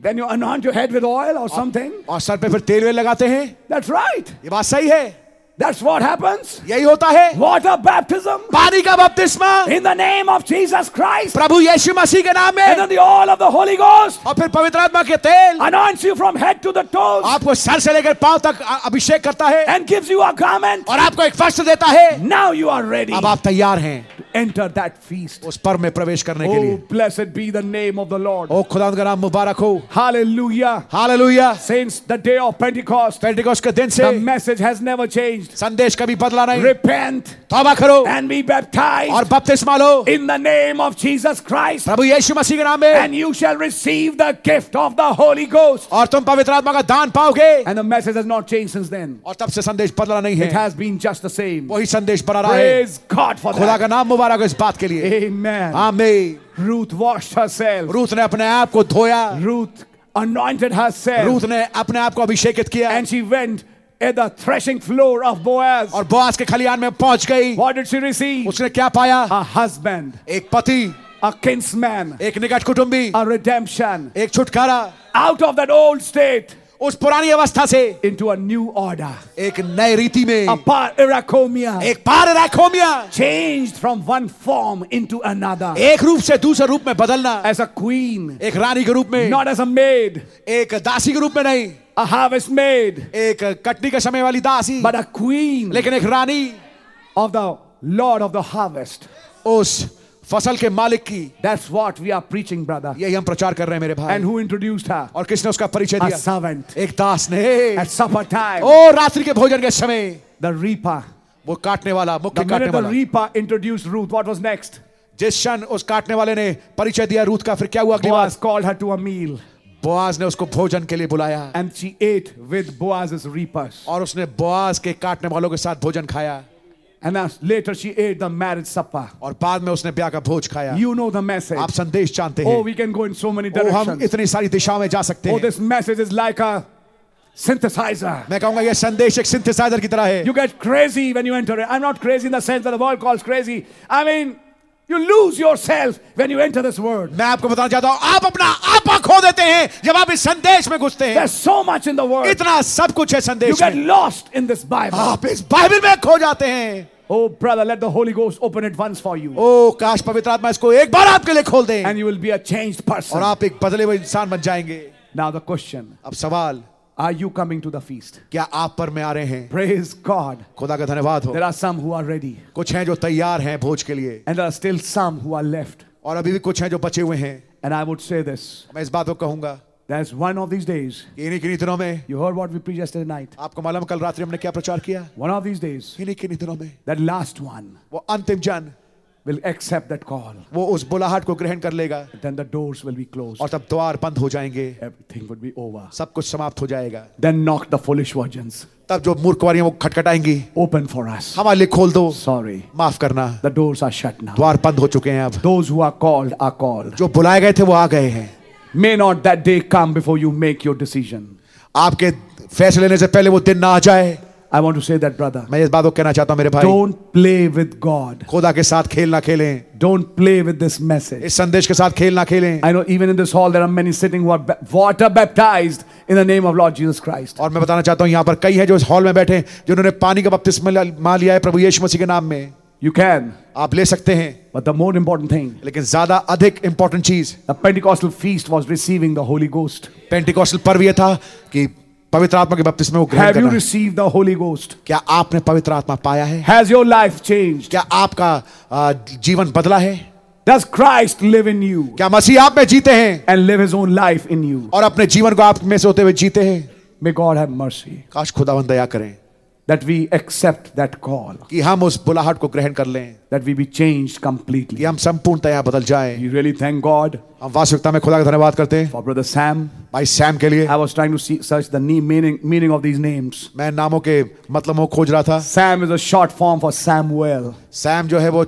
Speaker 2: Then you anoint your head with oil or something.
Speaker 1: और सर पे फिर तेल वेल लगाते हैं
Speaker 2: That's right.
Speaker 1: ये बात सही है
Speaker 2: That's what happens.
Speaker 1: यही होता है
Speaker 2: Water baptism
Speaker 1: पानी का बपतिस्मा
Speaker 2: in the name of Jesus Christ
Speaker 1: प्रभु यीशु मसीह के नाम
Speaker 2: and
Speaker 1: में
Speaker 2: in the oil of the Holy Ghost
Speaker 1: और फिर पवित्र आत्मा के तेल
Speaker 2: anoints you from head to the toes
Speaker 1: आपको सर से लेकर पांव तक अ- अभिषेक करता है
Speaker 2: and gives you a garment.
Speaker 1: और आपको एक वस्त्र देता है
Speaker 2: Now you are ready
Speaker 1: अब आप तैयार हैं
Speaker 2: to enter that feast.
Speaker 1: उस पर्व में प्रवेश करने के
Speaker 2: Oh,
Speaker 1: लिए
Speaker 2: blessed be the name of the Lord.
Speaker 1: ओ खुदा का नाम मुबारक हो
Speaker 2: Hallelujah.
Speaker 1: Hallelujah
Speaker 2: Since the day of Pentecost,
Speaker 1: Pentecost के दिन से
Speaker 2: the message has never changed.
Speaker 1: संदेश कभी बदला नहीं
Speaker 2: Repent
Speaker 1: तौबा करो
Speaker 2: and be baptized
Speaker 1: और बपतिस्मा लो
Speaker 2: in the name of Jesus Christ,
Speaker 1: प्रभु यीशु मसीह के नाम में
Speaker 2: and you shall receive the gift of the Holy Ghost.
Speaker 1: और तुम पवित्र आत्मा का दान पाओगे
Speaker 2: And the message has not changed since then.
Speaker 1: और तब से संदेश बदला नहीं
Speaker 2: It
Speaker 1: है
Speaker 2: has been just the same.
Speaker 1: वही संदेश बना रहा है
Speaker 2: Praise God for
Speaker 1: खुदा
Speaker 2: that.
Speaker 1: का नाम मुबारक हो इस बात के लिए Ah.
Speaker 2: Amen.
Speaker 1: आमीन
Speaker 2: Ruth washed herself.
Speaker 1: रूथ ने अपने आप को धोया
Speaker 2: Ruth anointed herself.
Speaker 1: रूथ ने अपने आप को अभिषेकित किया
Speaker 2: And she went at the threshing floor of Boaz.
Speaker 1: और बोआस के खलियान में पहुंच गई
Speaker 2: What did she receive?
Speaker 1: उसने क्या पाया
Speaker 2: A husband,
Speaker 1: एक पति
Speaker 2: a kinsman,
Speaker 1: एक निकट कुटुंबी
Speaker 2: a redemption
Speaker 1: एक छुटकारा
Speaker 2: out of that old state
Speaker 1: उस पुरानी अवस्था से
Speaker 2: into a new order.
Speaker 1: एक नए रीति में
Speaker 2: A paracomia.
Speaker 1: एक पार रैखोमिया
Speaker 2: Changed from one form into another.
Speaker 1: एक रूप से दूसरे रूप में बदलना
Speaker 2: As a queen,
Speaker 1: एक रानी के रूप में
Speaker 2: not as a maid,
Speaker 1: एक दासी के रूप में नहीं
Speaker 2: a harvest maid,
Speaker 1: एक कटनी के समय वाली दासी
Speaker 2: but a queen
Speaker 1: लेकिन एक रानी
Speaker 2: of the Lord of the harvest.
Speaker 1: उस फसल के मालिक की
Speaker 2: That's what we are preaching, brother.
Speaker 1: यही हम प्रचार कर रहे हैं मेरे भाई
Speaker 2: And who introduced her?
Speaker 1: और किसने उसका परिचय
Speaker 2: A
Speaker 1: दिया
Speaker 2: servant.
Speaker 1: एक दास ने
Speaker 2: At supper time,
Speaker 1: ओ रात्रि के भोजन के समय
Speaker 2: the reaper.
Speaker 1: वो काटने वाला मुख्य
Speaker 2: The
Speaker 1: काटने
Speaker 2: minute the
Speaker 1: वाला
Speaker 2: reaper introduced Ruth, what was next?
Speaker 1: जिस क्षण उस काटने वाले ने परिचय दिया रूथ का फिर क्या हुआ अगली बार
Speaker 2: Boaz called her to a meal,
Speaker 1: Boaz ने उसको भोजन के लिए बुलाया
Speaker 2: and she ate with Boaz's reapers.
Speaker 1: और उसने बोआज के काटने वालों के साथ भोजन खाया
Speaker 2: And as- later she ate the marriage supper.
Speaker 1: और बाद में उसने ब्याह का भोज खाया
Speaker 2: You know the message.
Speaker 1: आप संदेश जानते हैं
Speaker 2: Oh, we can go in so many
Speaker 1: ओ, हम
Speaker 2: directions.
Speaker 1: इतनी सारी दिशाओं में जा सकते
Speaker 2: Oh,
Speaker 1: हैं
Speaker 2: this message is like a synthesizer.
Speaker 1: मैं कहूंगा यह संदेश एक सिंथेसाइजर की तरह है
Speaker 2: You get crazy when you enter it. I'm not crazy in the sense that the world calls crazy. I mean, You lose yourself when you enter this word.
Speaker 1: मैं आपको बताना चाहता हूं आप अपना आपा खो देते हैं जब आप इस संदेश में घुसते हैं
Speaker 2: There's so much in the word.
Speaker 1: इतना सब कुछ है
Speaker 2: You
Speaker 1: संदेश
Speaker 2: get
Speaker 1: में
Speaker 2: lost in this Bible.
Speaker 1: आप इस बाइबल में खो जाते हैं
Speaker 2: Oh, brother, let the Holy Ghost open it once for you.
Speaker 1: O Oh, काश पवित्र आत्मा इसको एक बार आपके लिए खोल दे
Speaker 2: And you will be a changed
Speaker 1: और
Speaker 2: person.
Speaker 1: आप एक बदले हुए इंसान बन जाएंगे
Speaker 2: Now, the question
Speaker 1: अब सवाल
Speaker 2: Are you coming to the feast?
Speaker 1: क्या आप पर में आ रहे हैं
Speaker 2: Praise God.
Speaker 1: खुदा का धन्यवाद हो
Speaker 2: There are some who are ready,
Speaker 1: कुछ हैं जो तैयार हैं भोज के लिए
Speaker 2: and there are still some who are left.
Speaker 1: और अभी भी कुछ हैं जो बचे हुए हैं
Speaker 2: And I would say this
Speaker 1: मैं इस बात को कहूंगा
Speaker 2: there's one of these days.
Speaker 1: कि इन्हीं किन्हीं दिनों में
Speaker 2: You heard what we preached yesterday night.
Speaker 1: आपको मालूम है, कल रात्रि हमने क्या प्रचार किया
Speaker 2: One of these days,
Speaker 1: इन्हीं किन्हीं दिनों में
Speaker 2: that last one
Speaker 1: वो अंतिम जन
Speaker 2: will accept that call.
Speaker 1: वो उस बुलाहट को ग्रहण कर लेगा
Speaker 2: Then the doors will be closed.
Speaker 1: और तब द्वार बंद हो जाएंगे
Speaker 2: Everything would be over.
Speaker 1: सब कुछ समाप्त हो जाएगा
Speaker 2: Then knock the foolish virgins.
Speaker 1: तब जो मूर्खवारियां वो खटखटाएंगी
Speaker 2: Open for us.
Speaker 1: हमारे लिए खोल दो
Speaker 2: Sorry.
Speaker 1: माफ करना
Speaker 2: The doors are shut now.
Speaker 1: द्वार बंद हो चुके हैं अब
Speaker 2: Those who are called are called.
Speaker 1: जो बुलाए गए थे वो आ गए हैं
Speaker 2: May not that day come before you make your decision.
Speaker 1: आपके फैसले लेने से पहले वो दिन ना आ जाए
Speaker 2: I want to say that, brother.
Speaker 1: मैं इस बात को कहना चाहता हूं मेरे भाई
Speaker 2: Don't play with God.
Speaker 1: खुदा के साथ खेल ना खेलें
Speaker 2: Don't play with this message.
Speaker 1: इस संदेश के साथ खेल ना खेलें
Speaker 2: I know even in this hall there are many sitting who are ba- water baptized in the name of Lord Jesus Christ.
Speaker 1: और मैं बताना चाहता हूं यहाँ पर कई हैं जो इस हॉल में बैठे हैं जिन्होंने पानी का बपतिस्मा ल- मा लिया है प्रभु यीशु मसीह के नाम में
Speaker 2: You can.
Speaker 1: आप ले सकते हैं
Speaker 2: But the more important thing,
Speaker 1: लेकिन ज्यादा अधिक इंपॉर्टेंट चीज
Speaker 2: the Pentecostal feast was receiving the Holy Ghost.
Speaker 1: Pentecostal पर्व यह था कि पवित्र आत्मा के बपतिस्मे को ग्रहण
Speaker 2: Have you
Speaker 1: करना है।
Speaker 2: received the Holy Ghost?
Speaker 1: क्या आपने पवित्र आत्मा पाया है
Speaker 2: Has your life changed?
Speaker 1: क्या आपका आ, जीवन बदला है
Speaker 2: Does Christ live in you
Speaker 1: क्या मसीह आप में जीते हैं
Speaker 2: and live his own life in you?
Speaker 1: और अपने जीवन को आप में से होते हुए जीते हैं
Speaker 2: May God have mercy
Speaker 1: काश खुदावन दया करें
Speaker 2: that we accept that call,
Speaker 1: कि हम उस बुलाहट को ग्रहण कर लें
Speaker 2: that we be changed
Speaker 1: कि
Speaker 2: completely.
Speaker 1: हम संपूर्णतया बदल जाएं
Speaker 2: We really thank God
Speaker 1: हम वास्तविकता में खुदा का धन्यवाद करते हैं
Speaker 2: for Brother Sam.
Speaker 1: भाई सैम के लिए
Speaker 2: I was trying to see, search the ne- meaning, meaning of these names.
Speaker 1: मैं नामों के मतलबों को खोज रहा था
Speaker 2: Sam is a short form for Samuel.
Speaker 1: Sam जो है वो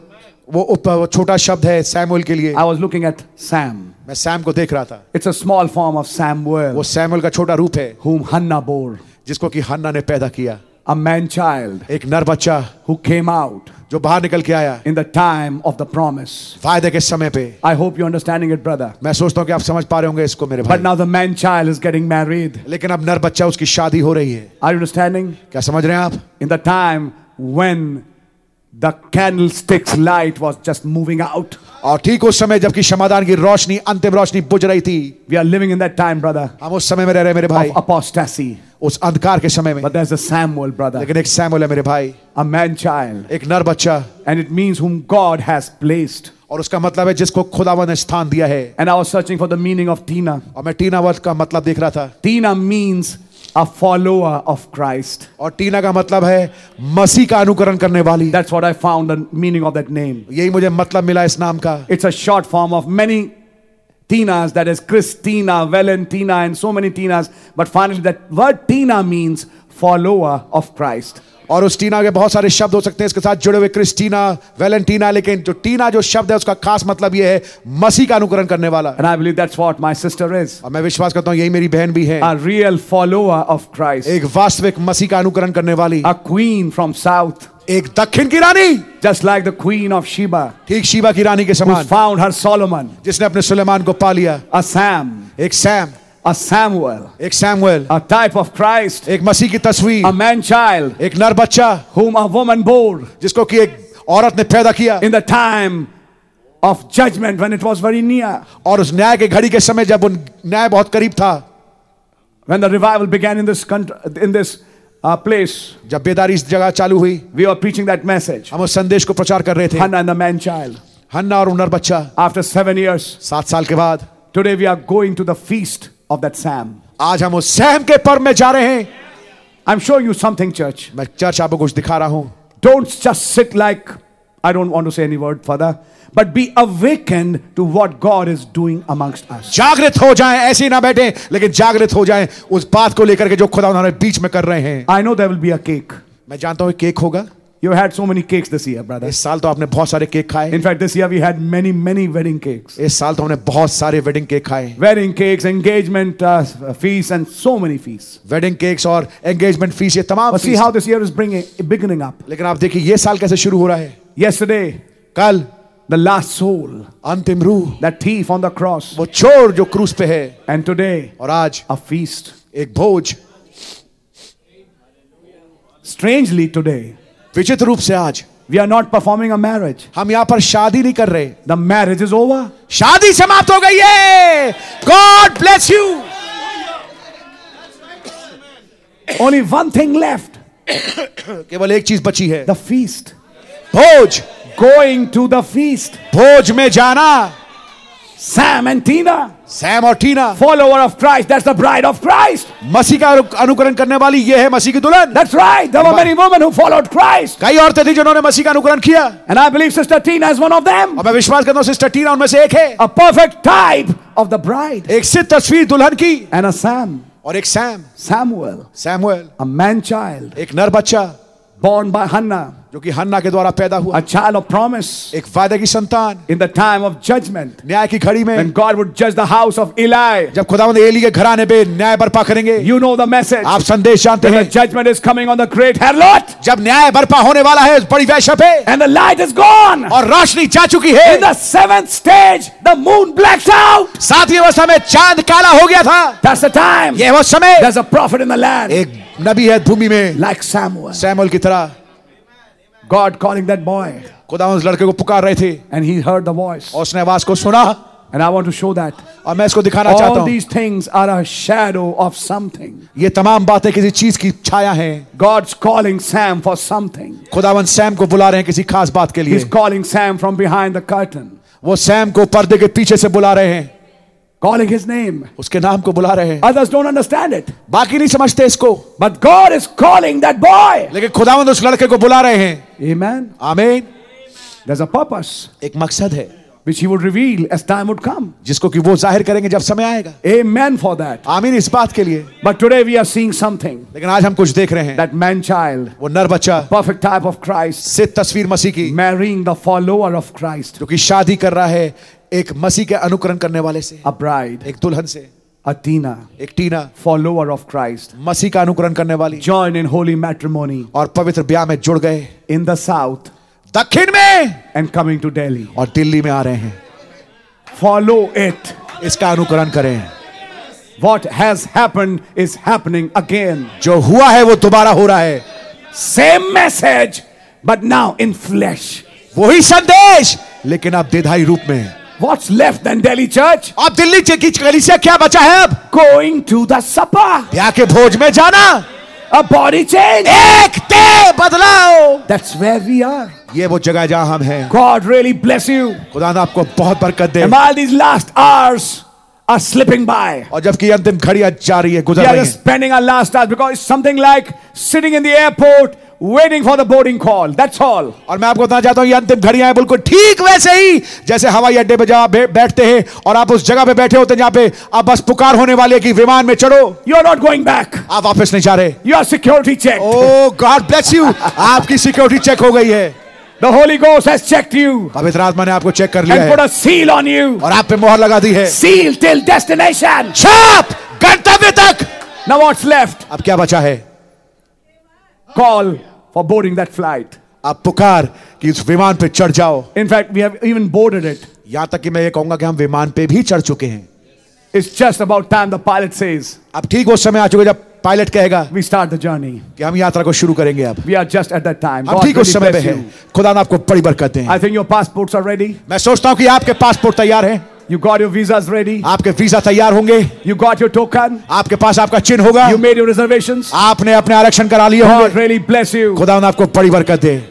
Speaker 1: वो उप वो छोटा शब्द है सैमुअल के लिए
Speaker 2: I was looking at Sam.
Speaker 1: मैं सैम को देख रहा था
Speaker 2: It's a small form of
Speaker 1: वो
Speaker 2: Samuel,
Speaker 1: सैमुअल का छोटा रूप है
Speaker 2: whom Hannah bore,
Speaker 1: जिसको कि हन्ना ने पैदा किया
Speaker 2: a man child
Speaker 1: एक नर बच्चा
Speaker 2: who came out
Speaker 1: जो बाहर निकल के आया
Speaker 2: in the time of the promise.
Speaker 1: फायदे के समय पे
Speaker 2: I hope you're understanding it, brother.
Speaker 1: मैं सोचता हूँ कि आप समझ पा रहे होंगे इसको मेरे
Speaker 2: But
Speaker 1: भाई
Speaker 2: now the man child is getting married.
Speaker 1: लेकिन अब नर बच्चा उसकी शादी हो रही है
Speaker 2: Are you understanding?
Speaker 1: क्या समझ रहे हैं आप
Speaker 2: In the time when the candlestick's light was just moving out.
Speaker 1: और ठीक उस समय जबकि समाधान की रोशनी अंतिम रोशनी बुझ रही थी
Speaker 2: We are living in that time, brother,
Speaker 1: हम उस समय में रह रहे हैं मेरे भाई
Speaker 2: of apostasy.
Speaker 1: उस अंधकार के समय में
Speaker 2: But there's a Samuel, brother,
Speaker 1: लेकिन एक सैमुअल है मेरे भाई
Speaker 2: a man child.
Speaker 1: एक नर बच्चा
Speaker 2: And it means whom God has placed.
Speaker 1: और उसका मतलब है जिसको खुदावा ने स्थान दिया है
Speaker 2: And I was searching for the meaning of Tina.
Speaker 1: और मैं टीना वर्ड का मतलब देख रहा था
Speaker 2: Tina means a follower of Christ.
Speaker 1: और टीना का मतलब है मसीह का अनुकरण करने वाली
Speaker 2: That's what I found the meaning of that name.
Speaker 1: यही मुझे मतलब मिला इस नाम का
Speaker 2: It's a short form of many Tinas, that is Christina, Valentina, and so many Tinas. But finally, that word Tina means follower of Christ.
Speaker 1: और उस टीना के बहुत सारे शब्द हो सकते हैं इसके साथ जुड़े हुए क्रिस्टीना वैलेंटीना लेकिन जो टीना जो शब्द है उसका खास मतलब यह है मसीह का अनुकरण करने वाला
Speaker 2: And I believe that's what my sister is
Speaker 1: और मैं विश्वास करता हूँ यही मेरी बहन भी है
Speaker 2: a real follower of Christ,
Speaker 1: एक वास्तविक मसीह का अनुकरण करने वाली
Speaker 2: a queen from south,
Speaker 1: एक दक्षिण की रानी
Speaker 2: just like the queen of Sheba,
Speaker 1: ठीक शिवा की रानी के
Speaker 2: who
Speaker 1: समान
Speaker 2: found her Solomon,
Speaker 1: जिसने अपने सुलेमान को पा लिया
Speaker 2: a Sam,
Speaker 1: एक सैम
Speaker 2: a Samuel,
Speaker 1: एक Samuel
Speaker 2: a type of Christ,
Speaker 1: एक मसीह की
Speaker 2: a
Speaker 1: तस्वीर
Speaker 2: man child
Speaker 1: एक नर बच्चा
Speaker 2: whom a woman bore
Speaker 1: जिसको कि एक औरत ने पैदा किया
Speaker 2: in the time of judgment when it was very near,
Speaker 1: और उस न्याय के घड़ी के समय जब उन न्याय बहुत करीब था
Speaker 2: when the revival began in this country, in this uh, place.
Speaker 1: जब बेदारी इस जगह चालू हुई
Speaker 2: We were preaching that message.
Speaker 1: हम उस संदेश को प्रचार कर रहे थे
Speaker 2: Hannah and the man child.
Speaker 1: हन्ना और उनर बच्चा
Speaker 2: After seven years,
Speaker 1: सात साल के बाद
Speaker 2: today we are going to the feast of that Sam.
Speaker 1: आज हम उस सहम के पर्व में जा रहे हैं
Speaker 2: I'm showing you something, church.
Speaker 1: मैं चर्च आपको कुछ दिखा रहा हूं
Speaker 2: Don't just sit like, I don't want to say any word further, but be awakened to what God is doing amongst us.
Speaker 1: जागृत हो जाएं ऐसे ही ना बैठे लेकिन जागृत हो जाएं उस बात को लेकर के जो खुदा उन्होंने बीच में कर रहे हैं
Speaker 2: I know there will be a cake.
Speaker 1: मैं जानता हूं केक होगा
Speaker 2: You had so many cakes this year, brother.
Speaker 1: इस साल तो आपने बहुत सारे केक खाए
Speaker 2: In fact, this year we had many, many wedding cakes.
Speaker 1: इस साल तो हमने बहुत सारे वेडिंग केक खाए
Speaker 2: Wedding cakes, engagement uh, feasts, and so many feasts.
Speaker 1: Wedding cakes और एंगेजमेंट फीस ये तमाम
Speaker 2: But see
Speaker 1: feast
Speaker 2: how this year is bringing, beginning up.
Speaker 1: लेकिन आप देखिए ये साल कैसे शुरू हो रहा है
Speaker 2: Yesterday,
Speaker 1: कल
Speaker 2: the last soul,
Speaker 1: अंतिम रूह
Speaker 2: that thief on the cross.
Speaker 1: वो चोर जो क्रूस पे है
Speaker 2: And today,
Speaker 1: और आज
Speaker 2: a feast.
Speaker 1: एक भोज
Speaker 2: Strangely, today,
Speaker 1: विचित्र रूप से आज
Speaker 2: we are not performing a marriage.
Speaker 1: हम यहाँ पर शादी नहीं कर रहे
Speaker 2: The marriage is over.
Speaker 1: शादी समाप्त हो गई है God bless you
Speaker 2: Only one thing left
Speaker 1: केवल एक चीज बची है
Speaker 2: the feast.
Speaker 1: भोज
Speaker 2: Going to the feast.
Speaker 1: भोज में जाना
Speaker 2: Sam and Tina,
Speaker 1: सैम और Tina
Speaker 2: follower of Christ. That's the bride of Christ.
Speaker 1: मसीह का अनुकरण करने वाली ये है मसीह की दुल्हन
Speaker 2: That's right. There were many women who followed Christ.
Speaker 1: कई औरतें थी जिन्होंने मसीह का अनुकरण किया
Speaker 2: And I believe Sister Tina is one of them.
Speaker 1: और मैं विश्वास करता हूँ सिस्टर टीना उनमें से एक है
Speaker 2: A perfect type of the bride.
Speaker 1: एक सिद्ध तस्वीर दुल्हन की
Speaker 2: And a Sam,
Speaker 1: और एक Sam
Speaker 2: Samuel,
Speaker 1: Samuel
Speaker 2: a man child
Speaker 1: एक नर बच्चा
Speaker 2: born by Hannah,
Speaker 1: जो कि हन्ना के द्वारा पैदा हुआ
Speaker 2: a child of promise
Speaker 1: एक वायदे की संतान
Speaker 2: in the time of judgment.
Speaker 1: न्याय की घड़ी में
Speaker 2: When God would judge the house of Eli.
Speaker 1: जब खुदावंद एली के घराने पे न्याय बर्पा करेंगे
Speaker 2: You know the message.
Speaker 1: आप संदेश जानते
Speaker 2: The
Speaker 1: हैं
Speaker 2: judgment is coming on the great harlot,
Speaker 1: जब न्याय बर्पा होने वाला है बड़ी वैश्य पे
Speaker 2: and the light is gone.
Speaker 1: और रोशनी जा चुकी है
Speaker 2: In the seventh stage, the moon blacks out.
Speaker 1: सातवीं अवस्था में चांद काला हो गया था
Speaker 2: That's the time.
Speaker 1: यह वो समय
Speaker 2: There's a prophet in the land,
Speaker 1: एक नबी है भूमि में
Speaker 2: like Samuel.
Speaker 1: सैमुअल की तरह
Speaker 2: God calling that boy,
Speaker 1: खुदावंद उस लड़के को पुकार रहे थे
Speaker 2: and he heard the voice.
Speaker 1: और उसने आवाज को सुना
Speaker 2: And I want to show that
Speaker 1: और मैं इसको दिखाना चाहता
Speaker 2: all
Speaker 1: हूँ
Speaker 2: these things are a shadow of something.
Speaker 1: ये तमाम बातें किसी चीज की छाया है
Speaker 2: God's calling Sam for something.
Speaker 1: खुदावंद सैम को बुला रहे हैं किसी खास बात के लिए
Speaker 2: He's calling Sam from behind the curtain,
Speaker 1: वो सैम को पर्दे के पीछे से बुला रहे हैं
Speaker 2: calling his name.
Speaker 1: उसके नाम को बुला रहे हैं
Speaker 2: Others don't understand it,
Speaker 1: बाकी नहीं समझते इसको
Speaker 2: but God is calling that boy.
Speaker 1: लेकिन खुदावंद उस लड़के को बुला रहे हैं
Speaker 2: Amen.
Speaker 1: आमीन
Speaker 2: There's a purpose
Speaker 1: एक मकसद है
Speaker 2: which he would reveal as time would come.
Speaker 1: जिसको कि वो जाहिर करेंगे जब समय आएगा
Speaker 2: Amen for that.
Speaker 1: आमीन इस बात के लिए
Speaker 2: But today we are seeing something.
Speaker 1: लेकिन आज हम कुछ देख रहे हैं
Speaker 2: That man child,
Speaker 1: वो नर बच्चा
Speaker 2: perfect type of Christ,
Speaker 1: सिद्ध तस्वीर मसीह की
Speaker 2: marrying the follower of Christ,
Speaker 1: जो कि शादी कर रहा है एक मसीह के अनुकरण करने वाले से
Speaker 2: a bride,
Speaker 1: एक दुल्हन से
Speaker 2: Athena,
Speaker 1: एक टीना
Speaker 2: follower of Christ,
Speaker 1: मसीह का अनुकरण करने वाली
Speaker 2: joined in holy matrimony
Speaker 1: और पवित्र ब्याह में जुड़ गए
Speaker 2: in the south
Speaker 1: दक्षिण में
Speaker 2: and coming to Delhi.
Speaker 1: और दिल्ली में आ रहे हैं
Speaker 2: Follow it.
Speaker 1: इसका अनुकरण करें
Speaker 2: What has happened is happening again.
Speaker 1: जो हुआ है वो दोबारा हो रहा है
Speaker 2: Same message, but now in flesh.
Speaker 1: वही संदेश लेकिन अब देधाई रूप में
Speaker 2: What's left then, Delhi church?
Speaker 1: अब दिल्ली च- की कलीसिया क्या बचा है अब
Speaker 2: Going to the supper,
Speaker 1: ब्याह के भोज में जाना
Speaker 2: a body change.
Speaker 1: एक ते बदलाओ
Speaker 2: That's where we are.
Speaker 1: ये वो जगह है जहां हम हैं
Speaker 2: God really bless you.
Speaker 1: खुदा ने आपको बहुत बरकत दे
Speaker 2: And while these last hours are slipping by,
Speaker 1: और जबकि अंतिम घड़ियां जा रही है
Speaker 2: we
Speaker 1: गुजर
Speaker 2: are
Speaker 1: रही
Speaker 2: just
Speaker 1: है
Speaker 2: spending our last hours because it's something like sitting in the airport waiting for the boarding call. That's all.
Speaker 1: और मैं आपको बताना चाहता हूँ ये अंतिम घड़ियां हैं बिल्कुल ठीक वैसे ही जैसे हवाई अड्डे पे जब आप बे- बैठते हैं और आप उस जगह पे बैठे होते हैं जहाँ पे आप बस पुकार होने वाले है कि विमान में चढ़ो
Speaker 2: You're not going back.
Speaker 1: आप वापस नहीं जा रहे Oh,
Speaker 2: Your security check.
Speaker 1: Oh God bless you आपकी सिक्योरिटी चेक हो गई है
Speaker 2: The Holy Ghost has checked you
Speaker 1: पवित्र आत्मा ने आपको चेक कर लिया
Speaker 2: and
Speaker 1: है
Speaker 2: put a seal on you.
Speaker 1: और आप पे मोहर लगा दी है
Speaker 2: Seal till destination.
Speaker 1: छाप गंतव्य तक
Speaker 2: Now what's left?
Speaker 1: अब क्या बचा है
Speaker 2: Call for boarding that flight.
Speaker 1: आप पुकार कि उस विमान पे चढ़ जाओ
Speaker 2: In fact, we have even boarded it.
Speaker 1: यहां तक कि मैं ये कहूंगा कि हम विमान पे भी चढ़ चुके हैं
Speaker 2: It's just about time the pilot says
Speaker 1: अब ठीक वो समय आ चुका है जब पायलट कहेगा
Speaker 2: we start the journey.
Speaker 1: कि हम यात्रा को शुरू करेंगे अब
Speaker 2: We are just at that time.
Speaker 1: हम
Speaker 2: God
Speaker 1: ठीक
Speaker 2: really
Speaker 1: उस समय पे
Speaker 2: bless
Speaker 1: हैं
Speaker 2: you.
Speaker 1: खुदा ने आपको बड़ी बरकत दें
Speaker 2: I think your passports are ready.
Speaker 1: मैं सोचता हूँ कि आपके पासपोर्ट तैयार है
Speaker 2: You got your visas ready.
Speaker 1: आपके वीजा तैयार होंगे
Speaker 2: You got your token.
Speaker 1: आपके पास आपका चिन्ह होगा
Speaker 2: You made your reservations.
Speaker 1: आपने अपने आरक्षण करा लिए
Speaker 2: Ah. God
Speaker 1: होंगे
Speaker 2: really bless you.
Speaker 1: खुदा ने आपको बड़ी बरकत दे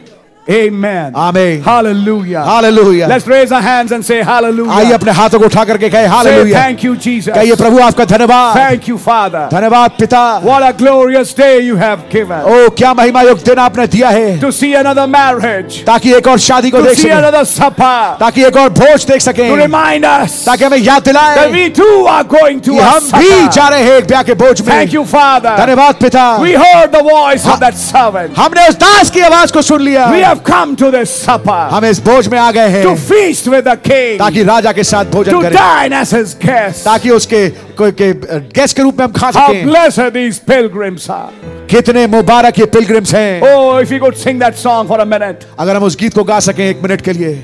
Speaker 2: Amen.
Speaker 1: Amen.
Speaker 2: Hallelujah.
Speaker 1: हालेलुया
Speaker 2: हाँ। Let's raise our hands and say
Speaker 1: आइए
Speaker 2: hallelujah.
Speaker 1: अपने हाथों को उठा करके कहे
Speaker 2: Say
Speaker 1: hallelujah
Speaker 2: thank you, Jesus.
Speaker 1: कहिए प्रभु आपका धन्यवाद
Speaker 2: Thank you, Father.
Speaker 1: धन्यवाद पिता
Speaker 2: What a glorious day you have given.
Speaker 1: ओ क्या महिमा योग दिन आपने दिया है
Speaker 2: To see another marriage,
Speaker 1: ताकि एक और शादी को
Speaker 2: to
Speaker 1: देख
Speaker 2: see
Speaker 1: सकें
Speaker 2: another supper,
Speaker 1: ताकि एक और भोज देख सकें
Speaker 2: to remind us
Speaker 1: ताकि
Speaker 2: that
Speaker 1: हमें याद दिलाए
Speaker 2: we too are going to
Speaker 1: कि
Speaker 2: a
Speaker 1: हम भी जा
Speaker 2: supper.
Speaker 1: रहे हैं एक ब्याह के भोज में
Speaker 2: Thank you, Father.
Speaker 1: धन्यवाद पिता
Speaker 2: We heard the voice of that servant.
Speaker 1: हमने उस दास की आवाज को सुन लिया
Speaker 2: We have come to this supper
Speaker 1: हम इस भोज में आ गए हैं
Speaker 2: to feast with the King,
Speaker 1: ताकि राजा के साथ भोजन
Speaker 2: to
Speaker 1: करें
Speaker 2: dine as his guest.
Speaker 1: ताकि उसके कोई के गेस्ट के रूप में हम खा
Speaker 2: How
Speaker 1: सकें
Speaker 2: blessed these pilgrims are.
Speaker 1: कितने मुबारक ये पिलग्रिम्स हैं
Speaker 2: Oh, if you could sing that song for a minute.
Speaker 1: अगर हम उस गीत को गा सकें एक मिनट के लिए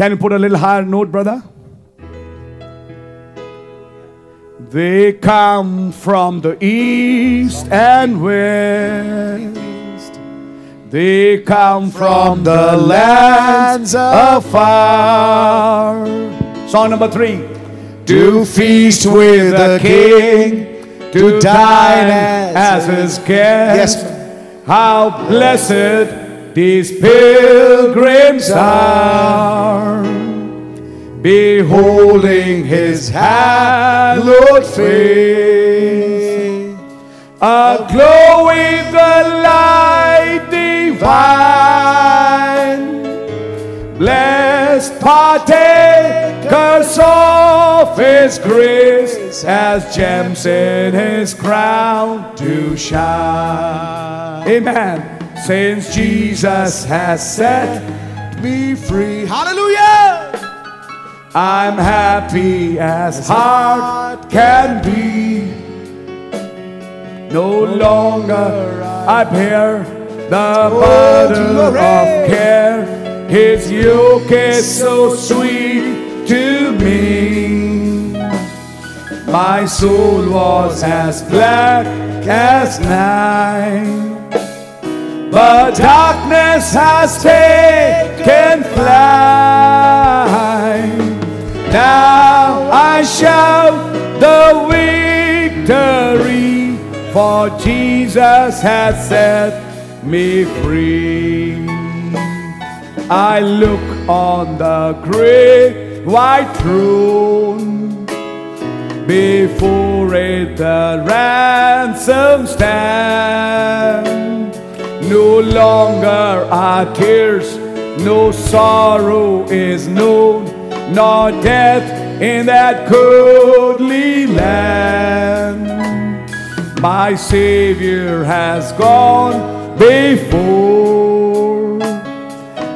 Speaker 2: Can you put a little higher note, brother? They come from the east and west. They come from the lands afar. Song number three.
Speaker 1: To feast with the king, to dine
Speaker 2: as
Speaker 1: as
Speaker 2: his
Speaker 1: his
Speaker 2: guest.
Speaker 1: Yes,
Speaker 2: How blessed these pilgrims are, beholding his hallowed face, aglow with the light divine. Blessed partakers of his grace, as gems in his crown to shine. Amen. Since Jesus has set me free, hallelujah! I'm happy as heart can be. No longer I bear the burden of care. His yoke is so sweet to me. My soul was as black as night, but darkness has taken flight. Now I shout the victory, for Jesus has set me free. I look on the great white throne, before it the ransom stand. No longer are tears, no sorrow is known, nor death in that goodly land. My Savior has gone before,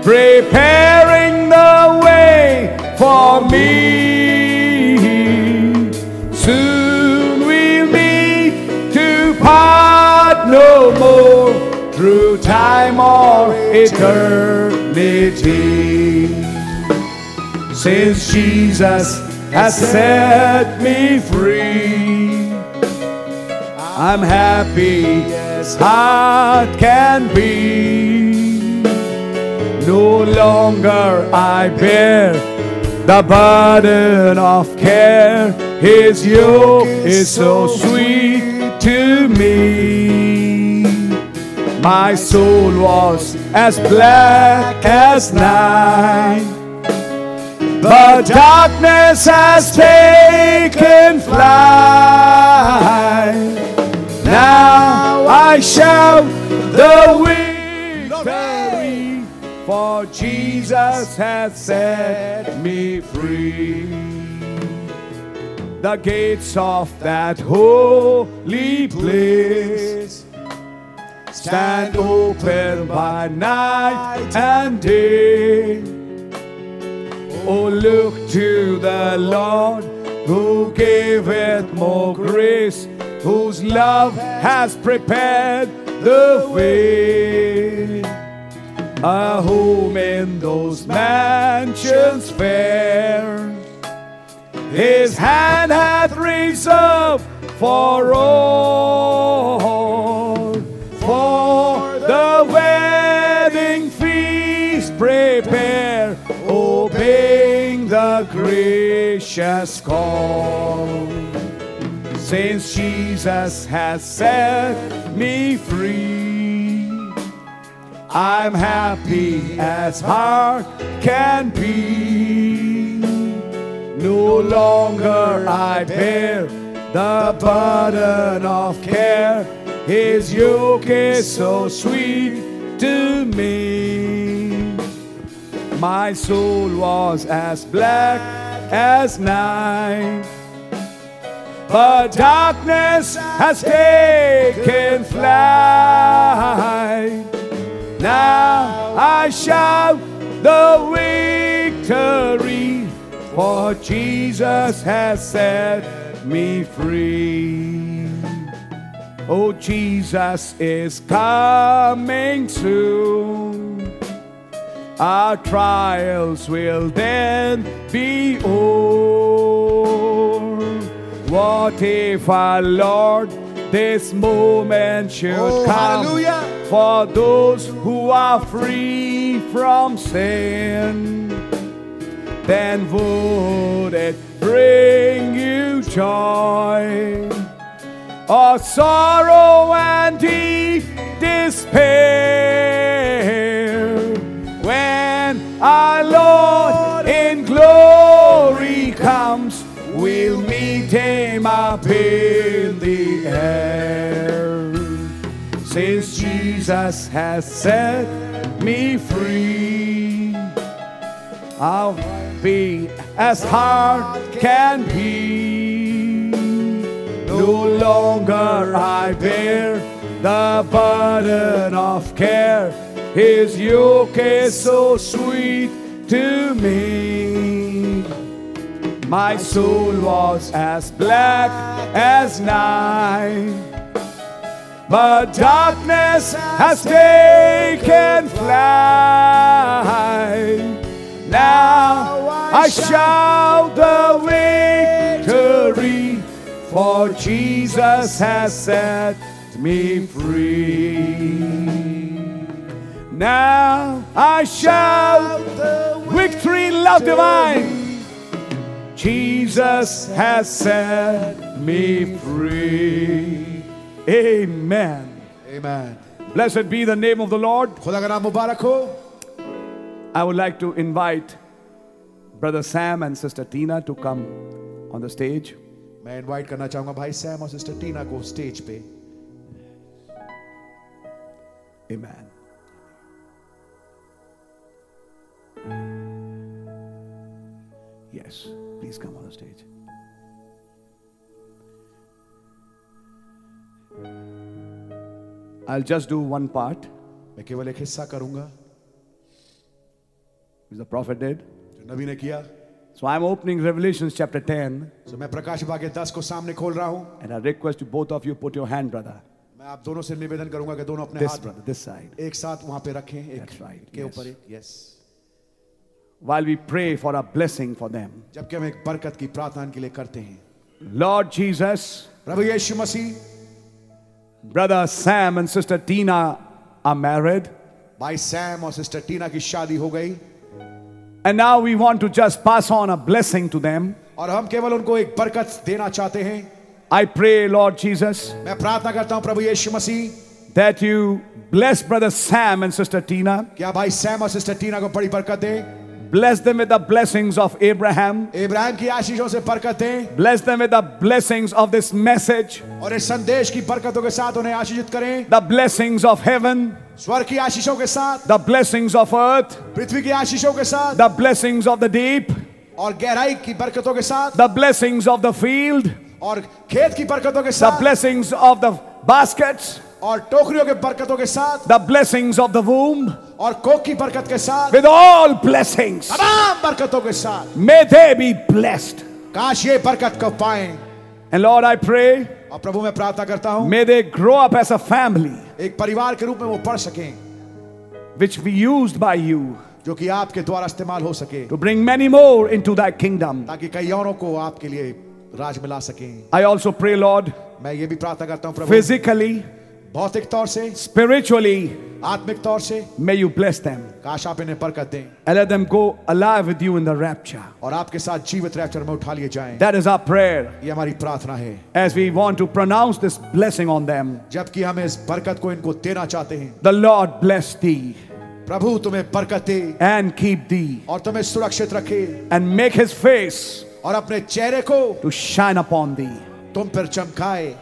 Speaker 2: preparing the way for me. Soon we'll meet to part no more through time or eternity since Jesus has set me free. I'm happy as heart can be. No longer I bear the burden of care. His yoke is so sweet to me. My soul was as black as night. But darkness has taken flight. Now I shout the victory, for Jesus has set me free. The gates of that holy place stand open by night and day. Oh, look to the Lord who giveth more grace, whose love has prepared the way. A home in those mansions fair, his hand hath reserved for all, for the wedding feast prepare, obeying the gracious call. Since Jesus has set me free, I'm happy as heart can be. No longer I bear the burden of care. His yoke is so sweet to me. My soul was as black as night. But darkness has taken flight. Now I shout the victory, for Jesus has set me free. Oh, Jesus is coming soon. our trials will then be o'er. What if our Lord this moment should
Speaker 1: Oh,
Speaker 2: come
Speaker 1: hallelujah.
Speaker 2: for those who are free from sin? Then would it bring you joy? or sorrow and deep despair. When our Lord in glory comes, we'll meet him up in the air since Jesus has set me free. I'll be as hard can be. No longer I bear the burden of care. His yoke is so sweet to me. My soul was as black as night. But darkness has taken flight. Now I shout the victory, for Jesus has set me free. Now I shout victory, love divine. Jesus has set me free. Amen.
Speaker 1: Amen.
Speaker 2: Blessed be the name of the Lord.
Speaker 1: खुदा का नाम मुबारक हो
Speaker 2: I would like to invite Brother Sam and Sister Tina to come on the stage.
Speaker 1: मैं invite करना चाहूंगा भाई Sam और सिस्टर टीना को स्टेज पे
Speaker 2: Amen. Yes, please come on the stage. I'll just do one part,
Speaker 1: मैं केवल एक हिस्सा करूंगा
Speaker 2: which the prophet did.
Speaker 1: जो नबी ने किया
Speaker 2: So I'm opening Revelations chapter 10,
Speaker 1: तो मैं प्रकाश भाग्य दस को सामने खोल रहा हूं
Speaker 2: and I request you both of you put your hand, brother.
Speaker 1: मैं आप दोनों से निवेदन करूंगा कि दोनों अपने
Speaker 2: This
Speaker 1: हाथ
Speaker 2: brother, this side.
Speaker 1: एक साथ वहां पे रखें एक
Speaker 2: That's right,
Speaker 1: के
Speaker 2: yes.
Speaker 1: ऊपर एक yes
Speaker 2: while we pray for a blessing for them.
Speaker 1: जबकि हम एक बरकत की प्रार्थना के लिए करते हैं
Speaker 2: Lord Jesus,
Speaker 1: प्रभु यीशु मसीह
Speaker 2: brother Sam and sister Tina are married,
Speaker 1: भाई सैम और सिस्टर टीना की शादी हो गई
Speaker 2: and now we want to just pass on a blessing to them.
Speaker 1: और हम केवल उनको एक बरकत देना चाहते हैं
Speaker 2: I pray, Lord Jesus,
Speaker 1: मैं प्रार्थना करता हूं प्रभु यीशु मसीह
Speaker 2: that you bless brother Sam and sister Tina,
Speaker 1: कि आप भाई सैम और सिस्टर टीना को बड़ी बरकत दें
Speaker 2: bless them with the blessings of Abraham,
Speaker 1: Ibrahim की आशीषों से बरकत दें
Speaker 2: bless them with the blessings of this message,
Speaker 1: और इस संदेश की बरकतों के साथ उन्हें आशीषित करें
Speaker 2: the blessings of heaven,
Speaker 1: स्वर्ग की आशीषों के साथ
Speaker 2: the blessings of earth,
Speaker 1: पृथ्वी की आशीषों के साथ
Speaker 2: the blessings of the deep,
Speaker 1: और गहराई की बरकतों के साथ
Speaker 2: the blessings of the field,
Speaker 1: और खेत की बरकतों के
Speaker 2: the
Speaker 1: साथ
Speaker 2: blessings of the baskets.
Speaker 1: और टोकरियों के बरकतों के साथ
Speaker 2: the blessings of the womb
Speaker 1: और कोक की बरकत के साथ
Speaker 2: with all blessings.
Speaker 1: तमाम बरकतों के साथ
Speaker 2: May they be blessed.
Speaker 1: काश ये बरकत को पाएं
Speaker 2: And Lord, I pray,
Speaker 1: और प्रभु मैं प्रार्थना करता हूँ
Speaker 2: may they grow up as a family
Speaker 1: एक परिवार के रूप में वो पढ़ सकें
Speaker 2: which be used by you
Speaker 1: जो कि आपके द्वारा इस्तेमाल हो सके
Speaker 2: to bring many more into thy kingdom.
Speaker 1: ताकि कई औरों को आपके लिए राज में ला सकें
Speaker 2: I also pray, Lord,
Speaker 1: मैं ये भी प्रार्थना करता हूँ प्रभु
Speaker 2: physically,
Speaker 1: भौतिक तौर से
Speaker 2: spiritually,
Speaker 1: आत्मिक तौर से
Speaker 2: may you bless them
Speaker 1: काश आप इन्हें बरकत दें
Speaker 2: and let them go alive with you in the rapture.
Speaker 1: और आपके साथ जीवित रैप्चर में उठा लिए जाएं
Speaker 2: That is our prayer
Speaker 1: ये हमारी प्रार्थना है
Speaker 2: as we want to pronounce this blessing on them.
Speaker 1: जबकि हम इस बरकत को इनको देना चाहते हैं
Speaker 2: The Lord bless thee
Speaker 1: प्रभु तुम्हें बरकत दे
Speaker 2: and keep thee
Speaker 1: और तुम्हें सुरक्षित रखे
Speaker 2: and make his face
Speaker 1: और अपने चेहरे को
Speaker 2: to shine upon thee.
Speaker 1: तुम पर चमकाए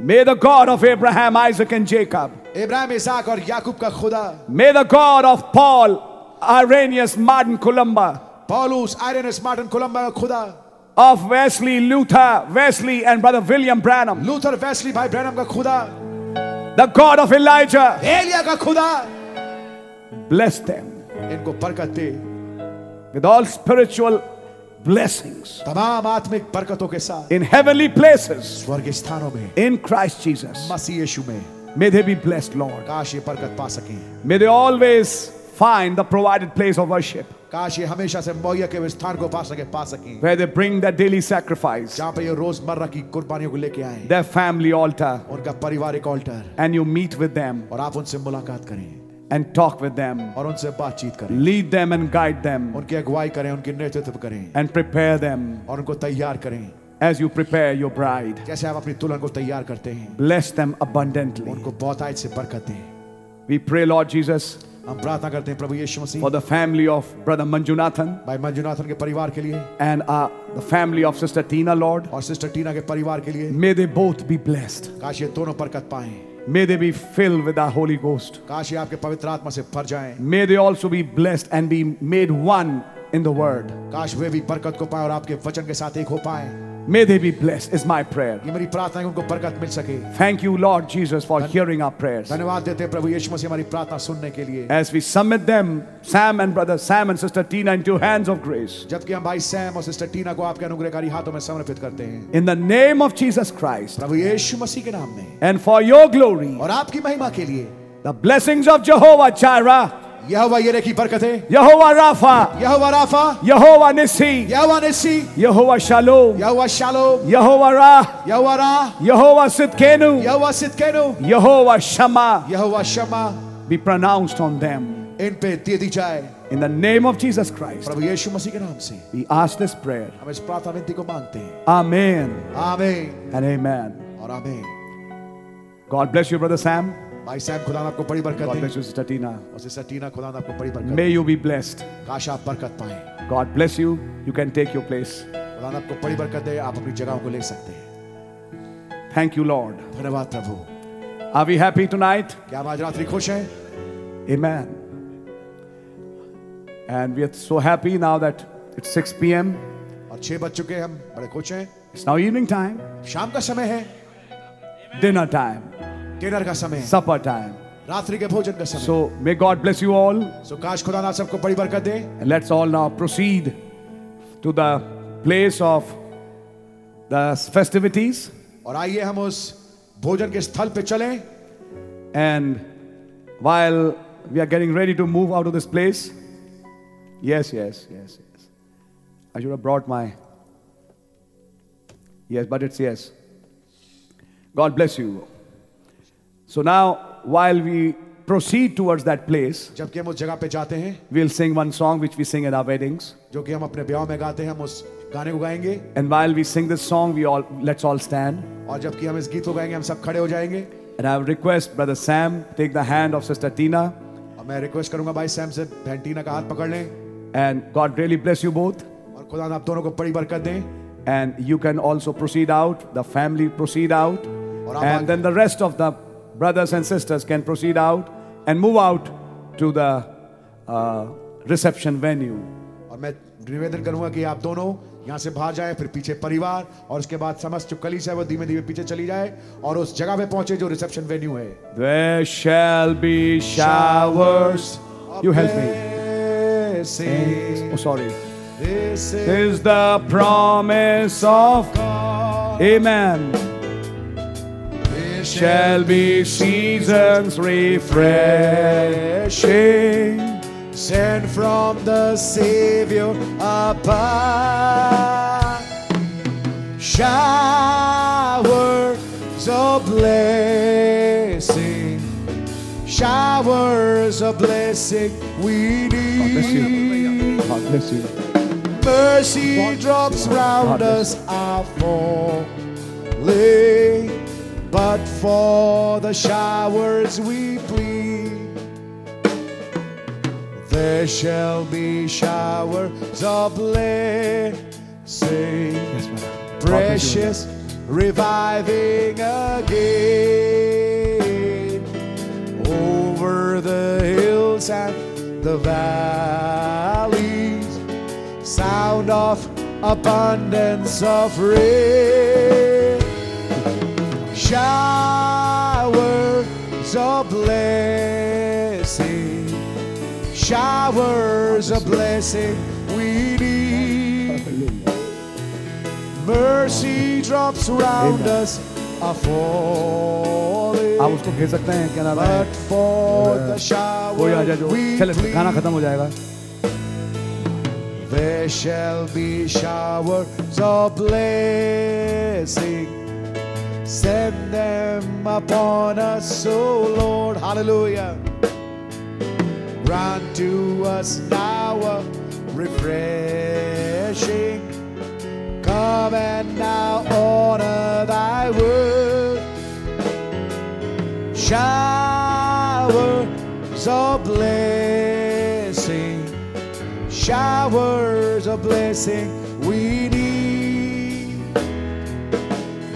Speaker 2: May the God of Abraham, Isaac, and Jacob,
Speaker 1: इब्राहिम इसाक और याकूब का खुदा
Speaker 2: may the God of Paul, Irenaeus, Martin Columba,
Speaker 1: पॉलूस आयरनस मार्टिन कोलंबा का खुदा
Speaker 2: of Wesley, Luther, Wesley, and Brother William Branham,
Speaker 1: Luther Wesley भाई ब्रैनम का खुदा
Speaker 2: the God of Elijah,
Speaker 1: Elia का खुदा
Speaker 2: bless them
Speaker 1: इनको बरकत दे
Speaker 2: with all spiritual blessings
Speaker 1: तमाम आत्मिक बरकतों के साथ
Speaker 2: in heavenly places
Speaker 1: स्वर्ग स्थानों में
Speaker 2: in Christ Jesus.
Speaker 1: मसीह यीशु में
Speaker 2: May they be blessed, Lord.
Speaker 1: काश ये बरकत पा सकें
Speaker 2: May they always find the provided place of worship
Speaker 1: काश ये हमेशा से मुहैया के वो स्थान को पा सके पा सके
Speaker 2: where they bring their daily sacrifice,
Speaker 1: जहाँ पे ये रोजमर्रा की कुर्बानियों को लेके आए
Speaker 2: their family altar,
Speaker 1: उनका पारिवारिक altar
Speaker 2: and you meet with them
Speaker 1: और आप उनसे मुलाकात करें
Speaker 2: and talk with them,
Speaker 1: और उनसे बातचीत करें
Speaker 2: lead them and guide them,
Speaker 1: उनकी अगुवाई करें उनके नेतृत्व करें
Speaker 2: and prepare them
Speaker 1: और उनको तैयार करें
Speaker 2: as you prepare your bride.
Speaker 1: जैसे आप अपनी दुल्हन को तैयार करते हैं
Speaker 2: Bless them abundantly.
Speaker 1: उनको बहुत आयत से बरकत दें
Speaker 2: We pray, Lord Jesus,
Speaker 1: हम प्रार्थना करते हैं प्रभु यीशु मसीह
Speaker 2: for the family of Brother Manjunathan
Speaker 1: भाई मंजुनाथन के परिवार के लिए
Speaker 2: and uh, the family of Sister Tina, Lord.
Speaker 1: और सिस्टर टीना के परिवार के लिए
Speaker 2: May they both be blessed.
Speaker 1: काश ये दोनों बरकत पाएं
Speaker 2: May they be filled with the Holy Ghost.
Speaker 1: काश ये आपके पवित्र आत्मा से भर जाएं
Speaker 2: May they also be blessed and be made one in the Word.
Speaker 1: काश वे भी बरकत को पाएं और आपके वचन के साथ एक हो पाएं
Speaker 2: May they be blessed, is my prayer.
Speaker 1: ये मेरी प्रार्थना है कि उनको बरकत मिल सके
Speaker 2: Thank you, Lord Jesus, for hearing our prayers.
Speaker 1: धन्यवाद देते हैं प्रभु यीशु मसीह हमारी प्रार्थना सुनने के लिए
Speaker 2: As we submit them, Sam and brother Sam and sister Tina, into hands of grace.
Speaker 1: जबकि हम भाई सैम और सिस्टर टीना को आपके अनुग्रहकारी हाथों में समर्पित करते हैं
Speaker 2: In the name of Jesus Christ,
Speaker 1: प्रभु यीशु मसीह के नाम में
Speaker 2: and for your glory,
Speaker 1: और आपकी महिमा के लिए
Speaker 2: the blessings of Jehovah Jireh,
Speaker 1: यहोवा ये की बरकतें
Speaker 2: Jehovah Rapha,
Speaker 1: यहोवा राफा
Speaker 2: Jehovah Nissi,
Speaker 1: यहोवा निसी
Speaker 2: Jehovah Shalom,
Speaker 1: यहोवा शालोम
Speaker 2: Jehovah Ra,
Speaker 1: यहोवा रा
Speaker 2: Jehovah Sitkenu,
Speaker 1: यहोवा सिदकेनु
Speaker 2: Jehovah Shama,
Speaker 1: यहोवा Shama
Speaker 2: be pronounced on them.
Speaker 1: इन पे दे दी जाए
Speaker 2: In the name of Jesus Christ,
Speaker 1: प्रभु यीशु मसीह के नाम से
Speaker 2: we ask this prayer.
Speaker 1: हम इस प्रार्थना विनती को मांगते हैं
Speaker 2: Amen
Speaker 1: आमीन
Speaker 2: and amen.
Speaker 1: और आमीन
Speaker 2: God bless you, brother Sam.
Speaker 1: भाई साहब खुदा आपको बड़ी
Speaker 2: God
Speaker 1: बरकत
Speaker 2: bless
Speaker 1: दे
Speaker 2: you, sister Tina.
Speaker 1: और सिस्टर टीना खुदा आपको बड़ी बरकत
Speaker 2: May you be blessed.
Speaker 1: दे। काश आप बरकत पाए
Speaker 2: God bless you. You can take your place.
Speaker 1: खुदा आपको बड़ी बरकत दे आप अपनी जगहों को ले सकते हैं
Speaker 2: Thank you, Lord.
Speaker 1: धन्यवाद प्रभु
Speaker 2: Are we happy tonight?
Speaker 1: क्या हम आज रात्रि खुश हैं
Speaker 2: Amen. And we are so happy now that it's 6 p.m.
Speaker 1: और छह बज चुके हैं हम बड़े खुश हैं
Speaker 2: It's now evening time,
Speaker 1: शाम का समय है
Speaker 2: dinner time,
Speaker 1: डिनर का समय है
Speaker 2: supper time.
Speaker 1: रात्रि के भोजन का समय
Speaker 2: So may God bless you all.
Speaker 1: सो काश खुदा आप सबको बड़ी बरकत दे
Speaker 2: And let's all now proceed to the place of the festivities.
Speaker 1: और आइए हम उस भोजन के स्थल पे चलें
Speaker 2: And while we are getting ready to move out of this place, yes, yes, yes, yes. I should have brought my. Yes, but it's yes. God bless you. So now, while we proceed towards that place,
Speaker 1: जबकि हम उस जगह पे जाते हैं
Speaker 2: we'll sing one song which we sing at our weddings.
Speaker 1: जो कि हम अपने ब्याह में गाते हैं हम उस गाने को गाएंगे
Speaker 2: And while we sing this song, we all let's all stand.
Speaker 1: और जबकि हम इस गीत को गाएंगे हम सब खड़े हो जाएंगे
Speaker 2: And I would request Brother Sam take the hand of Sister Tina.
Speaker 1: और मैं रिक्वेस्ट करूंगा भाई सैम से बहन टीना का हाथ पकड़ लें
Speaker 2: And God really bless you both.
Speaker 1: और खुदा आप दोनों को बड़ी बरकत दें
Speaker 2: and you can also proceed out the family proceed out
Speaker 1: आप आगे-
Speaker 2: and then the rest of the brothers and sisters can proceed out and move out to the uh, reception venue
Speaker 1: और मैं निवेदन करूंगा कि आप दोनों यहाँ से बाहर जाए फिर पीछे परिवार और उसके बाद समस्त जो कलीस है वो धीमे धीमे पीछे चली जाए और उस जगह पे पहुंचे जो रिसेप्शन वेन्यू है
Speaker 2: there shall be showers you help me oh sorry
Speaker 1: This is
Speaker 2: is the promise of
Speaker 1: God.
Speaker 2: amen
Speaker 1: This
Speaker 2: shall be seasons refreshing
Speaker 1: Sent from the Savior above. Showers of blessing. Showers of blessing we
Speaker 2: bless you.
Speaker 1: need.
Speaker 2: god bless you
Speaker 1: Mercy drops round us are falling, but for the showers we plead, there shall be showers of blessing,
Speaker 2: yes madam God bless you.
Speaker 1: precious reviving again over the hills and the valleys sound of abundance of rain, showers of blessing, showers of blessing we need. Mercy drops round us are falling.
Speaker 2: आप उसको घेर सकते हैं क्या नाम है
Speaker 1: But for the
Speaker 2: कोई आ जाए
Speaker 1: shower
Speaker 2: जो
Speaker 1: we
Speaker 2: चले गाना
Speaker 1: plead,
Speaker 2: खत्म हो जाएगा
Speaker 1: there shall be showers of blessing. Send them upon us, O Lord. Hallelujah. Grant to us now a refreshing. Come and now honor thy word. Showers of blessing, showers of blessing we need.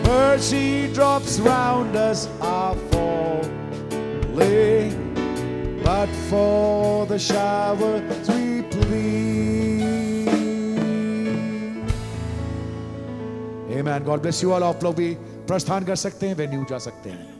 Speaker 1: Mercy drops round us are falling, but for the showers we plead. Amen. God bless you all. आप लोग भी प्रस्थान कर सकते हैं venue जा सकते हैं